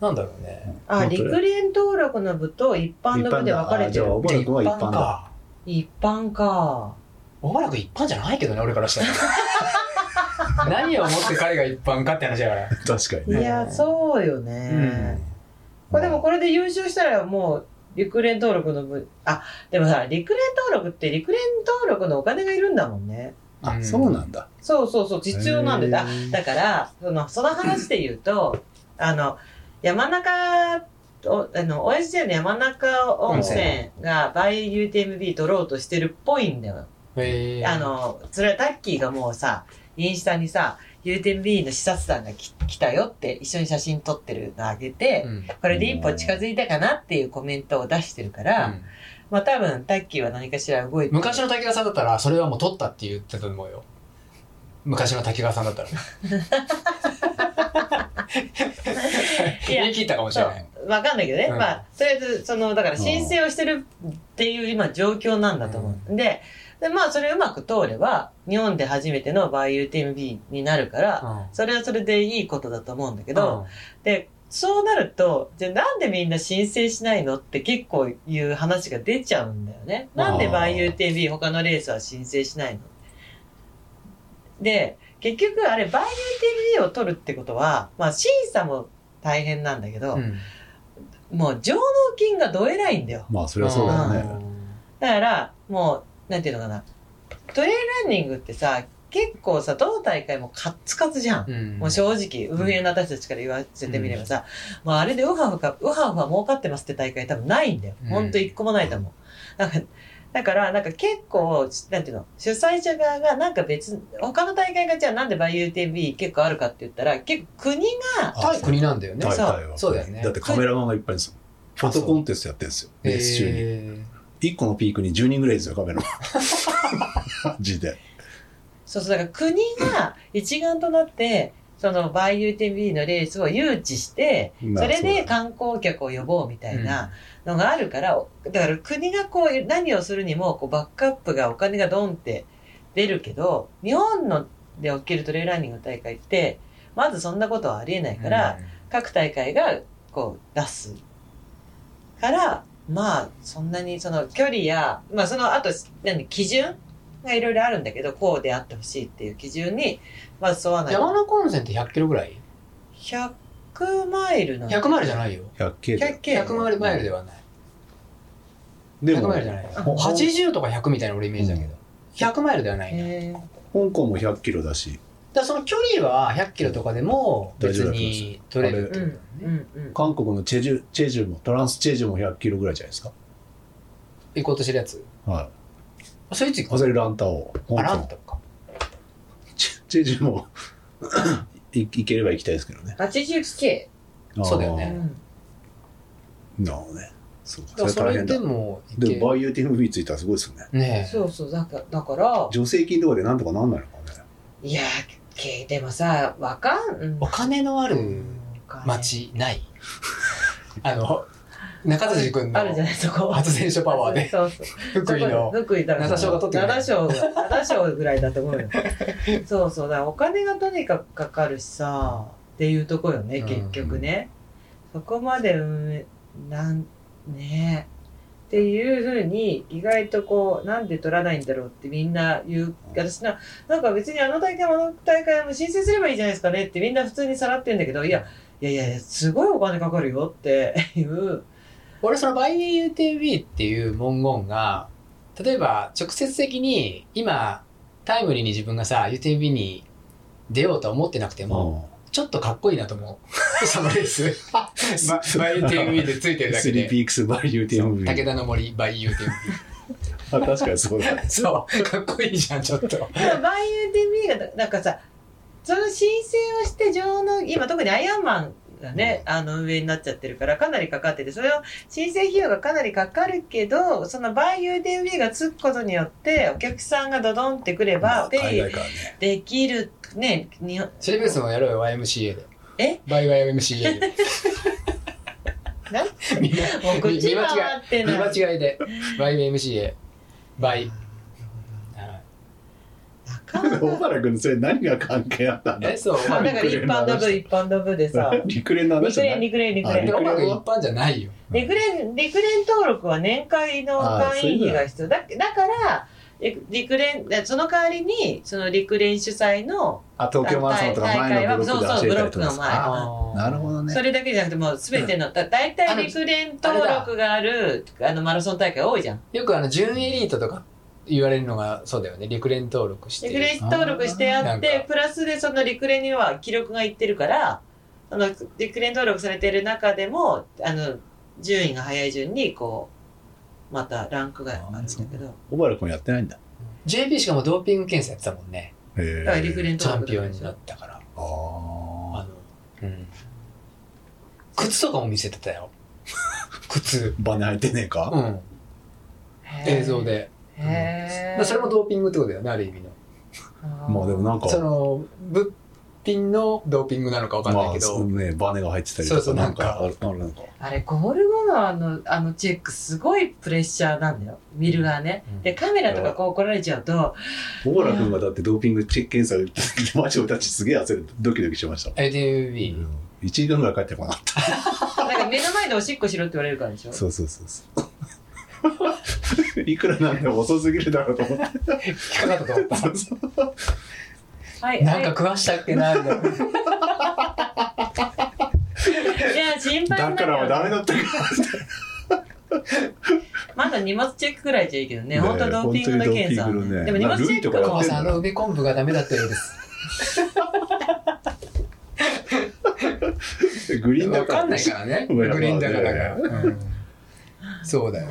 なんだろうね
あ、陸連登録の部と一般の部で分かれて
一般だあじゃ
る
あ。小原君は一般だ
か
一般か。
おばらく一般じゃないけどね、俺からしたら。
[LAUGHS]
何をもって彼が一般かって話だから。
確かに
い
ね
や、そうよね。これでもこれで優勝したらもう、陸連登録の部、あ、でもさ、陸連登録って陸連登録のお金がいるんだもんね。
あそうなんだ
そうそうそう、実用なんで、あ
へ、ー
だから、その、その話で言うと、あの、山中、おあの、OSJ の山中温泉が倍 UTMB 取ろうとしてるっぽいんだよ。
へー
あ、の、それはタッキーがもうさ、インスタにさ、UTMB の視察団がき来たよって、一緒に写真撮ってるのあげて、
うん。
これで一歩近づいたかなっていうコメントを出してるから、
うん
まあ多分タッキーは何かしら動いてる
昔の滝川さんだったら、それはもう取ったって言ってたと思うよ。昔の滝川さんだったら。
いや
言い切ったかもし
そ
れない。
う、わかんないけどね。
うん
まあ、とりあえず、その、だから申請をしてるっていう今状況なんだと思う。で、で、まあ、それうまく通れば、日本で初めてのバイ UTMB になるから、
うん
それはそれでいいことだと思うんだけど、、で、そうなると、じゃあなんでみんな申請しないのって結構いう話が出ちゃうんだよね。なんで
あー
バイ UTMB 他のレースは申請しないので、結局あれ、バイ UTMB を取るってことは、まあ審査も大変なんだけど、
うんうん
もう上納金がどえらいんだよ。
まあそれはそうだよね
だから、もう、なんていうのかな。トレイルランニングってさ、結構さ、どの大会もカッツカツじゃん。
うん。
もう正直、運営の私たちから言わせてみればさ、もうあれでウハウハ、ウハウハ儲かってますって大会多分ないんだよ。
うん
ほんと一個もないと思う。なんかだから、なんか結構、なんていうの、主催者側がなんか別、他の大会がじゃあなんでバイ UTB 結構あるかって言ったら、結構国が、
対国なんだよね。
大
そう
会は
そうだよね
だってカメラマンがいっぱいですよフォトコンテストやってるんですよレース中に
へ
1個のピークに10人ぐらいですよカメラマンマ
[LAUGHS]
ジで
そうそう、だから国が一丸となって、そのバイ UTB のレースを誘致して、それで観光客を呼ぼうみた
ー
いな、のがあるから、だから国がこう何をするにもこうバックアップがお金がドンって出るけど、日本ので起きるトレーラーニングの大会って、まずそんなことはありえないから、、各大会がこう出すからまあそんなにその距離やまあそのあと何基準がいろいろあるんだけどこうであってほしいっていう基準にまず沿わ
うん
ない
山中温泉って100キロぐらい
100マイルなの
?100 マイルじゃないよ。
100系で
100
100マイルマイルではない。
で
100
も
マイルじゃ
香
ない。
あ
80とか100みたいな俺イメージだけど。100マイルではないね。
へー
港も100キロだし
だからその距離は100キロとかでも別に取れるって
う
こ
ん
とだ
う
ね。
んうん
韓国のチェジュチェジュもトランスチェジュも100キロぐらいじゃないですか
行こうとしてるやつ。
は
あそれいつ
い
行
ア
く
ゼルランタオ香
あ
港
らんとか。
チェチェジュもい [COUGHS] 行ければ行きたいですけどね
80K、
そうだよ
う
ね
ん、
あーなるほどねそうか
だから
そ
そ
れ大
れ
変だ
でも行
で
け
もバイオティムビーついたらすごいですよね
ねえ。
そうそうだからだから
助成金とかでなんとかなんないのかね
いやーけでもさわかん
お金のある街
[LAUGHS]
ない。あの、中辻君
あるじゃ
の
ないそこ
発電所パワーで
そうそう
福井の。
福井だ
七章が取ってくれ
7章が7章ぐらいだと
[LAUGHS]
思うよそうそうだからお金がとにかくかかるしさっていうとこよね
うん
結局ね、そこまで運営なんねえっていうふうに意外とこうなんで取らないんだろうってみんな言う私ななんか別にあの大会もあの大会も申請すればいいじゃないですかねってみんな普通にさらってんだけどいやいやいやいやすごいお金かかるよっていう
俺その YAUTB っていう文言が例えば直接的に今タイムリーに自分がさ UTB に出ようとは思ってなくても、ちょっとかっこいいなと思う [LAUGHS] そのレース
[LAUGHS]
ま YUTB でついてるだけ
スリー
で
ピークスバリューティ
そ
ン
う
グ
武田の森 YUTB
あ確かにそうだ
そうかっこいいじゃんちょっと
でもバイユーデミーがなんかさその申請をして上納今特にアイアンマンがね、あの上になっちゃってるからかなりかかっててそれを申請費用がかなりかかるけどそのバイユーデミーがつくことによってお客さんがドドンってくればペ
海
イ
外からね
できるね日本
シェルベースもやろうよ YMCA で
え
YYMCA [LAUGHS] で
な
見
もう
間違
口
い
回って
見
ない
間違いで YMCA 倍
なかなか
小原君それ何が関係あったんだ
えそう
あだから一般ダブ一般ダブでさ
陸連の話
陸
じゃな
連
い
陸連陸連
で音楽一般じゃないよ
陸連、陸連登録は年会の会員費が必要。だだから、え陸連、その代わりに、その陸連主催の
あ東京マラソンとか前のブロックで走れたりと
そ
か
うそうブロックの
さ
前
あーなるほどね
それだけじゃなくて、もう全ての、だ大
あ
体
の
陸連登録がある、あの、マラソン大会多いじゃん。
よくあの準エリートとか言われるのがそうだよね陸連登録して
陸連登録してあっ
あーなん
て
か、
プラスでその陸連には記録がいってるから、その陸連登録されてる中でも、あの、順位が早い順に、こう、またランクがあるんだけど、
小原君やってないんだ
JP しかもドーピング検査やってたもんね
へ
だから陸
ー
連
チャ
登
ンピオンに
録だからでし
な
ょ
ったからあ
あ
のうん靴とかも見せてたよ靴
ーバネ履いてねえか
うん映像。で、
へ
まあ、それもドーピングってことだよねある意味の
まあでもなんか
その物品のドーピングなのかわかんないけ
まあ、
ど、
ね、バネが入ってたり
そ
と
うそ
か
う
なん
なん
か
か
あるあるなんか
あれゴール後のあのあのチェックすごいプレッシャーなんだよ見る側ね、
うん
でカメラとかこう怒られちゃうと
小原君がだってドーピングチェック検査を受けてマジ俺たちすげえ焦るドキドキしてましたもん
ADB、
1時間ぐらい帰ってこなかっ
なんか目の前でおしっこしろって言われるからでしょ
たそうそうそうそういくらなんでも遅すぎるだろうと思って
引っかかったと思 [LAUGHS] った
そうそう
はい
なんか
は、
食わしたっけなみたいない
いや心配
だ
に
から
な
は
る
ダ
よ
メだったから
まだ荷物チェックくらいじゃいいけどね
ね
本当ドーピングの検査、
本当にドーピングのね
でも荷物チェックは
ま
コ
あ
マさんあの梅昆布がダメだったようです
グリーンだ
わ
から
かんないからねグ
グ
リ
リ
ー
ー
ン
ン
だ
だ
か
からら
が、うんそうだよ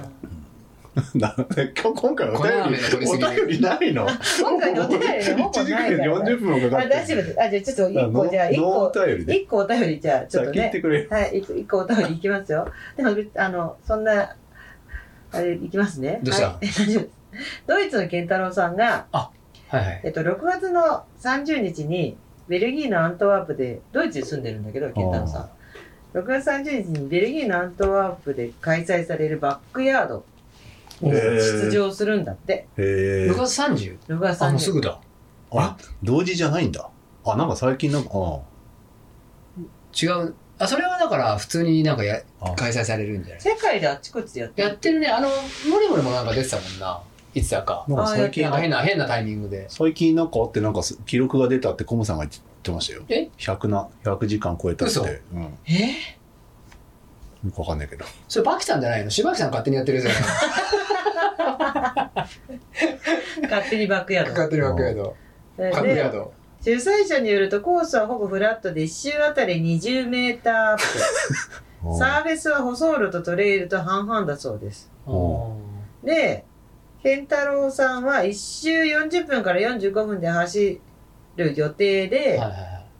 な今日今回お
粉飴の取りすぎ
便りお便りないの
今回のお便り
[LAUGHS]
のほぼ
1時
な
間
いから、ね、
40分もかか
あ
ってる
大丈夫ですあじゃあちょっと
だ
一個じゃあ
から
一
ノ
個
ーノーお便りで
一個お便りじゃあち
じゃ
ょっ
あ
と
聞
ね
いてくれよ
はい、一個一個お便りいきますよ。でも、あの、そんな、あれ、いきますね。
どうした
はい、 [LAUGHS] 大丈夫ですドイツの健太郎さんが、
はいはい
えっと、6月の30日に、ベルギーのアントワープで、ドイツに住んでるんだけど、健太郎さん。6月30日にベルギーのアントワープで開催されるバックヤードに出場するんだって。
へえ
6月 30?
6月
あもう
30
す
日。
ぐだ
あ同時じゃないんだあなんか最近なんかあ
違うあそれはだから普通になんかや
あ
開催されるんじゃない
世界であっちこっちでやって
や
る。
ってるねあのモリモリもなんか出てたもんないつだか
なんか最近
なんか変な変なタイミングで
最近なんかあってなんかす記録が出たってコムさんが言ってましたよ
え
100な100時間超えたって
嘘
うんよ
えー
くわかんないけど
それバキさんじゃないの柴木さん勝手にやってるじゃないの
勝手にバックヤード。
[LAUGHS] 勝手にバックヤード
で
バックヤード
主催者によるとコースはほぼフラットで1周あたり20メーターアップ。
うん
サーフェスは舗装路とトレイルと半々だそうです。
お
で、健太郎さんは1周40分から45分で走る予定
ー
で、
はいはいはい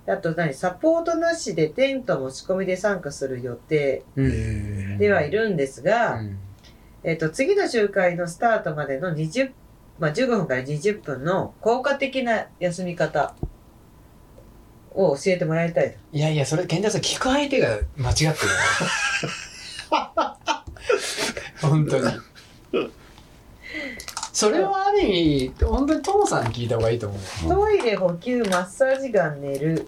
あと何、サポートなしでテント持ち込みで参加する予定
うん
ではいるんですが、
うん
えっと、次の周回のスタートまでの20、まあ、15分から20分の効果的な休み方を教えてもらいたいと。
いやいや、それ、健太さん、聞く相手が間違ってるよ。 [LAUGHS] 本当に。それはある意味、本当にトモさんに聞いた方がいいと思う。
うん
トイレ、補給、マッサージガン、寝る、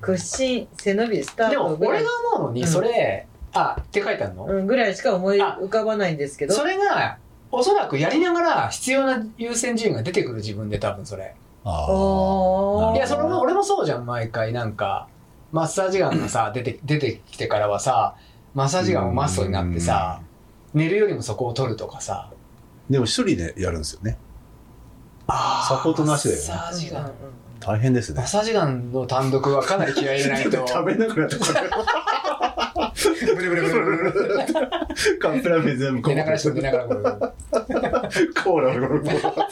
屈伸、背伸び、スター
で
ト
も、
ぐら
俺
い
が。思うの
う
に、
ん
それ、あって書いてあるの、
うん、ぐらいしか思い
あ
浮かばないんですけど
それがおそらくやりながら必要な優先順位が出てくる自分で多分それ
あ
おー
いやそれも俺もそうじゃん毎回なんかマッサージガンがさ出て出てきてからはさマッサージガンもマストになってさ寝るよりもそこを取るとかさ
でも一人でやるんですよね。
あ
サポートなしだよね
マッサージガ
うんうん
ン
大変です
マッ
ね。
サージガンの単独はかなり気合い入れないと
食べなくなったから。
ブルブルブルブルブル
カップラーメン全部こ
寝
ぼ
ながら
れ
し寝ながらこう
コーラゴロゴロ
こ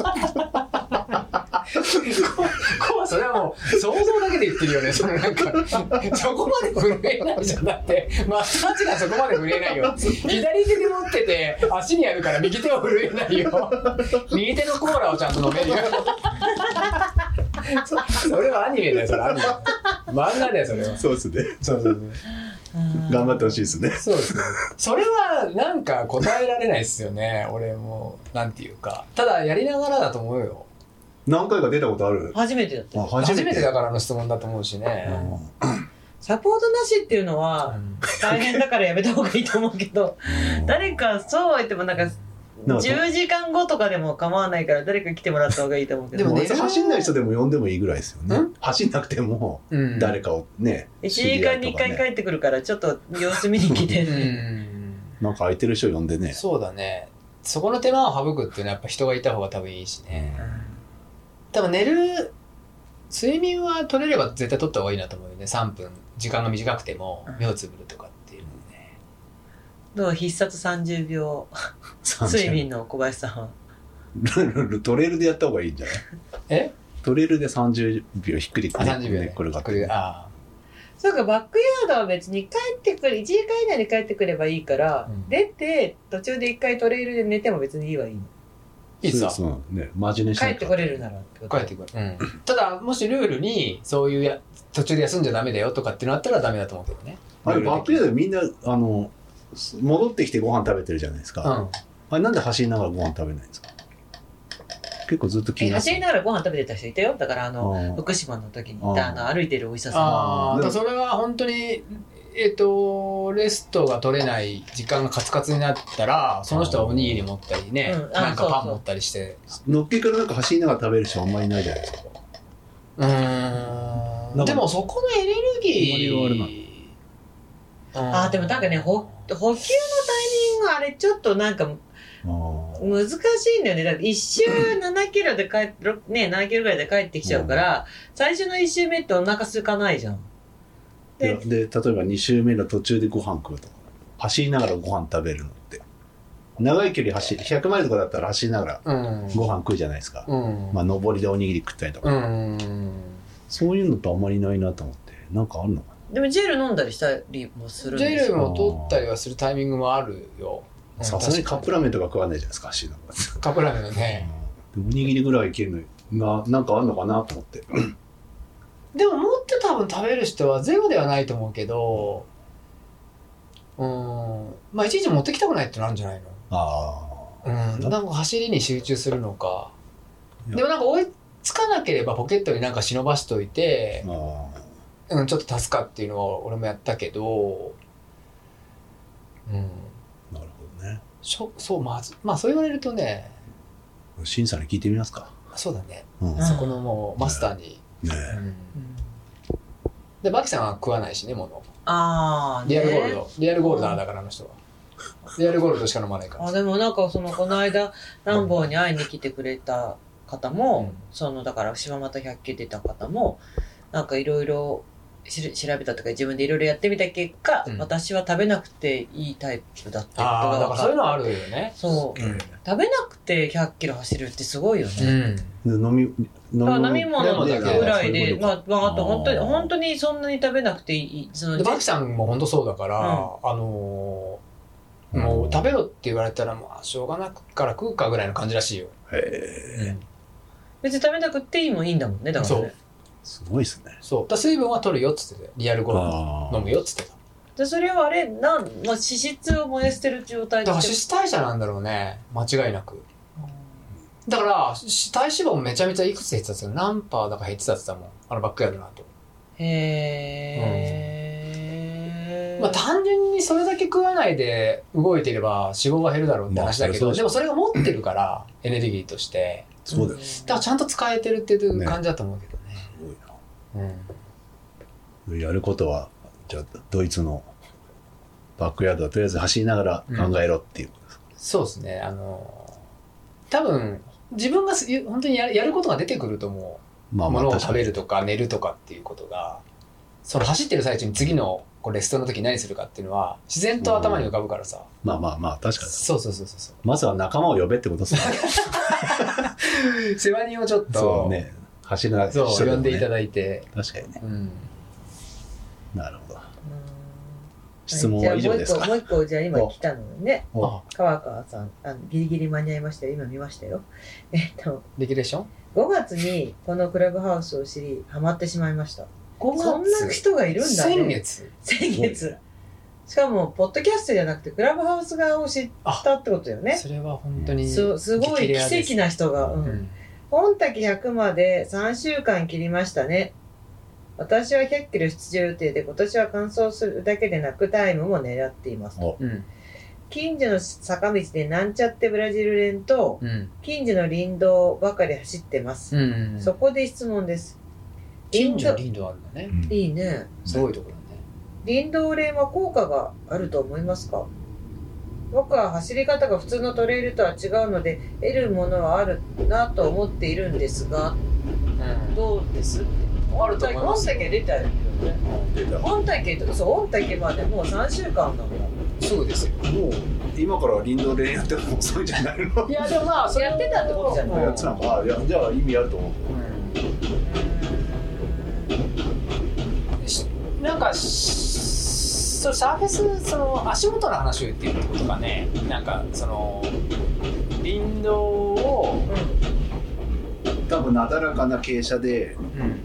うそれはもう想像だけで言ってるよねそのなんかそこまで震えないじゃんだってマッサージがそこまで震えないよ左手で持ってて足にやるから右手は震えないよ右手のコーラをちゃんと飲めるよそそれはアニメだよそれアニメ漫画だよそれは
そうですね。
そうそう
うん
頑張ってほしいですね。
そうですねそれはなんか答えられないですよね俺もなんていうかただやりながらだと思うよ
何回か出たことある。
初めてだった
あ
初めてだからの質問だと思うしね、
サポートなしっていうのは
うん
大変だからやめた方がいいと思うけど
[LAUGHS]
誰かそうは言ってもなんか
なんかと
10時間後とかでも構わないから誰か来てもらった方がいいと思うけ
で
ど
も
もう
ね
あいつ走んない人でも呼んでもいいぐらいですよね
ん。
走んなくても
うん
誰かをね、
1
知
時
り合
間
いと
に1
かね
回帰ってくるからちょっと様子見に来て、
う
なんか空いてる人呼んで
ん
ね。
そうだねそこの手間を省くっていうのはやっぱ人がいた方が多分いいしね多分寝る睡眠は取れれば絶対取った方がいいなと思うよね3分時間が短くても目をつぶるとかっていうのね
どう必殺30秒睡眠の小林さんは
トレールでやった方がいいんじゃない
え
トレールで30秒ひっくり
あ30秒
ね
ね
これが
これあ
そうかバックヤードは別に帰ってくる1時間以内に帰ってくればいいから、
うん
出て途中で1回トレイルで寝ても別にいいはいいの
ーいいっすか
そうそうねマジにし
帰
な
っ
い
て
と
これるならってこと
帰ってくる、うんただもしルールにそういうや途中で休んじゃダメだよとかっていうのあったらダメだと思うけどね
あれバックヤードでみんなあのす戻ってきてご飯食べてるじゃないです
う
か、
ん
あれなんで走りながらご飯食べないんですか結構ずっと気
え
になって
走りながらご飯食べてた人いたよだからあの
あー
福島の時にいたあ
あ
の
ー
歩いてるお医者さん
ああ
で
だ
も
からそれは本当にえっ、とレストが取れない時間がカツカツになったらその人はおにぎり持ったりね、
うんあ
なんか
そうそう
パン持ったりして
のっけからなんか走りながら食べる人あんまりいないじゃないですか
うー
なんんか
でもそこのエネルギ
あんまり
ー
あーでもなんかねほ補給のタイミングあれちょっとなんか
あ
難しいんだよねだから一周7キロで帰ろね7キロぐらいで帰ってきちゃうから、最初の1周目ってお腹空かないじゃん
ーいやで例えば2周目の途中でご飯食うとか走りながらご飯食べるのって長い距離走り100マイルとかだったら走りながら
うん
ご飯食うじゃないですか、
うん、
まあ上りでおにぎり食ったりとか、
うん
そういうのとあんまりいないなと思ってなんかあるのか
でもジェル飲んだりしたりもするん
ジ
です
ェ
よ
ルも取ったりはするタイミングもあるよ
なさすがにカップラ
ー
ーメンとか食わないじゃないですか走りながら
メンカップラーメンはね
おにぎりぐらいいけるのがなんかあるのかなと思って
でももっと多分食べる人はゼロではないと思うけどうんまあいちいち持ってきたくないってなんじゃないの
あ
うんなんか走りに集中するのかでもなんか追いつかなければポケットになんか忍ばしといて、
あ
うん、ちょっと足すかっていうのは俺もやったけどうん
なるほどね
しょそうまずまあそう言われるとね
審査に聞いてみますか、
そうだね
うん
うん
そこのもうマスターに、
ね
うん
うん
でバキさんは食わないしねもの
ああ、ね、
リアルゴールドリアルゴールダーだからあの人はリアルゴールドしか飲まないから
あでもなんかそのこの間南坊に会いに来てくれた方も、
うん
そのだから島又百景出た方もなんかいろいろ調べたとか自分でいろいろやってみた結果、
うん
私は食べなくていいタイプだってこと
ああ
が
だ
分
から
か
そういう
っ
のはあるよね
たそう
うん、
食べなくて100キロ走るってすごいよね、
で飲み飲み
だから飲み物
で
ぐ
もだけ
らいで、ま
あ
あ、まあ、あと本当に、
あー
本当にそんなに食べなくていい。その
でバキさんも本当そうだから、あのーもう食べろって言われたらまあしょうがなくから食うかぐらいの感じらしいよ、
べへえ
別に食べなくていいもんいいんだもんね、だからね。
すごいですね
そうだから水分は取るよっつっててリアルゴールド
あ
飲むよっつってた
でそれはあれ、なん、まあ、脂質を燃やしてる状態
だか
で
ら脂質代謝なんだろうね間違いなくだからし体脂肪もめちゃめちゃいくつ減ってたっつうの何パーだか減ってたっつってたもんあのバックヤードの後
へえ。え
まあ、単純にそれだけ食わないで動いてれば脂肪は減るだろうって話だけど、
まあそれそうでしょ
でもそれを持ってるからエネルギーとして
そうだよ。
だからちゃんと使えてるっていう感じだと思うけどね
すごい
うん
な。やることは、じゃあ、ドイツのバックヤードはとりあえず走りながら考えろっていう。
そうですねあの多分自分がす本当にやるやることが出てくると思
ま
う
あま
も
あ、
のを
確
食
か
べ
に。
るとか寝るとかっていうことがその走ってる最中に次のこうレストの時何するかっていうのは自然と頭に浮かぶからさ、
まあまあまあ、確かに。
そうそうそうそうそう
まずは仲間を呼べってことですね。
世話人をちょっと
そうね。走らない
そう
人
呼
も
んでいた
ね。
だいて、
確かにね。
うん、
なるほど。
うん
質問は以上です
じゃ
か
あもう一個もう一個じゃあ今来たのね
あ
川川さんあのギリギリ間に合いましたよ今見ましたよえっと
レギュレーション
5月にこのクラブハウスを知りハマってしまいましたそんな人がいるんだね
先月
先月しかもポッドキャストじゃなくてクラブハウス側を知ったってことだよね
それは本当に
すすごい
激
奇
レアです
跡な人が、
う
う、
んん
本滝100まで3週間切りましたね私は100キロ出場予定で今年は完走するだけでなくタイムも狙っています
お
うん
近所の坂道でなんちゃってブラジル連と
うん
近所の林道ばかり走ってます、
うん
そこで質問です
近所にリンドあるんだね
いいね
すごいところだね
林道連は効果があると思いますか僕は走り方が普通のトレイルとは違うので得るものはあるなと思っているんですが
う
どうです
んあると思います
御嶽出たよね
出た
御嶽とそう御嶽までもう3週間なんだ
すぐですよ
もう今から林道でやっても遅いんじゃないの
いやでもまあそれ
やってたってことじゃない
やつなんかあいやじゃあ意味あると思う
うんしなんかしそれサーフェスその足元の話を言ってるってことかねなんかその林道を、
多分なだらかな傾斜で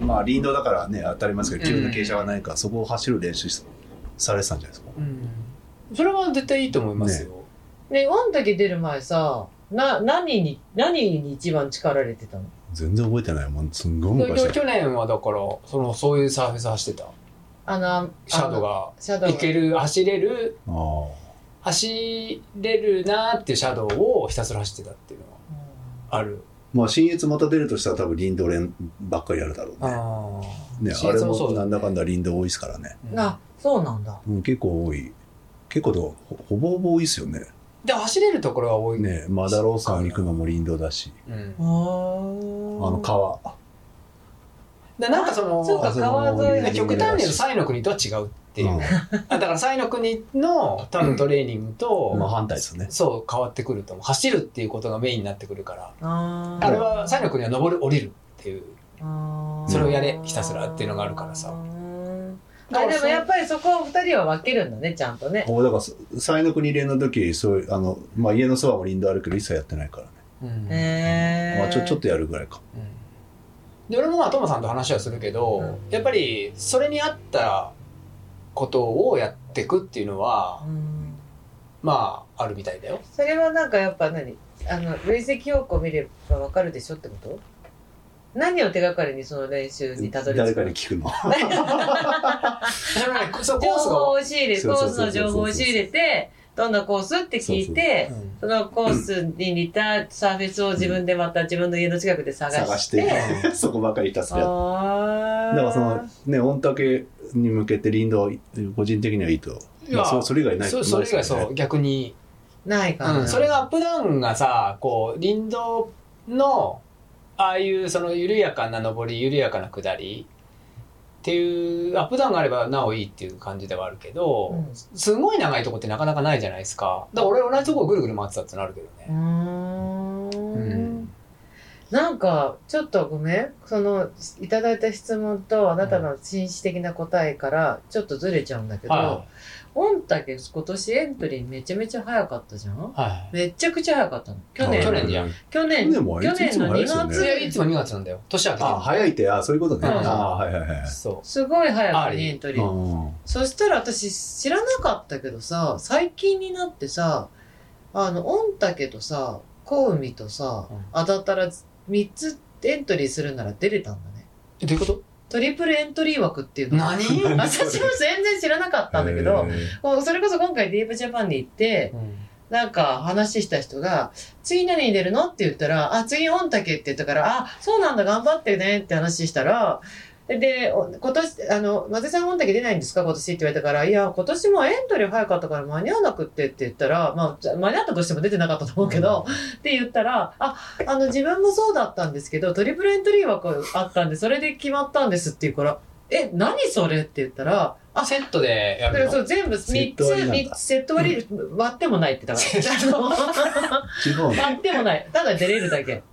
うん
まあ林道だからね当たりますけど急
う
なん傾斜がないからそこを走る練習しされてたんじゃないですか
それは絶対いいと思いますよ、
ね御嶽出る前さな何に何に一番力入れてたの
全然覚えてないもんすんごい
で
昔だ
去年はだからそのそういうサーフェス走ってた
あのあの
シャドウが
シャドウ
行ける走れる
ああ
走れるなーっていうシャドウをひたすら走ってたっていうのはある
まあ新越また出るとしたら多分林道連ばっかりやるだろうね
あ
ね
新
あ
越
れ
もそ
も
うだ
な
ね
んだかんだ林道多いですからね
うん
あそうなんだ
うん結構多い結構どうほほぼほぼ多いですよね
で走れるところが多い
ねマダロー山行くのも林道だし
うん
あ
あ
の
の川
でなんかその
そうか
あその
川沿い
極端に言うとサイの国とは違うっていう、
うん
あだからサイの国の多分トレーニングと、
まあ反対ですよね
そう変わってくると思う走るっていうことがメインになってくるから
あー
あれはサイの国は登る降りるっていう
あー
それをやれひたすらっていうのがあるからさ
うんあでもやっぱりそこを二人は分けるんだねちゃんとね
おだからさ才の国連の時そういうあの、まあ、家のそばも林道あるけど一切やってないからね、
うん
へえ
まあ、ちょちょっとやるぐらいか
うんで俺もまあトモさんと話はするけど、
うん
やっぱりそれに合ったことをやっていくっていうのは
うん
まああるみたいだよ [LAUGHS]
それはなんかやっぱ何あの累積標高を見ればわかるでしょってこと何を手がかりにその練習にたどり
誰
着
か
く
に聞くの
それはねそう
情
コース
報
が
を仕入れコ
そうそ
ー
うそう
ス
そう
の情報を仕入れてどんなコースって聞いて
うん
そのコースに似たサーフェスを自分でまた自分の家の近くで探して
探して [LAUGHS] そこばっかりひたすらやっ
あ
だ
ー
からそのね御嶽に向けて林道個人的にはいいと
いや
まあそうそれ以外ない
そうそれ以外
ないですよね
そう逆に、
ないかな、
うん、それがアップダウンがさこう林道のああいうその緩やかな上り緩やかな下りっていうアップダウンがあればなおいいっていう感じではあるけど、
うん
すごい長いとこってなかなかないじゃないですかだから俺同じとこぐるぐる回ってたってなるけど
うー
ね、
ん
うん
なんかちょっとごめんそのいただいた質問とあなたの紳士的な答えからちょっとずれちゃうんだけど、
は
御嶽今年エントリーめちゃめちゃ早かったじゃん
いは
めちゃくちゃ早かったの去年
去年でやる
去年
去年もあれ
去年の2
いつも早
い
い
い
で
月
す
やいつも2月なんだよ年明けて
あ早いってあそういうことね、
うん
あはいはいはいはい
そ
すごい早
あ
く
り
にエントリー
うん
そしたら私知らなかったけどさ最近になってさあの御嶽とさ小海とさ
うん
あだたら3つエントリーするなら出れたんだね
うどういうこと
トリプルエントリー枠っていうの
何
私も全然知らなかったんだけど、
えー
もうそれこそ今回ディープジャパンに行って、なんか話した人が、次何に出るのって言ったら、あ、次御嶽って言ったから、あ、そうなんだ、頑張ってねって話したら、で、お今年、あの、松井さん御嶽出ないんですか今年って言われたから、いや、今年もエントリー早かったから間に合わなくってって言ったら、まあ、じゃ間に合ったとしても出てなかったと思うけど、って言ったら、あ、あの、自分もそうだったんですけど、トリプルエントリー枠あったんで、それで決まったんですって言うから、え、何それって言ったら、あ、
セットでや
だか
る
ら
の
そう全部
セ
三
ット割り
つ
なんだ
三つセット割り割ってもないってだから
[LAUGHS] 基本
割ってもないただ出れるだけ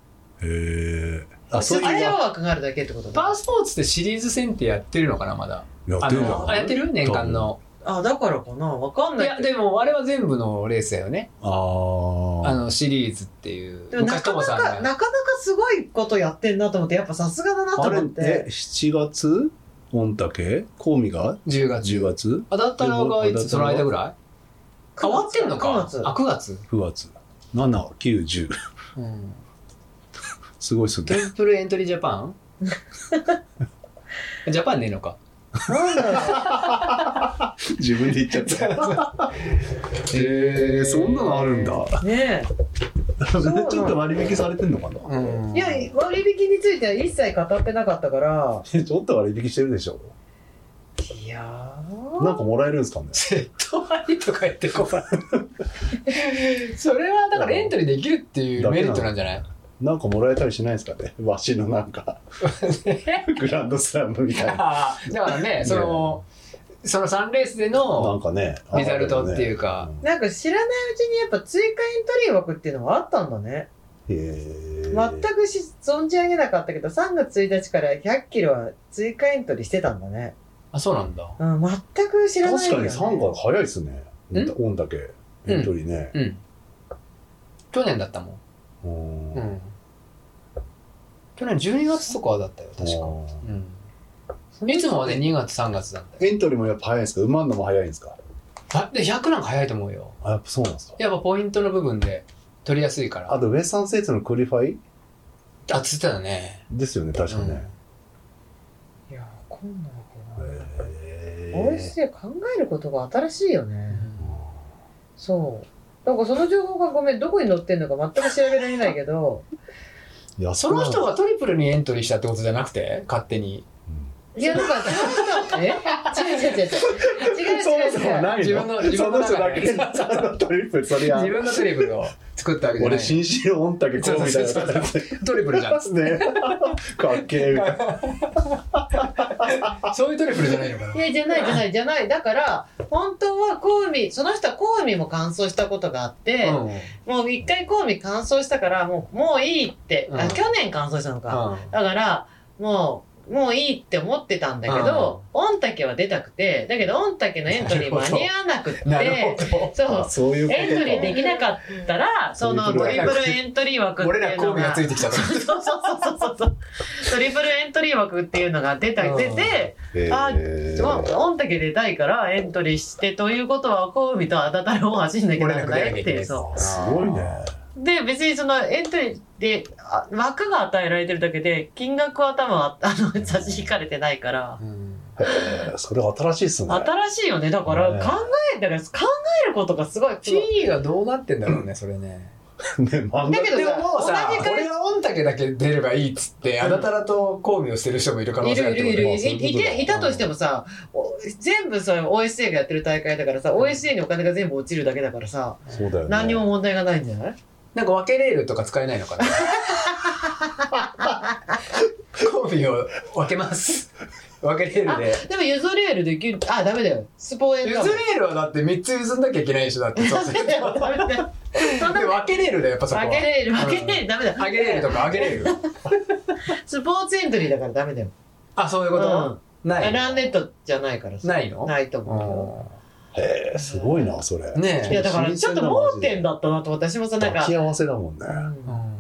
へ
あそう
あ
い
れ
う
は
わ
枠があるだけってこと
パ
だ
ワースポーツってシリーズ戦ってやってるのかなまだ
えやっ
あ
てるんだ
のあやってる年間の
あだからかなわかん
い
ない
や
けど
でもあれは全部のレースだよねあ
あ
のシリーズっていう
でもな
昔
か
と
な
もさ
か
んが
なかなかすごいことやってんなと思ってやっぱさすがだなと
あれ
思っ
え
て
7月御嶽近江が
10月
10月
当たったのがいつその間ぐらい
九
変
月
わってんのか
九月
あ9月、
9月7910
うん、
すごいっすね
トリプルエントリージャパン [LAUGHS] ジャパンねえのか
なんだろう
自分で言っちゃった。えー、そんなのあるんだ。
ね
[LAUGHS] ちょっと割引されてんのかな。
うん
えいや割引については一切語ってなかったから
[LAUGHS] ちょっと割引してるでしょ。
いや
なん
ー
かもらえるんですかね。
セット割とか言ってこない [LAUGHS] それはだからエントリーできるっていうメリットなんじゃない
なんかもらえたりしないですかね。 [LAUGHS] わしのなん
[LAUGHS]
かグランドスラムみたいな。
あーだからねそのその3レースで
な
の
ん
[LAUGHS]
かね。
リザルトっていう
あ
か
るよね。
なんか知らないうちにやっぱ追加エントリー枠っていうのはあったんだね
うんへえ。
全くし存じ上げなかったけど3月1日から100キロは追加エントリーしてたんだね、
あそうなんだ
うん、全く知らない
確
よ
か
ね
に三月早いですね。オンだけエントリーね。
うん去年だったも
うん
ん、うん、去年12月とかだったよ確かうんいつもはね2月3月だったよ
エントリーもやっぱ早いんですか。埋まんのも早いんですか。
あで100なんか早いと思うよ
あやっぱそうなんですか。
やっぱポイントの部分で取りやすいから
あとウエスタンステーツのクリファイ
あつってたね
ですよね確かね。
うん
いやわかんないけど
へ
おいしい考えることが新しいよねそうなんかその情報がごめんどこに載ってんのか全く調べられないけど
いや
その人
が、
がトリプルにエントリーしたってことじゃなくて勝手に
[LAUGHS] いやなんかその人え違う違う違う違う違う
そも
違う違
そうもないの
自分の自
そ
分の
の人
中
だ
で
け
[LAUGHS]
のトリプルそりゃ
自分のトリプルを作ったわけじゃない
俺新種オンタケこうみたいな
そうそう
感じ
トリプルじゃ
[LAUGHS] ですねかっけえみたいなん
そういうトリプルじゃないのかない
やじゃないじゃないじゃないだから本当はコ海その人はコ海も乾燥したことがあって、
うんうん
もう一回コウミ乾燥したから、もう、もういいって、
う
あ、
ん
去年乾燥したのか。だから、もう、もういいって思ってたんだけど、御嶽は出たくて、だけど御嶽のエントリー間に合わなく
なる
て、
ほ
そう、
そういうこ
[LAUGHS]
と
エントリーできなかったら、そのト
ト
リ
リ
プ
プ
ル
ル
エントリー枠
ど
って
俺ら
いうの
興味が
が
つ、いてきたと
そうそうそうそうそう、トリプルエントリー枠っていうのが出た、
うん
出て、
へえ
あまあ、御嶽出たいからエントリーしてということは小海とあだたるを走んなきゃならないっていうそう
すごいね
で別にそのエントリーであ枠が与えられてるだけで金額は多分ああの差し引かれてないから
うん
へえそれ新しいっすね
新しいよねだから
ね
考えだから考えることがすごい
P がどうなってんだろうねそれね
[LAUGHS] ね漫
だけど
でも
さ
もうさ
同じ会
俺が御嶽だけ出ればいいっつってあだたらと交尾をしてる人もいる可能
い
性あ
る
る
い
ってこ
る
と
いる
ま
い
あそういうこと
い
だ
ていたとしてもさお全部それ OSA がやってる大会だからさ OSA にお金が全部落ちるだけだからさ
画そうだよね
何にも問題がないんじゃない
なんか分けレールとか使えないのかな交尾を分けます分けレールで
でも譲りエールできるあダメだよスポーエン
譲
だもん
レールはだって3つ譲んなきゃいけないでしょだってそうすると
ダメだよそんな
で分けレールだよやっぱそこは
分けれる分けれるダメだ
上げレールとか上げレール
スポーツエントリーだからダメだよ
あそういうこと、な
ラ
い
ンネットじゃないからさ
ないの
ないと思
う
へえすごいなそれ
ん
う
ね
けどいやだからちょっと盲点
だ
だったなと私もさなん
抱
か
き合わせだもん
うん
ね
え、うん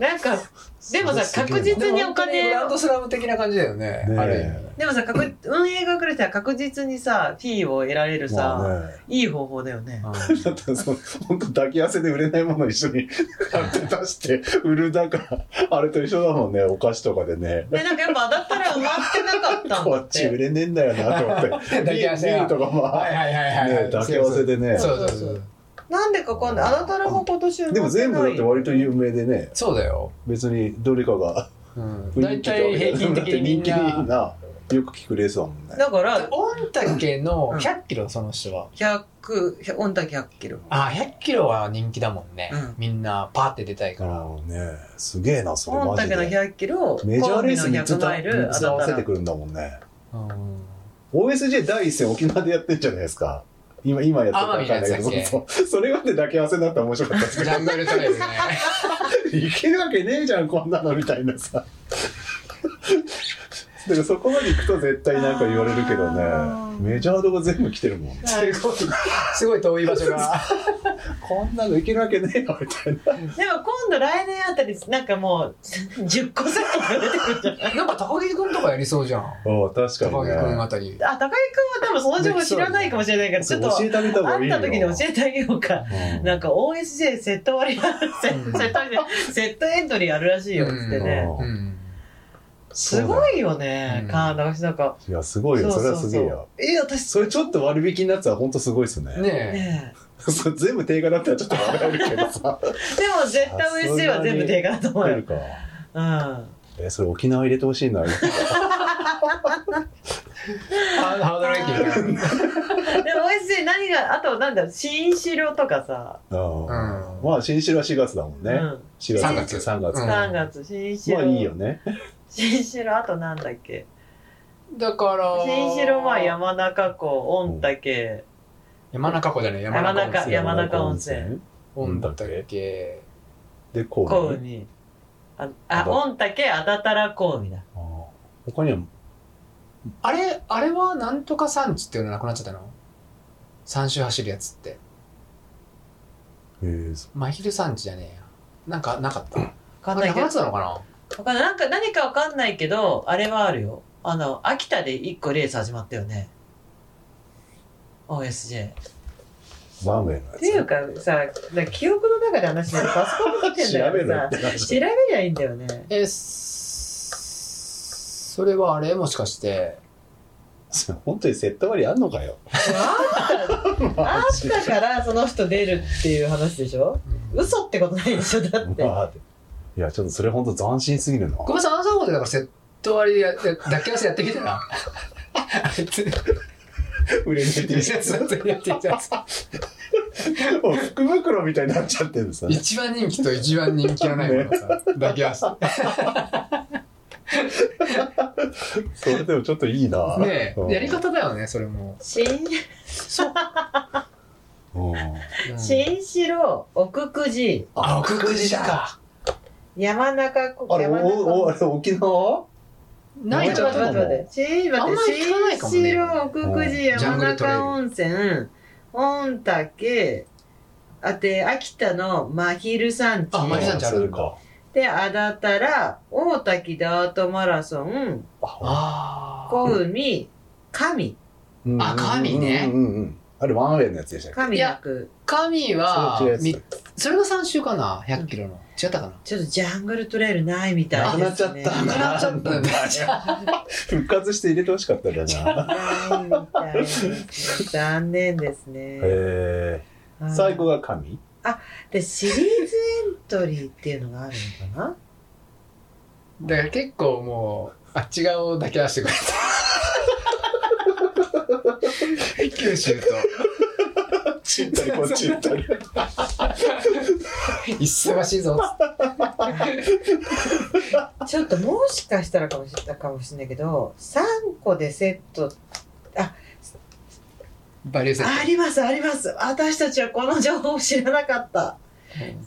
なんか、でもさ、
すげえな
確実にお
ブ
金
ラン
を
ドスラム的な感じだよね。
ね
ある意味
でもさ、確運営側からしたら確実にさ、フィーを得られるさ、
まあね
いい方法だよね。
だってその本当抱き合わせで売れないものを一緒に [LAUGHS] 買って出して売るだからあれと一緒だもんねお菓子とかでね
で、なんかやっぱ当たったら埋まってなかったん
[LAUGHS] こ
だ
っ
っ
ち売
て。
れねえんだよなと思って
[LAUGHS] [LAUGHS] 抱き合わせが
ビールとかも、
はいはいはいはいはい。
ね抱き合わせでね
そうそうそう。
なんでかわかんない。あなたらが今年埋まってない。
でも全部だって割と有名でね
そうだよ。
別にどれかが
うん
売
大
り切ったわ
体
けじゃ
平均
な
的
くて
にみ
[LAUGHS] 人
ん
気いい
な。
なよく聞くレースだもんね
だから、
御嶽の
うん
100キロその人は。
100、100御嶽100キロ。
あ、100キロは人気だもんね
うん。
みんなパーって出たい
あ
から。
のねすげえなそれ
御
マジ
嶽の
で
100キロ、コンビ
メジャ
の
ーレース3つ
100
だ
マイル当
三つ合
たっ
わ
た
せ
ら
て。くるんだもんね
うん。
OSJ 第一戦沖縄でやってんじゃないですか今今やってるか分かんないけ
奄
ど [LAUGHS]
美のやつ
そうそうそれまで抱き合わせになったら面白かったです
ジャングルトレイルね。
けどいけるわけねえじゃんこんなのみたいなさだからそこまで行くと絶対なんか言われるけどね
あー
メジャーとか全部来てるもん
[LAUGHS] すごい、すごい遠い場所が。
こんなのいけるわけねえよみたいな
でも今度来年あたり、なんかもう、10個セットが出てくるんじゃな
[LAUGHS]
い
なんか高木くんとかやりそうじゃん。
おう確か
高
に
木
ね
くんあたり。
あ、高井くんは多分その情報知らないかもしれないから、ちょっと、
教
会
えてあげた方がいい
っ
よ
た時に教えてあげようか。
うん
なんか OSJ セット割りあ [LAUGHS] る、セ
うん
セット割り
[LAUGHS]
でセットエントリーあるらしいよっつってね。
う
う
ん
ん。
すごいよね
う、ん
か、私なんか。
いやすごいよそれはすげえよ
う。え、私、
それちょっと割引になってたら本当すごいですね
ね
ね
[LAUGHS] そう全部定価だったらちょっと笑えるけどさ
えでも絶対 OSJ [LAUGHS] は全部定価だと思う
出
よ
る。か
うん。
えそれ沖縄入れてほ
[LAUGHS]
しいな
え。ハハードル駅 [LAUGHS] ング。
でも OSJ 何が、あとなんだろう、新資料とかさ。
あ
うん
まあ新城は4月だもんね、
うん。
4月
3月
3月、
うん
3月、新資料。
まあいいよね
新城あとなんだっけ
だから。
新城は。山中湖御嶽
山中湖じゃない山
山
中
中
湖ですよ。
山中温泉
温だっけ
で神戸
湖海ああ御嶽あだたら湖海だ
ああ他には
あれあれはなんとか産地っていうのなくなっちゃったの三周走るやつって
えーそ
真昼産地じゃねえやなんかなかった
わか
あ
ん
れ
な
ないくなっ
けど
ちゃったのかな
わかんないなんか何かわかんないけどあれはあるよあの秋田で一個レース始まったよね OSJ っ
ラーメンのやつ
ていうかさなんか記憶の中で話してるパソコン見てんだ
調べ
か
る
ら
って
さ調
話
べりゃいいんだよね
えすそれはあれもしかして
それ [LAUGHS] 本当にセット割りあんのかよ
あ
マ
っ
ジ
たからその人出るっていう話でしょ嘘ってことないでしょだって
まあっていやちょっとそれ本当斬新すぎるな
ごめんなさいあのさんでだからセット割りやや抱き合わせやってみたらあいつ
売れねえ
T シャツ
[LAUGHS]
の時やってみたやつ
もう福袋みたいになっちゃってるんですよね
一番人気と一番人気のないものさ抱き合わせ
それでもちょっといいな
ね
うん
えやり方だよねそれも、
新
うん
うん
新城奥久慈
あ奥久慈か
山中湖
あれお
山中
おおあれ沖縄
ない
ちょ
じゃ
っと待って待って待って新
あんまり聞かないかもね
新城奥久慈
うんジャン
山
グルトレイル
中温泉御嶽あて秋田の真昼山地
あ真マリ昼さ山ん地ちあるんだ
か
であだたら大滝ダートマラソン
あ
あ
小海神
あ神ね
うんうんうんあれワンウェイのやつでしたっけ
神楽
神は
それ違うやつ
みそれが3週かな100キロの違ったかな
ちょっとジャングルトレイルないみた
ないくな
で
っちゃ
す
っ
ね
た
なくなっちゃった
なんだよ復活して入れてほしかったんだな
ないみたいですね残念ですね
へえ
はい
最後が神
でシリーズエントリーっていうのがあるのかな
だから結構もうあっち側を抱き合わせてくれた九州と
ちったりこっち行ったり
忙しいぞ
ちょっともしかしたらかもしれないかもしれないけど3個でセット
バリューセッ
ありますあります私たちはこの情報を知らなかった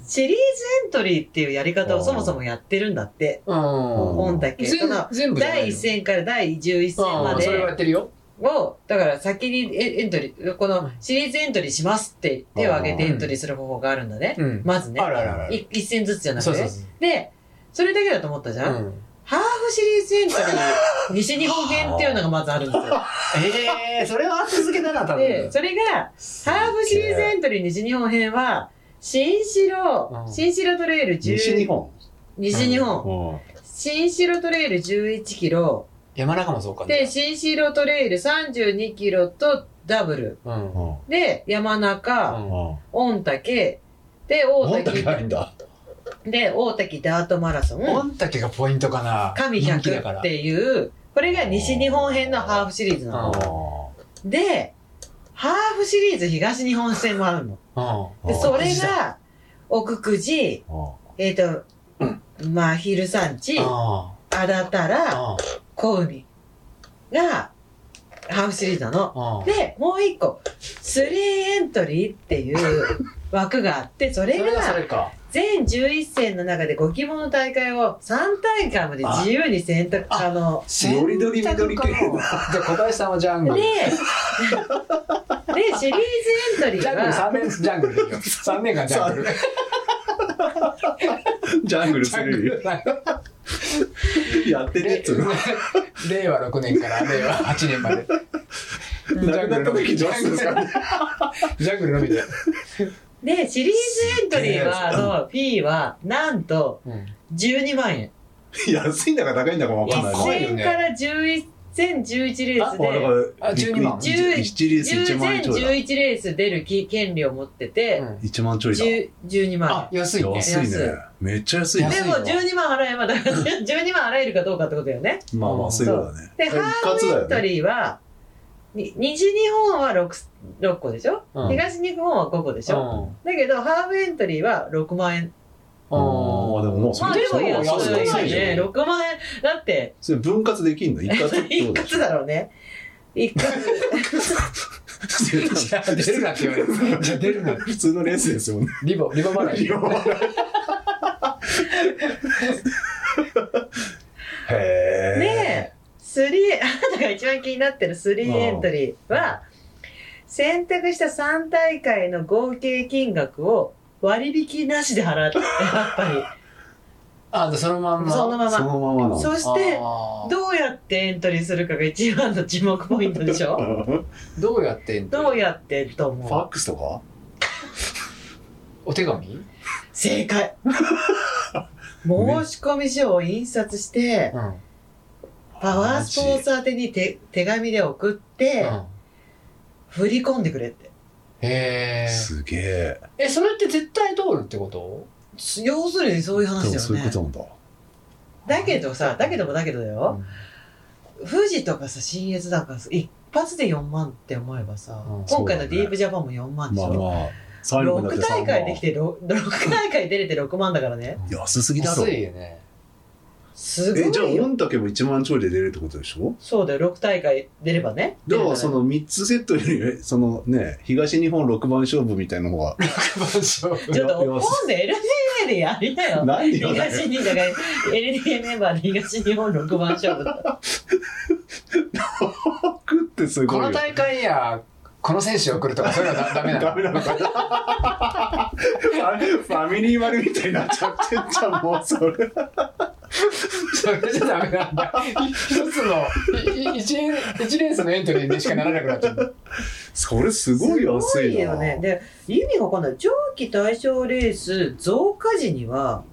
シリーズエントリーっていうやり方をそもそもやってるんだって
トうん
御嶽
全
その
全部じゃない
第1戦から第11戦ま
うんそれはや
で
ってるよ
をだから先にエエントリーこのシリーズエントリーしますって手を挙げてエントリーする方法があるんだね
うん
まずね
あるあるある
い一戦ずつじゃなく
そ
て
う
ね
そうそ
でそれだけだと思ったじゃん、
うん
ハーフシリーズエントリー、西日本編っていうのがまずある
[LAUGHS]
んですよ。
ええそれは続けなかったんだ
で、それが、ハーフシリーズエントリー西日本編は、新城
う、ん
新城トレイル10、
西日本。
西日本
うん
新城トレイル11キロ、
山中もそうか
で、新城トレイル32キロとダブル。
うん
う、ん
で、山中、
うん
うん
御嶽、で、大
本当に
滝、
ないんだ。
で、大滝ダートマラソン、
御嶽がポイントかな
神
人気だから
100っていう、これが西日本編のハーフシリーズなの。で、ハーフシリーズ東日本戦もあるの。
う
で、そ
あ
れ
マジ
が、奥久慈、
うん
えっ、と、まあ、ヒル産地、
んあ
あだたら、
あ
小海が、ハーフシリーズなの。
ああ
で、もう一個、スリーエントリーっていう
[LAUGHS]
枠があって、それ
それがそ
が、
れか
全11戦の中でご希望の大会を3大会まで自由に選択可能。
よりどりみどり系
選択かも [LAUGHS] じゃあ小林さんはジャン
で、
グル
で、
[LAUGHS]
シリーズエントリ
ジャ
ー
ングル
は、
3年 [LAUGHS] ジャングルでいいよ3年間ジャング [LAUGHS] ル
ジャングル
ジ
す
ャング
る
ル
やってねっつうの。
令和6年から令和8年まで
亡く [LAUGHS] なった時
ジ
どう
ャン
する
グル
んですか
ジャングルのみで、
で、シリーズエントリーは、の、フィーは、なんと、12万円。
安いんだか高いんだかわかんない
高い
ね。
よね
1000から11、全11レース
あ
で、
だから
あ12万
10
1レース1
10
万
全
円ちょいだ。
11レース出るき権利を持ってて、
1万ちょいだ。
10 12万
あ安いね
安いね
安い。
めっちゃ安い
円。
ね
安。
で
い
も
よ
12万払えば、だ [LAUGHS] から12万払えるかどうかってことよね。
まあまあ、そういうことだね。
で、
一
ハーフ
括
エン
だよ
ト
ね。
リーは、に西日本は 6, 六個でしょ、
うん
東日本は5個でし
う
ょ、
ん
だけど、ハーフエントリーは6万円。
ああ、でももうそ
まあ、
れ
で
そ
も
れ
や
安
そうそう
いよ
安いじゃ
ね。
ん。
6万円。だって、
それ分割できんの一括っ
[LAUGHS]
て
一
ことでし
括
ょ
だろうね。一括。
じゃあ出るなって言われるじゃあ出るな
普通のレースですよね。
リボリボ払い
へえ。
で、スリー、あ [LAUGHS] なたが一番気になってるスリーエントリーは、選択した3大会の合計金額を割引なしで払って、やっぱ
あそのまん
り。
ま
そのま
そ
ま。
のままなの。
そして、
あー
どうやってエントリーするかが一番の注目ポイントでしょ
フ
どうやってんの
どうやってと
ァ
思う
ックスとか
お手紙 [LAUGHS]
正解申し込み書を印刷して、
うん
パワースポーツ宛てに手手紙で送って、
うん
振り込んでくれって。
へえ
すげえ。
えそれって絶対通るってこと
要するにそういう
で
話
も
だ
そういう
よ
こ
ね。
となんだ。
だけどさ、だけどもだけどだよ。富士とかさ、新越だからさ、一発で4万って思えばさ、
うん
今回の
そうだね
ディープジャパンも4万でし
まあ
ょ。
まあ、最後にな
6
ってさ
大会できて、6大会出れて6万だからね。
安すぎだろ
安。いよね
す
え、じゃ
ご
あ、
いよ。
御嶽も1万ちょいで出れるってことでしょ
そうだよ、6大会出ればね。
だから、
出れ
そ
ばね
の3つセットより、そのね、東日本6番勝負みたいな方
[LAUGHS]
が、
ちょっと今度 LDA でやりなよ。
[LAUGHS] 何よ、ね、
東日だから LDA メンバーで東日本6番勝負だ。
食ってすご
こ
いよ
の。大会やこの選手を送るとかそういうのはダメなの
[LAUGHS] ダメなのかなファミリー丸みたいになっちゃってんじゃん、もうそれ。
それじゃダメなんだ一つのいい一一レースのエントリーでしかならなくなっちゃう
それすごい安いな。
よね。で、意味がわかんない。上記対象レース増加時には、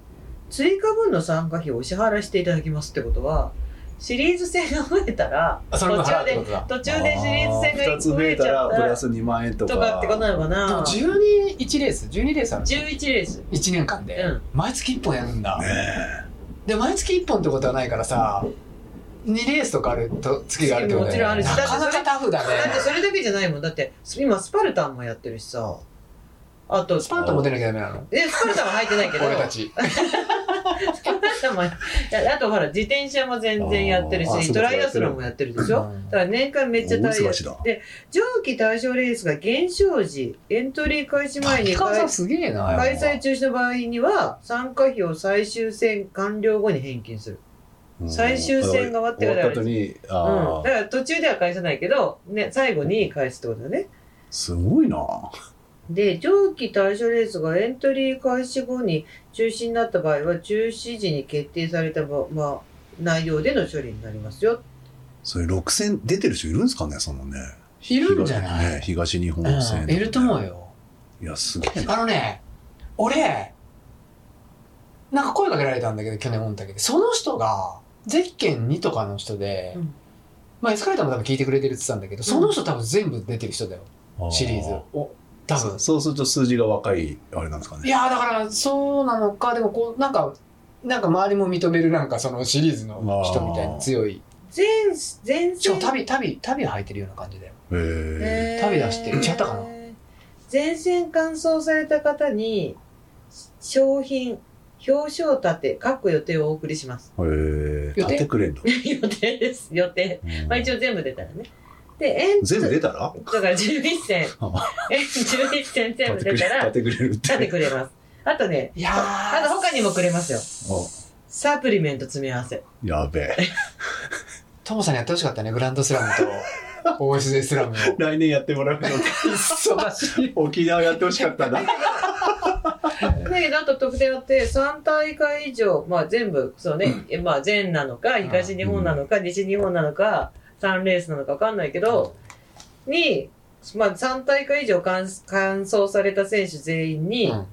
追加分の参加費をお支払いしていただきますってことは、シリーズ戦が増えたら、
あ
途
それも払う
中
って
で
こ、とだ
途中でシリーズ戦
あー
が
二つ
増
増え
えち
た
ゃ
ら
っ
プ
た
ラ
ら、
ス2万円とか
とかってことなのか
でも
な
121レース12レースある
?11 レース。
1年間で、
うん
毎月1本やるんだ、で毎月1本ってことはないからさ2レースとかあると月があるってこと
もちろんあるし
なかなかタフだ
だって
ね
それだけじゃないもん。だって、今スパルタンもやってるしさ、あと、
スパンとも出なきゃダメなの
え、スパルタンは入ってないけど、
俺たち
スパルタンもいやあとほら、自転車も全然やってる
あーあそ
し、
うか
ドライアスロンもやってるでし
う
ょ
ん
だから年間めっちゃ
大
大変
忙しだ。
で、上記対象レースが減少時、エントリー開始前に
滝川さ
開
んすげえな
開催中止の場合には、参加費を最終戦完了後に返金する。最終戦が終わってから
終わった後に、
うん。
あ
だか
ー
ら途中では返さないけど、ね、最後に返すってことだね。
すごいな。
で上記対象レースがエントリー開始後に中止になった場合は中止時に決定されたば、まあ、内容での処理になりますよ
それ6000出てる人いるんですかねそのね
いるんじゃない、
ね東日本戦、
うん、いると思うよ。
いやすげえな
[LAUGHS] あのね、俺、なんか声かけられたんだけど、去年御嶽で。その人が、ゼッケン2とかの人で、
うん
まあエスカレーターも多分聞いてくれてるって言ってたんだけど、その人多分全部出てる人だよ、シリーズ。お多分
そ。そうすると数字が若いあれなんですか
い
ね
やーだから、そうなのか、でもこう、なんか、なんか周りも認めるなんかそのシリーズの人みたい
あー
に強い。
全全
しか
戦
も旅、旅、旅履いてるような感じだよ。
へえ
えー
旅出して違ったかな
全線完走された方に商品表彰立て各予定をお送りします [LAUGHS]
へえ
予定
買ってくれんの、
予定です予定
うん
まあ一応全部出たらねでエン
全部出たら
だから11戦え11戦全部出た
買
ら
ってくれ [LAUGHS] るって
立てくれますあとね
いや
あ
ー
と他にもくれますよ
お
サプリメント詰め合わせ
やべえ
トモさんにやってほしかったね、グランドスラム
[LAUGHS]
と OSJ スラムを。
来年やってもらうの
忙しい。
沖縄やってほしかった
[LAUGHS]
な
だけどあと特典あって3大会以上、まあ、全部そうね、えまあ、全なのか東日本なのか西日本なのか3レースなのか分かんないけどに、まあ、3大会以上完完走された選手全員に、
うん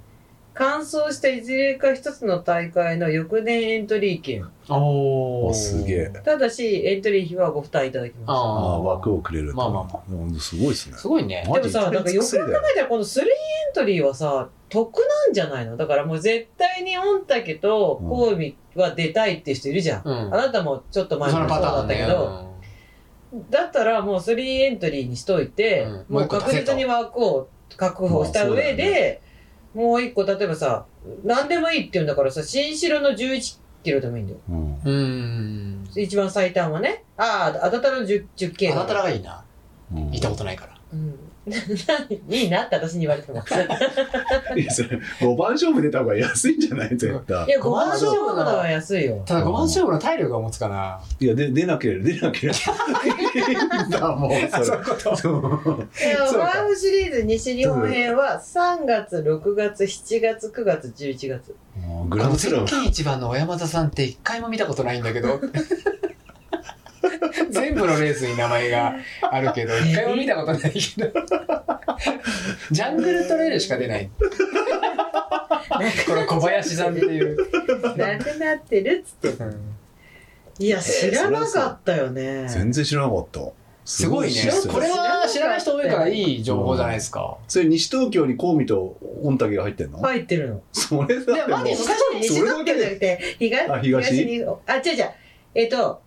完走したいずれか一つの大会の翌年エントリー券
お
おすげえ。
ただしエントリー費はご負担いただきます
あ
あ
あ
あ、
枠をくれる
まあまあま
うんすごいですね
すごいね。
でもさ
マジ
なんかよく考えたらこの3エントリーはさ得なんじゃないのだからもう絶対に御嶽と神戸は出たいっていう人いるじゃん、
うん
あ。なたもちょっと前
そ
もそ
の
う
パタ
だ
ー
っ
ン
た
ね
けど、だったらもう3エントリーにしといて、
うん
もう確実に枠を確保した上で、もう一個例えばさ何でもいいって言うんだからさ新城の11キロでもいいんだよ
うん
うん。うん。
一番最短はねあああたたらの 10, 10キ
あ
ロ
なたらがいいな。
うん
行ったことないから。
うん、いいなって私に言われても
いやそれ5番勝負出た方が安いんじゃない絶
い
対
や5万勝負の方が安いよ
ただ、5万勝負の体力が持つかな。
いやで出なければ出なければいいんだもん
あ、
そ
そう
れ
いうこと。
そう
でも
そうか
ワームシリーズ西日本編は3月6月7月9月11月
もう
グ
グランドスラム
一番の小山田さんって一回も見たことないんだけど。 [LAUGHS] 全部のレースに名前があるけど、一回も見たことないけど。ジャングルトレイルしか出 [LAUGHS] ない。これ小林さんっていう。
なくなってるっつって
うん
いや知らなかったよね
全然知らなかった
すごいね
システ。ム
これは知らない人多いからいい情報じゃないですか。
それ西東京に近江と御嶽が入ってんの、
入ってるの
それだ
でも
っても
マ
う
ジ昔に西東京じゃなくて東
あ東
にあ違う違うえっと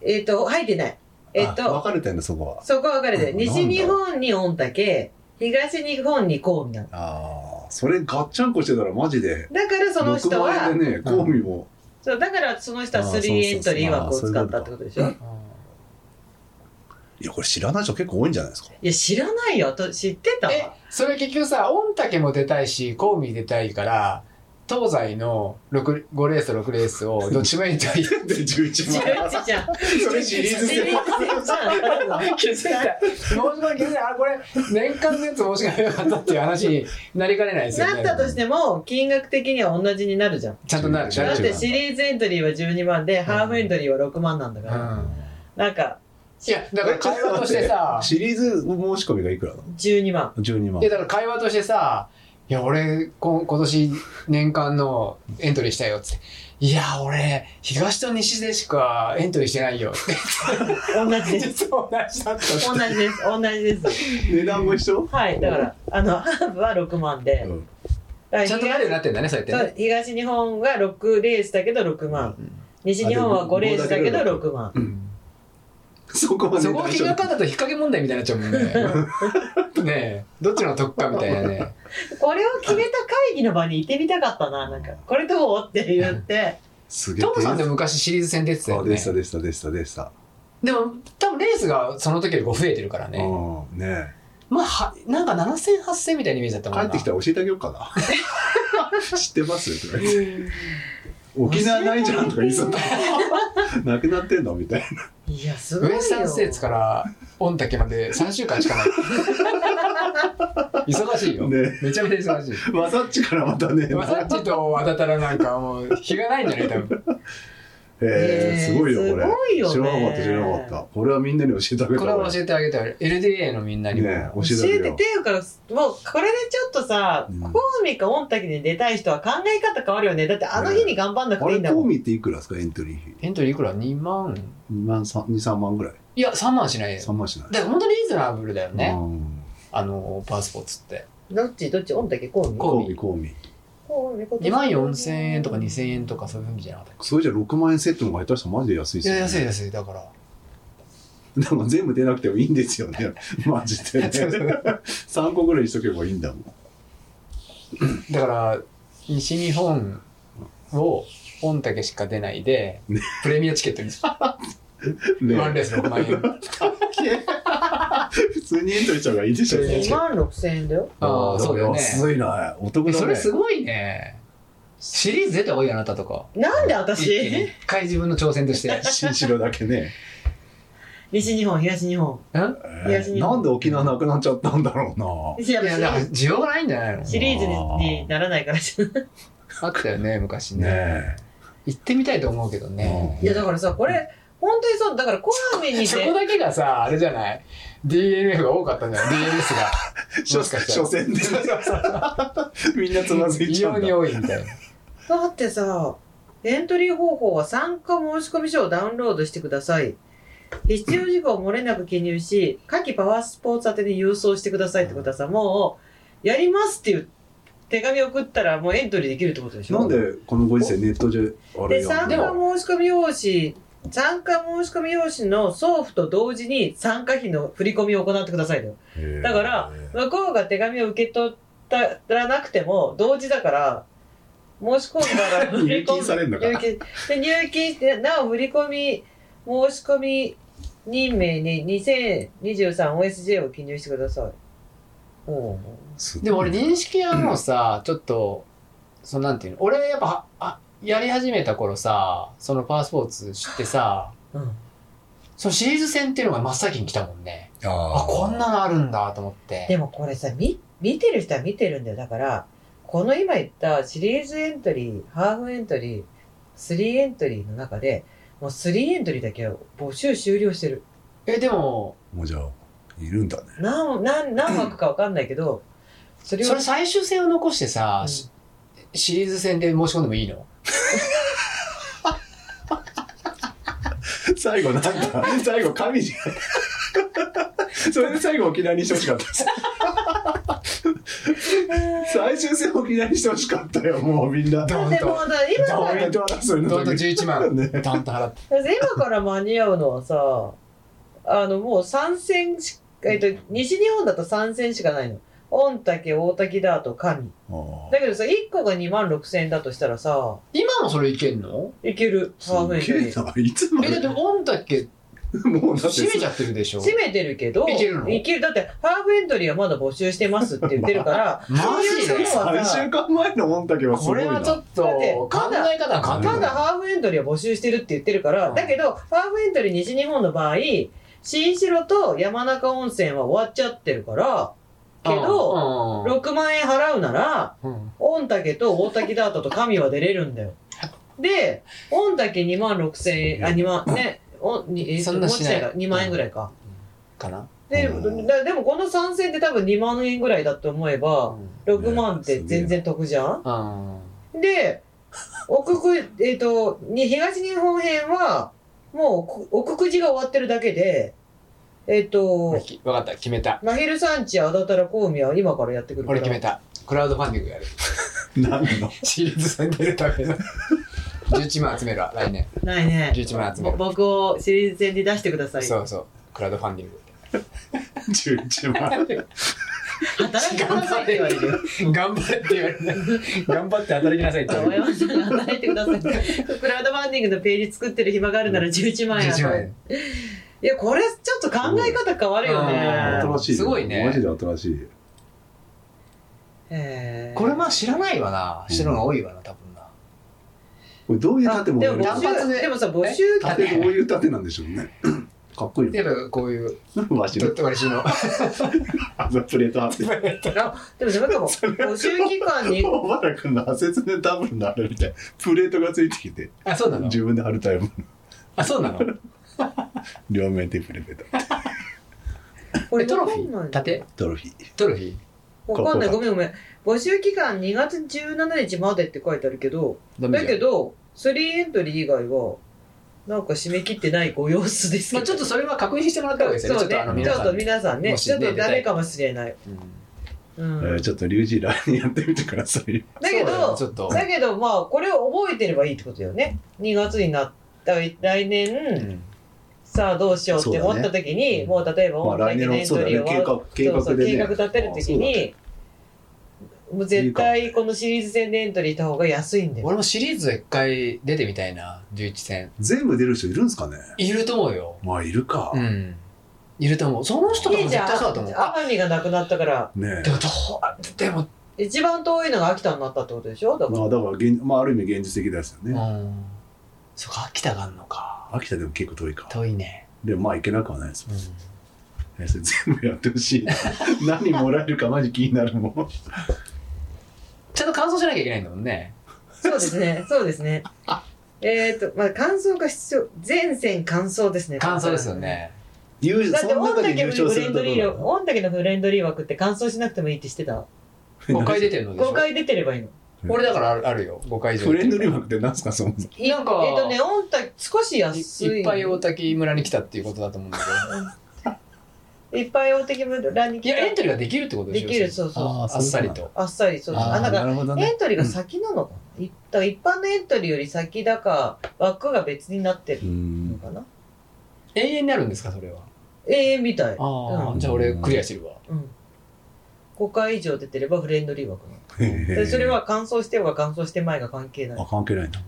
えっと入ってないえっ
あ分
と
かれてんだそこは
そこは分かれてる
うん
西日本に御嶽東日本に神戸なの
ああそれガッチャンコしてたらマジで
だからその人
六万
は
円でね
うん
近江も、
そうだからその人は
あーそうそうそう
3エントリー枠を使ったってことでしょ
いやこれ知らない人結構多いんじゃないですか
いや、知らないよ。と知ってた
え
わ。
それ結局さ御嶽も出たいし近江出たいから東西の六5レースと6レースをどっちもやりた [LAUGHS] い
で11
違う違うじゃん。
それシリーズ
知り
戦
ませんじゃん。
[LAUGHS]
気づいた申し訳気づいたあこれ年間のやつ申し訳なかったっていう話になりかねないですよ
な
ね
ったとしても、金額的には同じになるじゃん。
ちゃんとなる
違う
だっ
違
てシリーズエントリーは12万で、ハーフエントリーは6万なんだか
う
ら。
ん
なんか、
いやだから会話としてさ
シリーズ申し込みがいくらなの
12万。
12万
いやだから会話としてさ「いや俺こ今年年間のエントリーしたよ」っつって「いや俺東と西でしかエントリーしてないよ」って
[LAUGHS]
同じです。
実は同じだった
同じです。同じです。
値段も一緒
はい。だから、あの、ハーフは6万で。
うん
だか
[LAUGHS]
ら
ちゃんとなるようになってんだねそうやって
そ
ね
う東日本が6レースだけど6万。西日本は5レースだけど6万。
うん
そこまで
そこを金額だと引っ掛け問題みたいになっちゃうもんねね
[LAUGHS]
えどっちの得かみたいなね
これを決めた会議の場に行ってみたかったな、なんか、これどうって言って、
すげえ
トムさんでも昔シリーズ戦出てた
あ
よ
で
ね
したでしたでしたでした、
でも多分レースがその時よりこう増えてるからね
うんね
まあはなんか70008000みたいなイメージだったもん
帰
な
ってきたら教えてあげようかな知ってますとか言って沖縄ないじゃんとか言いそうななくなってんのみたいない
や、すご
ウ
[LAUGHS] いよ。
エスタンステーツから御嶽まで3週間しかない忙しいよ。
ね
めちゃめちゃ忙しい。
マサッチからまたね。
マサッチとあたたらなんかもう、日がないんじゃない多 [LAUGHS] 分。
えー、すごいよ、これ。
すごいよね
知らなかった、知らなかった。これはみんなに教えてあ
こ
げた方
れ
が
を教えてあげたら、LDA のみんなにも。
ね
教
教えてあ
え
げ
て
よ
っていうからもうこれでちょっとさ、
うん
コウミかオンタキに出たい人は考え方変わるよねだってあの日に頑張んなく
う。あ
ていい
れ、
んだも
興
ん、
味っていくらですか、エントリー費。
エントリーいくら ?2 万
2万、3、2、3万ぐらい。
いや、3万しないよ。
3万しない。
だから本当にリーズナブルだよね。
うん。
あの、パースポーツって。
どっちどっちオンタキコウミ
コ
興
ウミ
味、興味。
コウミ
2万4千円とか2千円とかそういうふうにじゃなかったっ
それじゃ6万円セットの方が下手したらマジで安
け
いで
い
すよ、ね。
や、安い安い。だから。
でも全部出なくてもいいんですよね。 [LAUGHS] マジで、ね。
そうそう
3個ぐらいにしとけばいいんだもん。
だから、西日本を、オンだけしか出ないで、プレミアチケットに、ワンレース6万 [LAUGHS] 円。
普通にエントリーした方がいいでしょ、
円
2万6千円だよ
ああ、そうだよね。
安いな。お得だ
え
ね。
それすごいね。シリーズ出た方がいいよ、あなたとか。
なんで
一気に
私
一回自分の挑戦と
[LAUGHS]
して。
新城だけね。
西日本東日本東日本
なんで沖縄なくなっちゃったんだろうな。
いや
いや、だから需要がないんじゃないの
シリーズににならないからじゃない
あったよね、昔ね。
ね
行ってみたいと思うけど
え。
ね。
いやだからさこれ本当にそうだからコウミに
そこ
ね
だけがさ、あれじゃない ?DNF が多かったんじゃ
[LAUGHS]
ない ?DNS が。
初
もしかしたら
初戦
[LAUGHS]
で
そうそうそう
みんなつまずい
異
ちゃ
様
うん
に
だ。
多いみたいな。
だってさエントリー方法は参加申込書をダウンロードしてください必要事項を漏れなく記入し下記パワースポーツ宛てに郵送してくださいってことはさもうやりますっていう手紙を送ったらもうエントリーできるってことでしょ
なんでこのご時世ネットであれ
で
や
参
ん
加
の
申し込み用紙参加申し込み用紙の送付と同時に参加費の振り込みを行ってくださいだよだから向こうが手紙を受け取ったらなくても同時だから申し込んだら
入金されんのか
入金で入金してなお振り込み申し込み任命に 2023OSJ を記入してくださいおお
すごい
でも俺、認識はもうさ、ちょっと、そのなんていうの俺やっぱ、あ、やり始めた頃さ、そのパワースポーツ知ってさ、
うん
そのシリーズ戦っていうのが真っ先に来たもんね。あ、
あ
こん
な。
なのあるんだと思って。
でもこれさ見見てる人は見てるんだよだからこの今言ったシリーズエントリーハーフエントリー3エントリーの中でもう3エントリーだけは募集終了してる
え、でも、
もうじゃあ、いるんだね。
何何何枠か分かんないけどそれを
それ最終戦を残してさ、
うん
しシリーズ戦で申し込んでもいいの
最後なんだ。最後、神じゃん。それで最後沖縄にしてほしかった。最終戦沖縄にしてほしかったよ、もうみんな。
ドン
でも
と、
だ今
ド
か
ン
ら
ポイント争いの
ドンと
時
11万、
ね
ドンと払って。
今から間に合うのはさあのもう3戦し、えっと、西日本だと3戦しかないの御嶽大滝だと神
あ
だけどさ1個が2万6000円だとしたらさ
今もそれいけんの
いける
ー
ハーフエントリー
すっげえないつま
え、だって、
で
オンだけ
もうだって
閉めちゃってるでしょ
攻めてるけど、
いけるの
いけるだって、ハーフエントリーはまだ募集してますって言ってるから、
マジ
そうい
で
うのは
3
さ
週間前の御嶽はす
こ
ごい
れは
な
ちょっと
だって
考え方が変わ
う
って
ん
た
くる
だハーフエントリーは募集してるって言ってるか
う
ら、
ん
だけど、ハーフエントリー西日本の場合、新城と山中温泉は終わっちゃってるから、けど、
ど
6万円払うなら、御嶽と大滝ダートと神は出れるんだよ。で、御嶽2万6千円、あ、2万、ね、おにえー
そんなしない
もうちょっと違うか2万円ぐらいか。
かな、
で
うん
だでもこの3戦で多分2万円ぐらいだと思えば、6万って全然得じゃん、
うん
で奥久えっ、とに東日本編はもう奥久慈が終わってるだけでえっ、と
分かった決めた
マヒル産地あだたら香美は今からやってくるか
俺
ら
決めたクラウドファンディングやる
何の
シリーズ戦出るための11万集めるわ来年
ないね
11万集め
ぼ
る
僕をシリーズ戦で出してください
そうそうクラウドファンディング
11万 [LAUGHS]
働いてくださいって言われるよ
頑張れって言われて頑張って働きなさいって言わ
青
れる
山さんが働いてください [LAUGHS] クラウドファンディングのページ作ってる暇があるなら11万円
11万円
いやこれちょっと考え方変わるよね
うん
新しいね
すごいね
マジで新しい
へー
これまあ知らないわな知ってるのが多いわな多分な
これどういう
あ
建
で
物
も募
単発
集
で
でもさ募集
え
[LAUGHS] 縦どういう縦なんでしょうねかっこいい
やっぱこういう、
な。 [LAUGHS] マジ
と
で
っ。てわりし [LAUGHS] の。
あのプレートあって。
でもそれでも募集期間に
小原君の圧接でダブルになるみたいな。プレートがついてきて、
あ、そうなの
自分で貼るタイプ。
あ、そう [LAUGHS] なの
両面テープで出た。
こ
え、トロフ
わかんない
ィー縦
トロフィー。
トロフィー
わかんないごめんごめん募集期間2月17日までって書いてあるけど
ダメ
だ
じゃ
け
ん。
ど3エントリー以外はなんか締め切ってないご様子です
まあ
け
ちょっ
ど
とそれは確認してもらった方がいいですよね。ち
そ
ょ
う
っとあの
ねち
皆
ょっ
さ
と
んに。
皆さんね
もし
ち
ね
ょっとダメかもしれない、
うん
うん、
えーちょっとリュウジラにやってみてください。
だけ
そうよ
ど
ねちょっと。
だけどまあこれを覚えてればいいってことだよね2月になった来年、
うん
さあどうしようって思った時に、
そう
もう例えば
まあ
本当
来
に
年
エ
の
ン
そう
ト
だ
リーを
ね計画計
そうそ
画
う
でね。
計画立てる時にもう絶対このシリーズ戦でエントリーした方が安いんだよ
俺もシリーズ一回出てみたいな、11戦。
全部出る人いるんですかね。
いると思うよ。
まあいるか
う。ん。いると思う。その人とか
い
も
いじ
絶
ゃん
対そうだと思う。あ、
奄美がなくなったから
ね
で
え。
もどう、でも、
一番遠いのが秋田になったってことでしょだから、
まあだから現まあある意味現実的ですよ
う
ね。
ん。そっか、秋田があるのか。
秋田でも結構遠いか。
遠いね。
でもまあいけなくはないです
う
もん。
ん。
えそれ全部やってほしいな。 [LAUGHS] 何もらえるかマジ気になるもん。
ちゃんと感想しなきゃいけないんだもんね。
そうですねそうですねえっとまあ感想が必要全戦感想ですね
感想ですよね。
優
だっ
そ
て
の
御
中で優
嶽
勝
のフ
する
レ
と
ン
ど
ド
う
リ
な
ー
の
御嶽のフレンドリー枠って感想しなくてもいいって知ってた
5回出てるのでしょ
5回出てればいいの
俺だからあるあるよ5回以上
フレンドリー枠って何すかそもそも。
なんか
えっ、とね御嶽少し
い
安い
いっぱい大滝村に来たっていうことだと思うん
[LAUGHS]
だけど
いっぱい大敵村に
い
来
やエン
て
トリーができるってことでしょ
できるそうそう
あーあっさりと
あっさりそう
あー
あなんか
るほど
エ。ントリーが先なのかな、いだから一般のエントリーより先だか枠が別になって
う
るの
ん。
かな
永遠になるんですかそれは
ええみたい、
ああ、
うん
じゃあ俺クリアしてるわ
うん、5回以上出てればフレンドリー枠なの
へえ
でそれ。は完走してようが完走してまいが関係ない
あ、関係ない [CLEARS THROAT] な。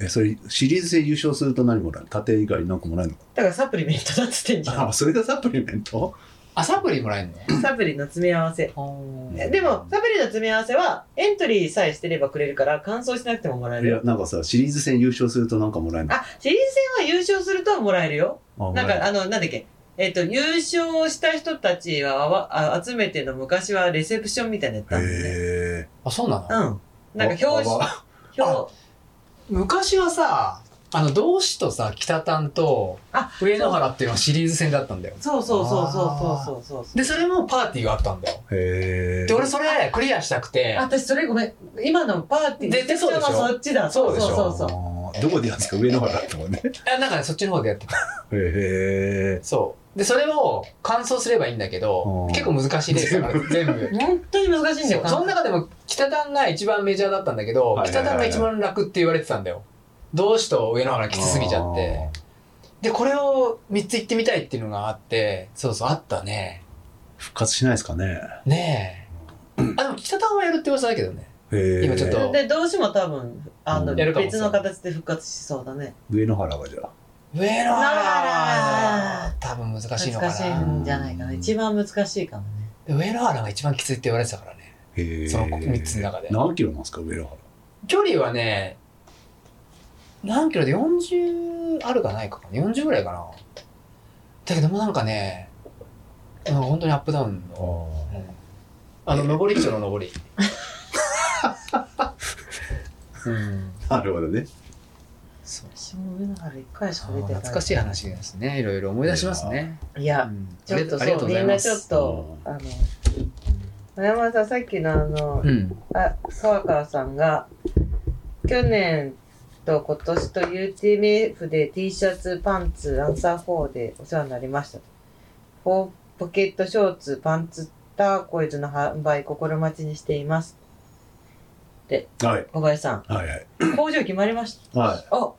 え、それシリーズで優勝すると何もらえる盾以外なんかもらえるの
だからサプリメントだっつってんじゃ
[LAUGHS] あ、それがサプリメント
あサプリもらえん
んサプリの詰め合わせ
の
えでもサプリの詰め合わせはエントリーさえしてればくれるから完走しなくてももらえ
い
る
や
よ、
なんかさ、シリーズ戦優勝するとなんかもらえるの
あシリーズ戦は優勝するともらえるよ
あ
なんか、あの、なんだっけ、えっ、と、優勝した人たちはあわあ集めての昔はレセプションみたいなやつだ
へ
もんね。
え。
あそうな
う
の、
ん。なんか表紙、
あ
表、
昔はさあの同志とさ北丹と
あ
上野原っていうのはシリーズ戦だったんだよ
そうそうそうそうそうそうそう。
でそれもパーティーがあったんだよ
へえ。
で俺それクリアしたくて
あ私それごめん、今のパーティー
絶対そうでしょ
実はそっちだ。
そうでしょ
そうそうそう。
あーどこでやってた上野原だったもんね。
あなんかねそっちの方でやってた
へえ。
そうでそれを完走すればいいんだけど
うん
結構難しいレースだから全部
本当に難しいんだ
そ
よ。
うその中でも北丹が一番メジャーだったんだけど、
はいはいはい
北丹が一番楽って言われてたんだよ同志と上野原きつすぎちゃってでこれを3つ行ってみたいっていうのがあってそうそうあったね
あー。復活しないですかね。
ねえあでも北丹はやるって噂だけどね
へえ。
今ちょっと
で、どうしても多分、あの、
うん
やるかもしれ
別
ない
の形で復活しそうだね。
上野原はじゃあ。
上野原
あ
は
ら
多分難しいのか
難しい
なん
じゃないかな。一番難しいかもね。
で上野原が一番きついって言われてたからね
へえ。
その三つの中で
何キロなんですか、上野原。
距離はね何キロで40あるかないかかな40ぐらいかなだけどもうなんかねなんか本当にアップダウンの、うんあの上り基調の上りうん
なるほどね。
そう
私も上野原一回しか出てない。
懐かしい話ですねいろいろ思い出しますね、
いや、
うん
ちょっと
ありが
そう、
うご
み
ざい
ん
ま
な
す
ちょっと、あの、村山さん、さっきのあの、
うん
あ、川川さんが、去年と今年と UTMF で T シャツ、パンツ、アンサー4でお世話になりました。フォーポケットショーツ、パンツ、ターコイズの販売、心待ちにしています。
はい。
小林
[COUGHS]
さん、
はいはい。
工場決まりまし
はい。
た。あ、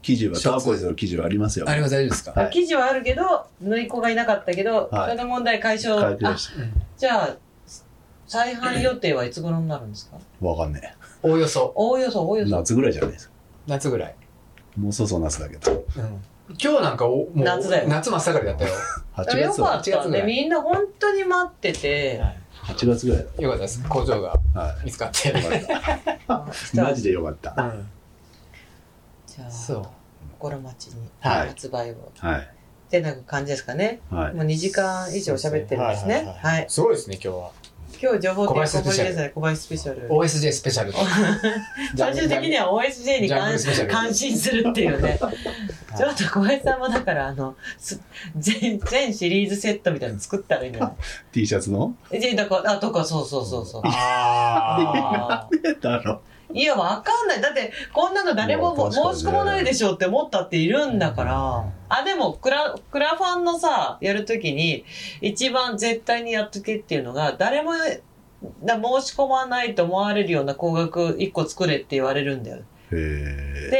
記事は、ターコイズの記事はありますよ。
あれは大丈夫ですか、
はい
記事はあるけど、縫い子がいなかったけど、
はい
その問題解消。
書いて
あ
るし。
うん
じゃあ、再販予定はいつ頃になるんですか
わかんね
おおよそ
おおよそ、おお
え。
よそ。
夏ぐらいじゃないですか。
夏ぐらい、
もうそうそう夏だけど。
うん今日なんかおもう
夏だよ
夏真っ盛りだったよ、
8
でもよ
月
か
は、
っ
8
た
月ぐら
ね。
い
みんな本当に待ってて。
8月ぐらいだ
よかったです工場が
[LAUGHS]
は
見つかって、 [LAUGHS]
い。よかっ
あじ
た
ゃあ
マジでよかった。
うん
じゃあ、
そう
心待ちに
はい
発売を
はい。
ってな感じですかね。
はい。
もう2時間以上喋ってるんで
は
す
い
ね
はい。はい
はい。
すごいですね、今日は。
今日情報
小
提供
林スペ
こ
シャ
れ
ル
ですね。小林スペシャル。
OSJ スペ [LAUGHS] シャル。
最終的には OSJ に
ジャングル
関
スペシャル
感心するっていうね。ちょっと小林さんもだから、あの、す全、全シリーズセットみたいなの作ったらいいんじゃない
T シャツの
えで、だから、あ、とか、そうそうそうそう。
[LAUGHS] ああ。
だろ。
いや、わかんない。だって、こんなの誰も
いや
も
確
申
かにね
し込まないでしょうって思ったっているんだから。あ、でも、クラ、クラファンのさ、やるときに、一番絶対にやっとけっていうのが、誰も、な申し込まないと思われるような高額1個作れって言われるんだよ。
へ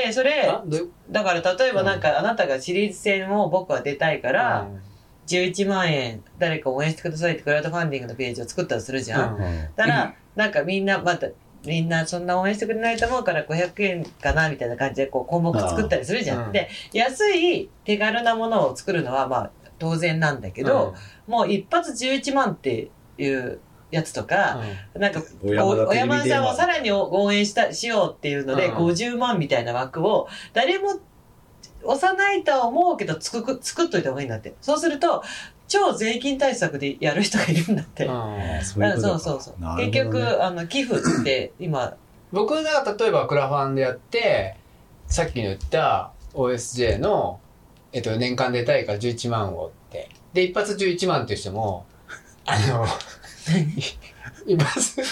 で、そ
[LAUGHS]
れ、
あどういう
だから例えばなんか、あなたがシリーズ戦を僕は出たいから、11万円誰か応援してくださいってクラウドファンディングのページを作ったとするじゃん。
うん
え。
たら、なんかみんな、また、みんなそんな応援してくれないと思うから500円かなみたいな感じでこう項目作ったりするじゃん。
うん
で、安い手軽なものを作るのはまあ当然なんだけど、もう一発11万っていうやつとか、なんか
小
こう小
山田テレビ電
山
話
田さんをさらに応援したしようっていうので、
うん
50万みたいな枠を誰も押さないとは思うけど作く作っといた方がいいんだってそうすると超税金対策でやる人がいるんだって、
う
だか
ん
あーそうい
ら
うこ
そ
と
う
か
そうそう、
なる
結
ほどね
局あの寄付って今
[LAUGHS] 僕が例えばクラファンでやってさっきの言った OSJ の、えっと、年間出たいから11万をってで一発11万っていう人もあ [LAUGHS] の一発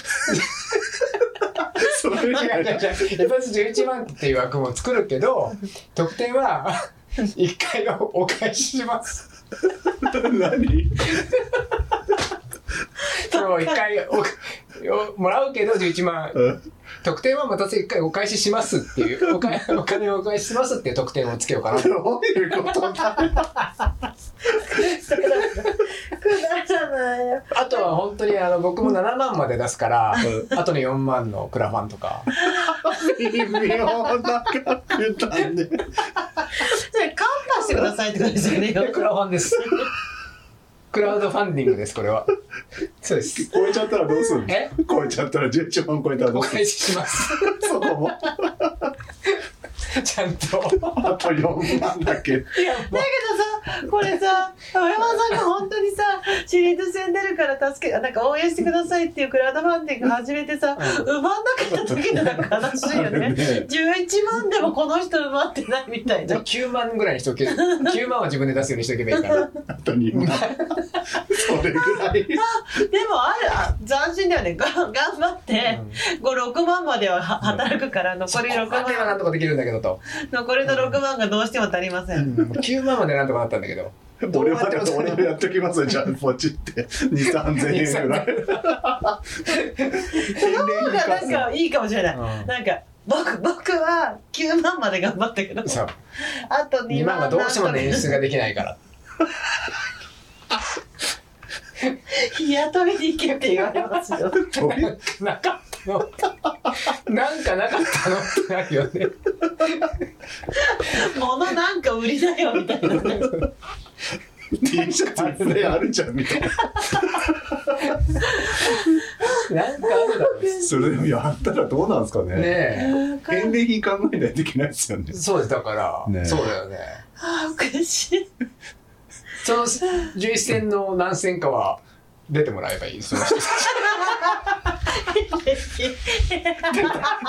それ
違う違う違う
[LAUGHS]
一発11万っていう枠も作るけど得点は1 [LAUGHS] 回お返しします
何
それを1回おおもらうけど11万得点はまた1回お返ししますっていうお金お金をお返ししますっていう得点をつけようかなと
どういうことだ
あとは本当にあの僕も7万まで出すから、あとの4万のクラファンとか。
微妙な額
[LAUGHS]
だね。
それカンパしてくださいってことですよね
いやクラファンです。クラウドファンディングです、これは。そうです。
超えちゃったらどうすんの
え
超えちゃったら11万超えたらど
お
うすん
返しします。
の [LAUGHS] そこも。
ちゃんと。
あと4万だけ。
だけどさこれさ小山さんが本当にさシリーズ戦出るから助けあなんか応援してくださいっていうクラウドファンディング始めてさ埋まんなかった時のなんか悲しいよね
ね
11万でもこの人埋まってないみたい
じゃあ
な
9万ぐらいにしておけ [LAUGHS] る。9万は自分で出すようにしておけばいいから。
あと2万。それぐらい。
でもあるあ斬新だよねが頑張って
うん
56万まではは働くから残り6
ここまではなん
万
とかできるんだけどと。
残りの6万がどうしても足りません
9万までなんとかなったんだけど。
俺はでも俺はやっときますよじゃあポチって2 3千円ぐらい
その方がなんかいいかもしれない
うん
なんか僕僕は9万まで頑張ったけど
そう。
あと2
2万
万
がどうしても
なんとか
捻出ができないから。
日雇いに行けって言われますよ。
どういう
なかったの。なんかなかったのってなるよね。
物なんか売りだよみたいな。
T シャツであるじゃんみたいな
なんかあるだろうし
それでもやったらどうなんですかね
ね
返礼品考えないといけないですよね
え。そうです、だから、
ねえ
そうだよね。
あーおかしい。
その11戦の何戦かは出てもらえばいい。その人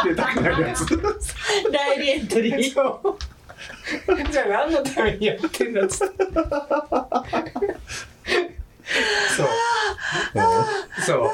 出たくないやつ
代理エント
[LAUGHS]
リー。
じゃあ何のためにやってんだっつって。そう。そう。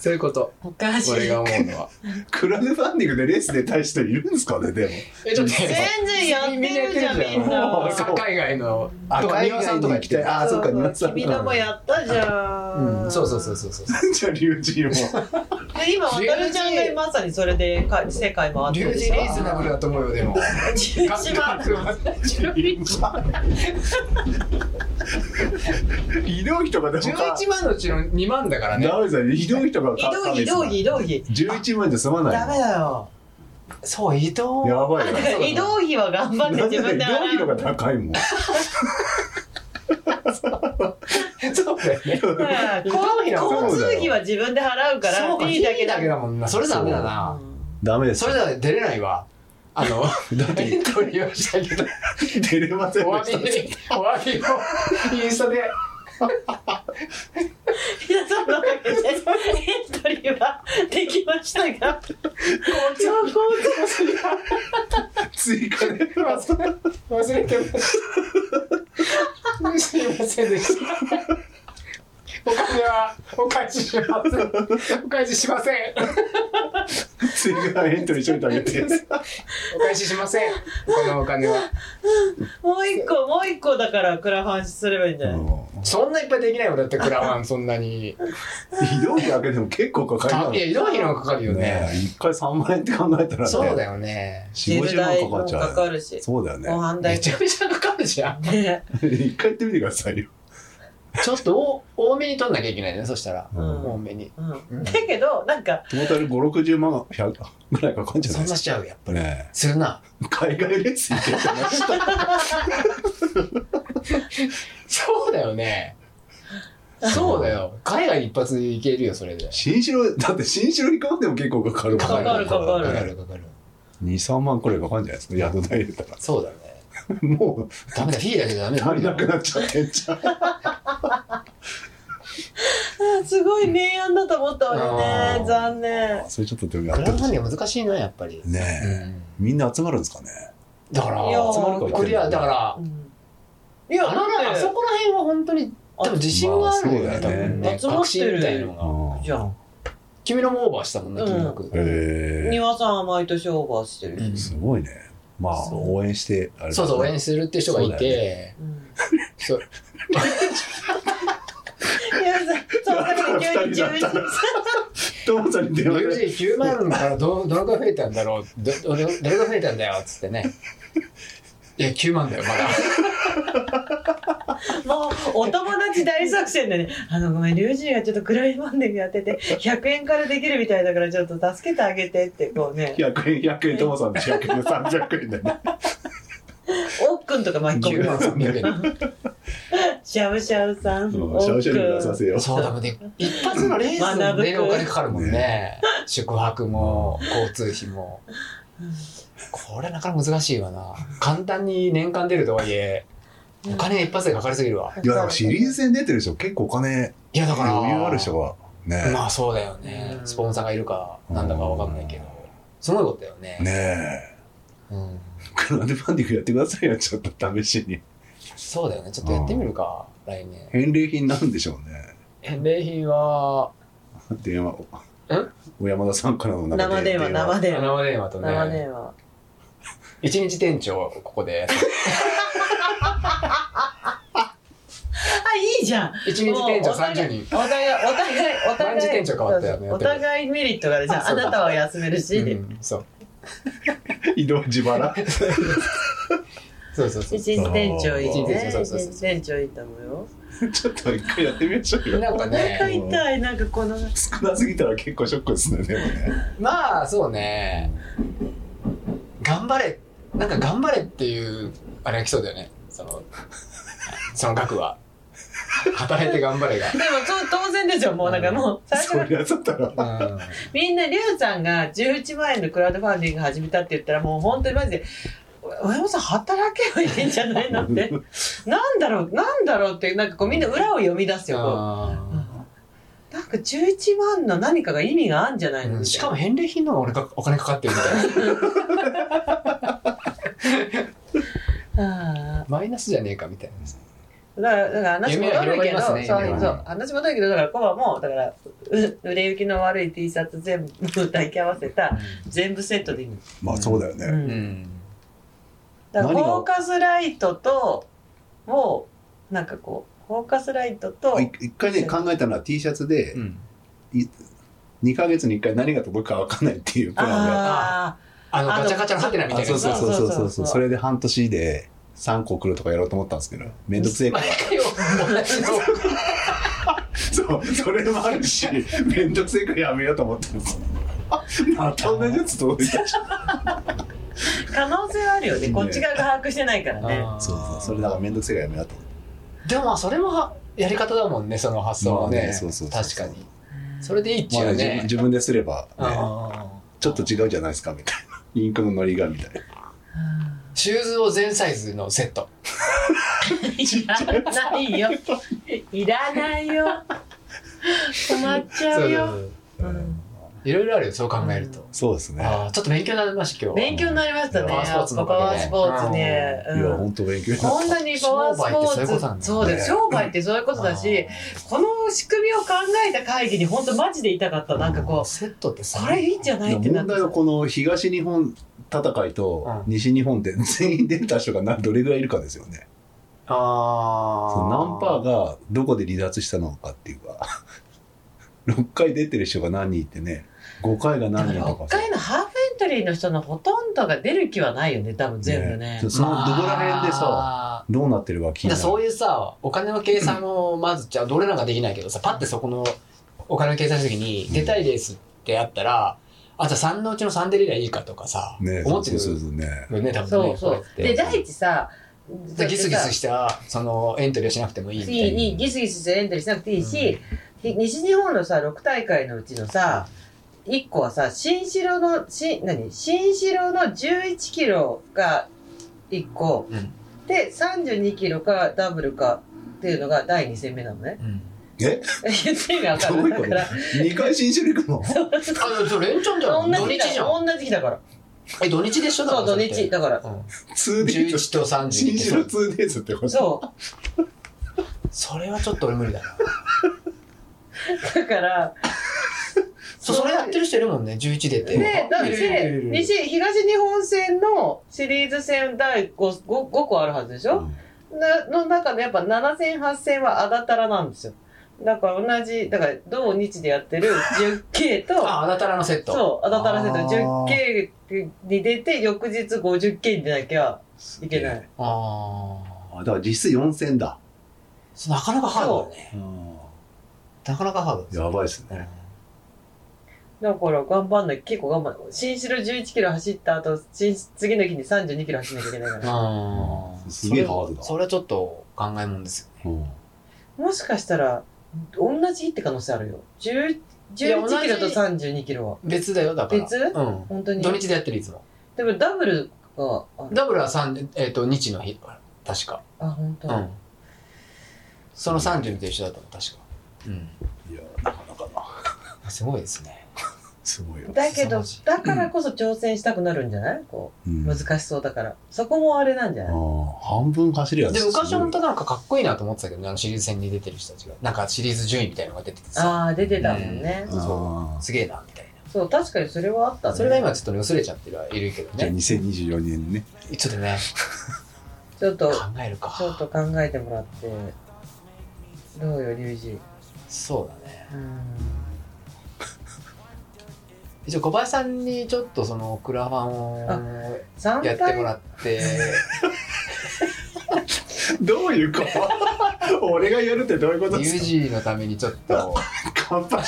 そういうこと。
おかしい。
俺が
全
思うのは。
クラウドファンディングでレース出たい人いるんですかねでも
え、ちょっと
然やってるじゃんみ
[LAUGHS]
んな。
そう
海外の、
あ
とか、庭さんとか来て。
あそっか庭さん
君のもやったじゃん。
うん、そうそうそうそうそう。
じゃあ龍神も
で今渡るちゃんがまさにそれでか世界回って
リュ
る
ウ
で
ジ
しょ
リーズナブルだと思うよ、 [LAUGHS] でも。
11万
ひどい人がでも
11万のうちの2万だからね。
ダメだよひどい人が
移動費移動費移動費
11万じゃ済まない
ダメだよ
そう、移動。
やばい
だ
よ
から移動費は頑張って自分で
なん
払
だよ移動費の
う
が高いもん
そうだよね。
はい
移動費なの
交通費は自分で払うから
そうか、
い
い
い
い
だ
だ
け
け
だ
だもんな。それダメだな。
ダメです
それでは出れないわ。あ [LAUGHS] の、
だって
エントリーをしたけど、
出れません
お
で
詫
した
びに、お詫びをインスタで、
いや、そんなわけで、エントリーはできましたが、
追加で
忘れてました。すいませんでした。お金はお返しします。お返ししません。
追加エントリーしといてあげて
お返ししません。このお金は。
もう一個、もう一個だからクラファンすればいいんじゃない
そんないっぱいできないよ。だってクラファンそんなに。
ひどいだけでも結構かかりま
あ
す
いや、移動費の方がかかるよね。
一回3万円って考えたらね
そうだよね。
4 50万かかっちゃう
かかるし、
そうだよね
ご飯
め
代
ちゃめちゃかかるじゃん。
ね。
[LAUGHS] 一回行ってみてくださいよ
ちょっと多多めに取んなきゃいけないね。そしたら。
うん
多めに。
[LAUGHS] うん。だけど、なんか、
トータル560万100ぐらいかかるんじゃな
そんな
いですか
しちゃうやん。
ね
するな。
え海外レッスン行けって話した
そうだよね。 [LAUGHS] そうだよ。海外一発いけるよ、それで。
新城だって新城行かんでも結構かかる
かかるかかる
かかるかかる。
23万くらいかかるんじゃないですか宿代入れたら
そうだね。
もう
ダ [LAUGHS] メだ、フィーだけじゃダメだ。
足りなくなっちゃってん [LAUGHS] じゃん
あすごい明暗だと思ったわよ
あー
ね。残念。
それちょっとでもやっ
ク
て
ラウドファ
ほ
ン
し
ディ
い
ング難しいな、やっぱり。う
ねえ
ん
みんな集まるんですかね
だから
いや、
集まるか言ってんだ
クリア、だから
う、んいや、
あのね、あそこら辺は本当に、多分自信があるよ
ま
ね、多
あそうだよね
分ね。
集まってる
確信みたいなのが。
あ
じゃん。
君のもオーバーしたもんね、金額。
へえ
庭さんは毎年オーバーして
う
る。
ん
すごいねまあ
そう
応援してあれだね
そうそう、応援するって人がいて、
うん
そう
庭さん、その中で急に
だったら二人だった
12
らトモさんに電話で
9万からどどのくらい増えたんだろうどどれどれくらい増えたんだよっつってねいや9万だよまだ
もうお友達大作戦でね「あのごめん龍神がちょっと暗いマンデーやってて100円からできるみたいだからちょっと助けてあげて」ってこうね
100円100円トモさんの100円で300円でね
おっくんとか巻き込
9万
む
300
しゃぶしゃぶさん
シ
おっ
ャウシャウに出さ
くん
せよ
円
う
そうだもんね一発のレースの出るお金かかるもんね宿泊も交通費もこれなかなか難しいわな簡単に年間出るとはいえお金一発でかかりすぎるわ
いやだからシリーズ戦出てる人結構お金
いやだから
余裕ある人がね
まあそうだよねスポンサーがいるかなんだかわかんないけどすごいことだよね
ねえ
うん
クラウドファンディングやってくださいよちょっと試しに
そうだよねちょっとやってみるか来年
返礼品なんでしょうね
返礼品は
電話を小山田さんからの
生電話生電話
生電話と
生
ね
電話
一日店長ここで
あいいじゃん
一日店長30人
お互いお互いお互い
[LAUGHS] 毎日店長変わったよね
お互いメリットがあるじゃん
そ
あ
うだ
なたは休めるし、
うんそう
移動自腹
そうそうそう
一日店長いいね
そう
一
そうそうそう
日店長いいと思うよ
ちょっと一回やってみましょうよ
なんか
なんか
ね
痛いなんかこの
少なすぎたら結構ショックですねでもね
まあそうね頑張れなんか頑張れっていうあれが来そうだよねそのその額は働いて頑張れが
でもそう当然でしょもうなんかもう最初
そ
から
りゃそうだろ
うん
みんな、りゅうさんが11万円のクラウドファンディング始めたって言ったら、もう本当にマジで、親山さん働けばいいんじゃないの
[LAUGHS]
って。なんだろう、なんだろうって、なんかこうみんな裏を読み出すよ。
あ
こうなんか11万の何かが意味があるんじゃな
ー
い
う
のみ
ん
た
し
いな
かも返礼品の方が俺がお金かかってるみたいな
あ
マイナスじゃねえかみたいな
ーだから、だから話
夢は
戻るけど、
広がりますね
そう
夢は
そう、話戻るけど、だからコバも、だから、う売れ行きの悪い T シャツ全部 [LAUGHS] 抱き合わせた、全部セットでいいの。
まあそうだよ
う
ね
ん
ん
だから
何が
フォーカスライトとをなんかこうフォーカスライトと
あい一回ね考えたのは T シャツで
うん
2ヶ月に1回何が届くか分かんないっていうプラン
あ
あの
あ
ガ
の
チャガチャのハテナみ
で
たい
あ
な
そう
やつ
そうそうそう
そう
そ
うそう
そ
う
それで半年で3個来るとかやろうと思ったんですけどめんどくせえから
毎回同じの
そう、それもあるし、めんどくせえからやめようと思ったんです。また同じやつ届いたし。
ー可能性はあるよね
ね
こっち側が把握してないからね
あー
そうそう、それだからめんどくせえからやめようと思って。
でもまあそれもはやり方だもんねその発想は
まあ
ね
ねそうそうそう
確
そ
か
う
にそれでいいっち
ま
ゃ
あ
う
ね、自分
ね
自分ですれば、ね、
あ
ちょっと違うじゃないですかみたいな。インクののりがみたいな。
シューズを全サイズのセット。
いらないよ。いらないよ。困っちゃうよ。
う
うん
いろいろあるよ、そう考えると。
そうですね。
あーちょっと勉強になりました、今日は。
勉強になりましたね。
パ
ワースポーツのおかげで
やっぱパワースポーツね。
いや、
うん
本当勉強になっ
こんなにパワースポ
商
ーツ、そう
売ってそういうことなんだね
です。商売ってそういうことだし、この仕組みを考えた会議に本当マジでいたかった。なんか
あー、
こ
セットって
う、
さ、
これいいんじゃ
た。
ないい
や
ってなっ
問
て
題はこの東日本戦いと
う
西日本で全員出た人がなどれぐらいいるかですよね。
あ
その何パーがどこで離脱したのかっていうか [LAUGHS] 6回出てる人が何人いてね5回が何人と
6
かさ
回のハーフエントリーの人のほとんどが出る気はないよね、多分全部ね。
そのどこら辺でさ
さ、
どうなってるか気に
だ
な
からそう
る
いうさお金の計算をまずじゃあどれなんかできないけどさパッてそこのお金の計算した時に出たいですってあったら、あじゃあ3のうちの3出れりゃいいかとかさ、
ね
思って
そう
る
そうそうね
よね多分
そ
ね
うそう。
れ
で、
って
第一さ、
でギスギスしたそのエントリーをしなくてもいいみた
い
い
いいいギスギスしてエントリーしなくていいし、ひ西日本のさ6大会のうちのさ1個はさ新城のし何新城の11キロが1個、
うん
で32キロかダブルかっていうのが第2戦目なのね [LAUGHS]
な、うん、
言ってる意味わか
どう
る
いうこ
だ
と
から
2回新種類行くの
あでも連チャンじゃん
同
土
じ日
日じ
だ
ゃん
同じ日だから
え土日でしょだか
そう
ら
土
れって
日だから
う
2days
11と30
新種の 2days ってこと
そう
それはちょっと俺無理だな
うだから
そうそれやってる人いるもんね11出て
で、だっ
いるいるい
て、
るいる
西、東日本戦のシリーズ戦第 5, 5, 個あるはずでしょ、なの中のやっぱ7戦8戦はあだたらなんですよ。だから同じ、だから同日でやってる 10K [LAUGHS] と、
ああだたらのセット
そう、あだたらセット
あ
10K に出て、翌日 50K に出なきゃいけない。
あ
あだから実質4戦だ
あ。なかなかハードだね。
うん
なかなかハードですよ
やばいっすね
ね。
だから頑張んない、結構頑張んない。新城11キロ走った後、新次の日に32キロ走んなきゃいけない [LAUGHS] から。
うん
すげえハードだ
それはちょっと考えもんです
うん
もしかしたら、同じ日って可能性あるよ。10 11キロと32キロは。
よ。別だよ、だから。
別
うん。
本当に。
土日でやってるいつも。
でもダブルがある。
ダブルは三えっと、日の日。確か。
あ、本当。
うん。その32と一緒だったの、確か。う。
いやなかなかなん
すごいですね。
すごいよ、
だけど
凄まじい、
だからこそ挑戦したくなるんじゃないこ
うん
う、難しそうだから。そこもあれなんじゃ
あ
ない
ー半分走りや
で、昔は本当
だ
なんかかっこいいなと思ってたけどね、あのシリーズ戦に出てる人たちが。なんかシリーズ順位みたいなのが出ててさ。
ああ、出てたもんね。
うん
あー
すげえな、みたい
そう、確かにそれはあった
な。
ね。
それが今ちょっとね薄れちゃってるはいるけど
じゃあ
ね。
2024年ね
ちょっとね、
ちょっと
考、えるか。
ちょっと考えてもらって。どうよ、リュウジ。
そうだね。
うん。
一応小林さんにちょっとそのクラファンを
3
やっても
回、
らって
どういうこと [LAUGHS] 俺がやるってどういうこと
u
です
g のためにちょっと
か乾杯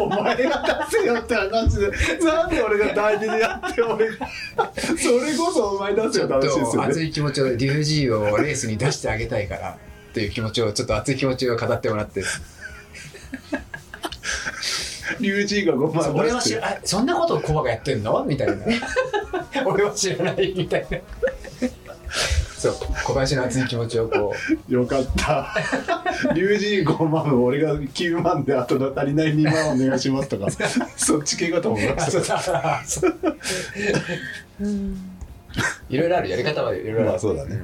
お前が出せよって話でなんで俺が大事にやって俺が [LAUGHS] それこそお前出せ
ちょ
よ
っ
って話です
と
よね
熱い気持ちを u g をレースに出してあげたいからっていう気持ちをちょっと熱い気持ちを語ってもらって
龍神が5万出
俺は
し
知
て
らあそんなことをコバがやってんのみたい [LAUGHS] な俺は知らないみたいなそう小林の熱い気持ちをこう
よかった [LAUGHS] 龍神5万俺が9万であと足りない2万お願いしますとか [LAUGHS] そっち系かと思いま
[LAUGHS] あ
し
そうだそう
うん
いろいろあるやり方はいろいろ
た
ある、
まあそうだね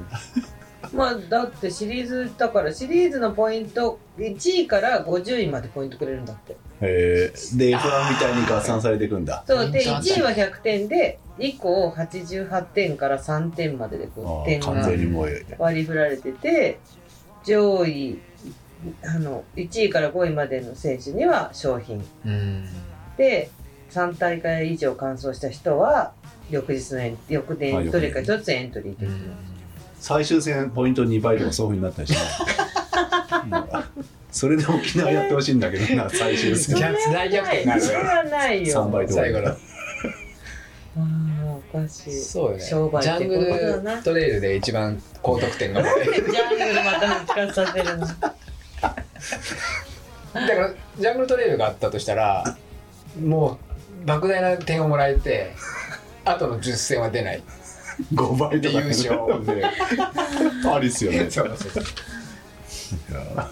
まあだってシリーズだからシリーズのポイント1位から50位までポイントくれるんだって
[LAUGHS] えー、で F1 みたいに合算されていくんだ
そうで
いいじゃん
1位は100点で1個を88点から3点までで
あ
こう点
ー完
が
全にもう
割り振られてて上位あの1位から5位までの選手には賞品
うん
で3大会以上完走した人は翌日のエン翌
あ
年
翌年
どれか一つエントリー
う
できる
ん
最終戦ポイント2倍とかそういうふうになったりし
[LAUGHS]
ないなんかそれで沖縄やってほしいんだけどな最終
そ
戦
れはない
それはないよ
3倍とか
最後の
うんおかしい
そうよね。
商売
ジ
っ
ャ
て
ン
こ
グ
とだな
ルトレイルで一番高得点 [LAUGHS] が多い。
ジャングルまた復活させるの。
だからジ [LAUGHS] ャングルトレイルがあったとしたら、もう莫大な点をもらえて、後の10戦は出ない。
5倍とか
で優勝
ねありっすよね
そうそうそう
は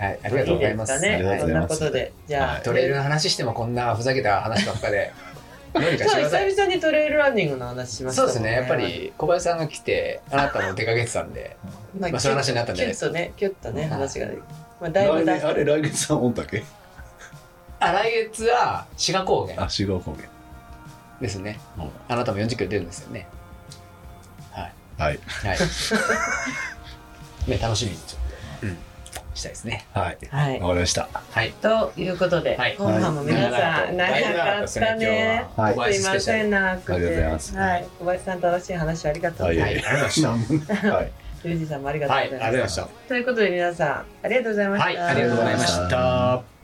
い
はい、ありがとうございます。
いいです
あ
か
り
ね。そ
がとうんござい
な
ま
こ
す
とで、じゃあ、
トレイルの話してもこんなふざけた話ばっかで、どうにかしてく
そう
ださい。
久々にトレイルランニングの話しました
そう
もん
ですね、やっぱ。り小林さんが来て、あなたも出かけてたんで、
ま
まあそういう話になったんじゃないです
キュッとね、キュッとね、話が。まあ、だいぶ
来
出し
年あれ来月さんおんだっけ
あ来月は志賀高原
あ志賀高原
ですね。あなたも40キロ出るんですよね。
はい
はい。ね、楽しみにちょっと、うん、したいですね。
はい
はい。
わかりました
はい。
ということで、
はい
今晩も皆さん、
はい
長かったね。
は
小
い
林
すい
ス
ま
ペシャ
せ
ル
ん、長くて。
ありがとうございます
はい、小林さん、正しい話ありがとうござい
は
ま
はいい、ありがとうございました。
なんもないはい
す。ユージさんもありがとう
は
ござい
い、あり
ま
が
す。
とうございました。
ということで、皆さん、ありがとうございました。
はい、ありがとうございました。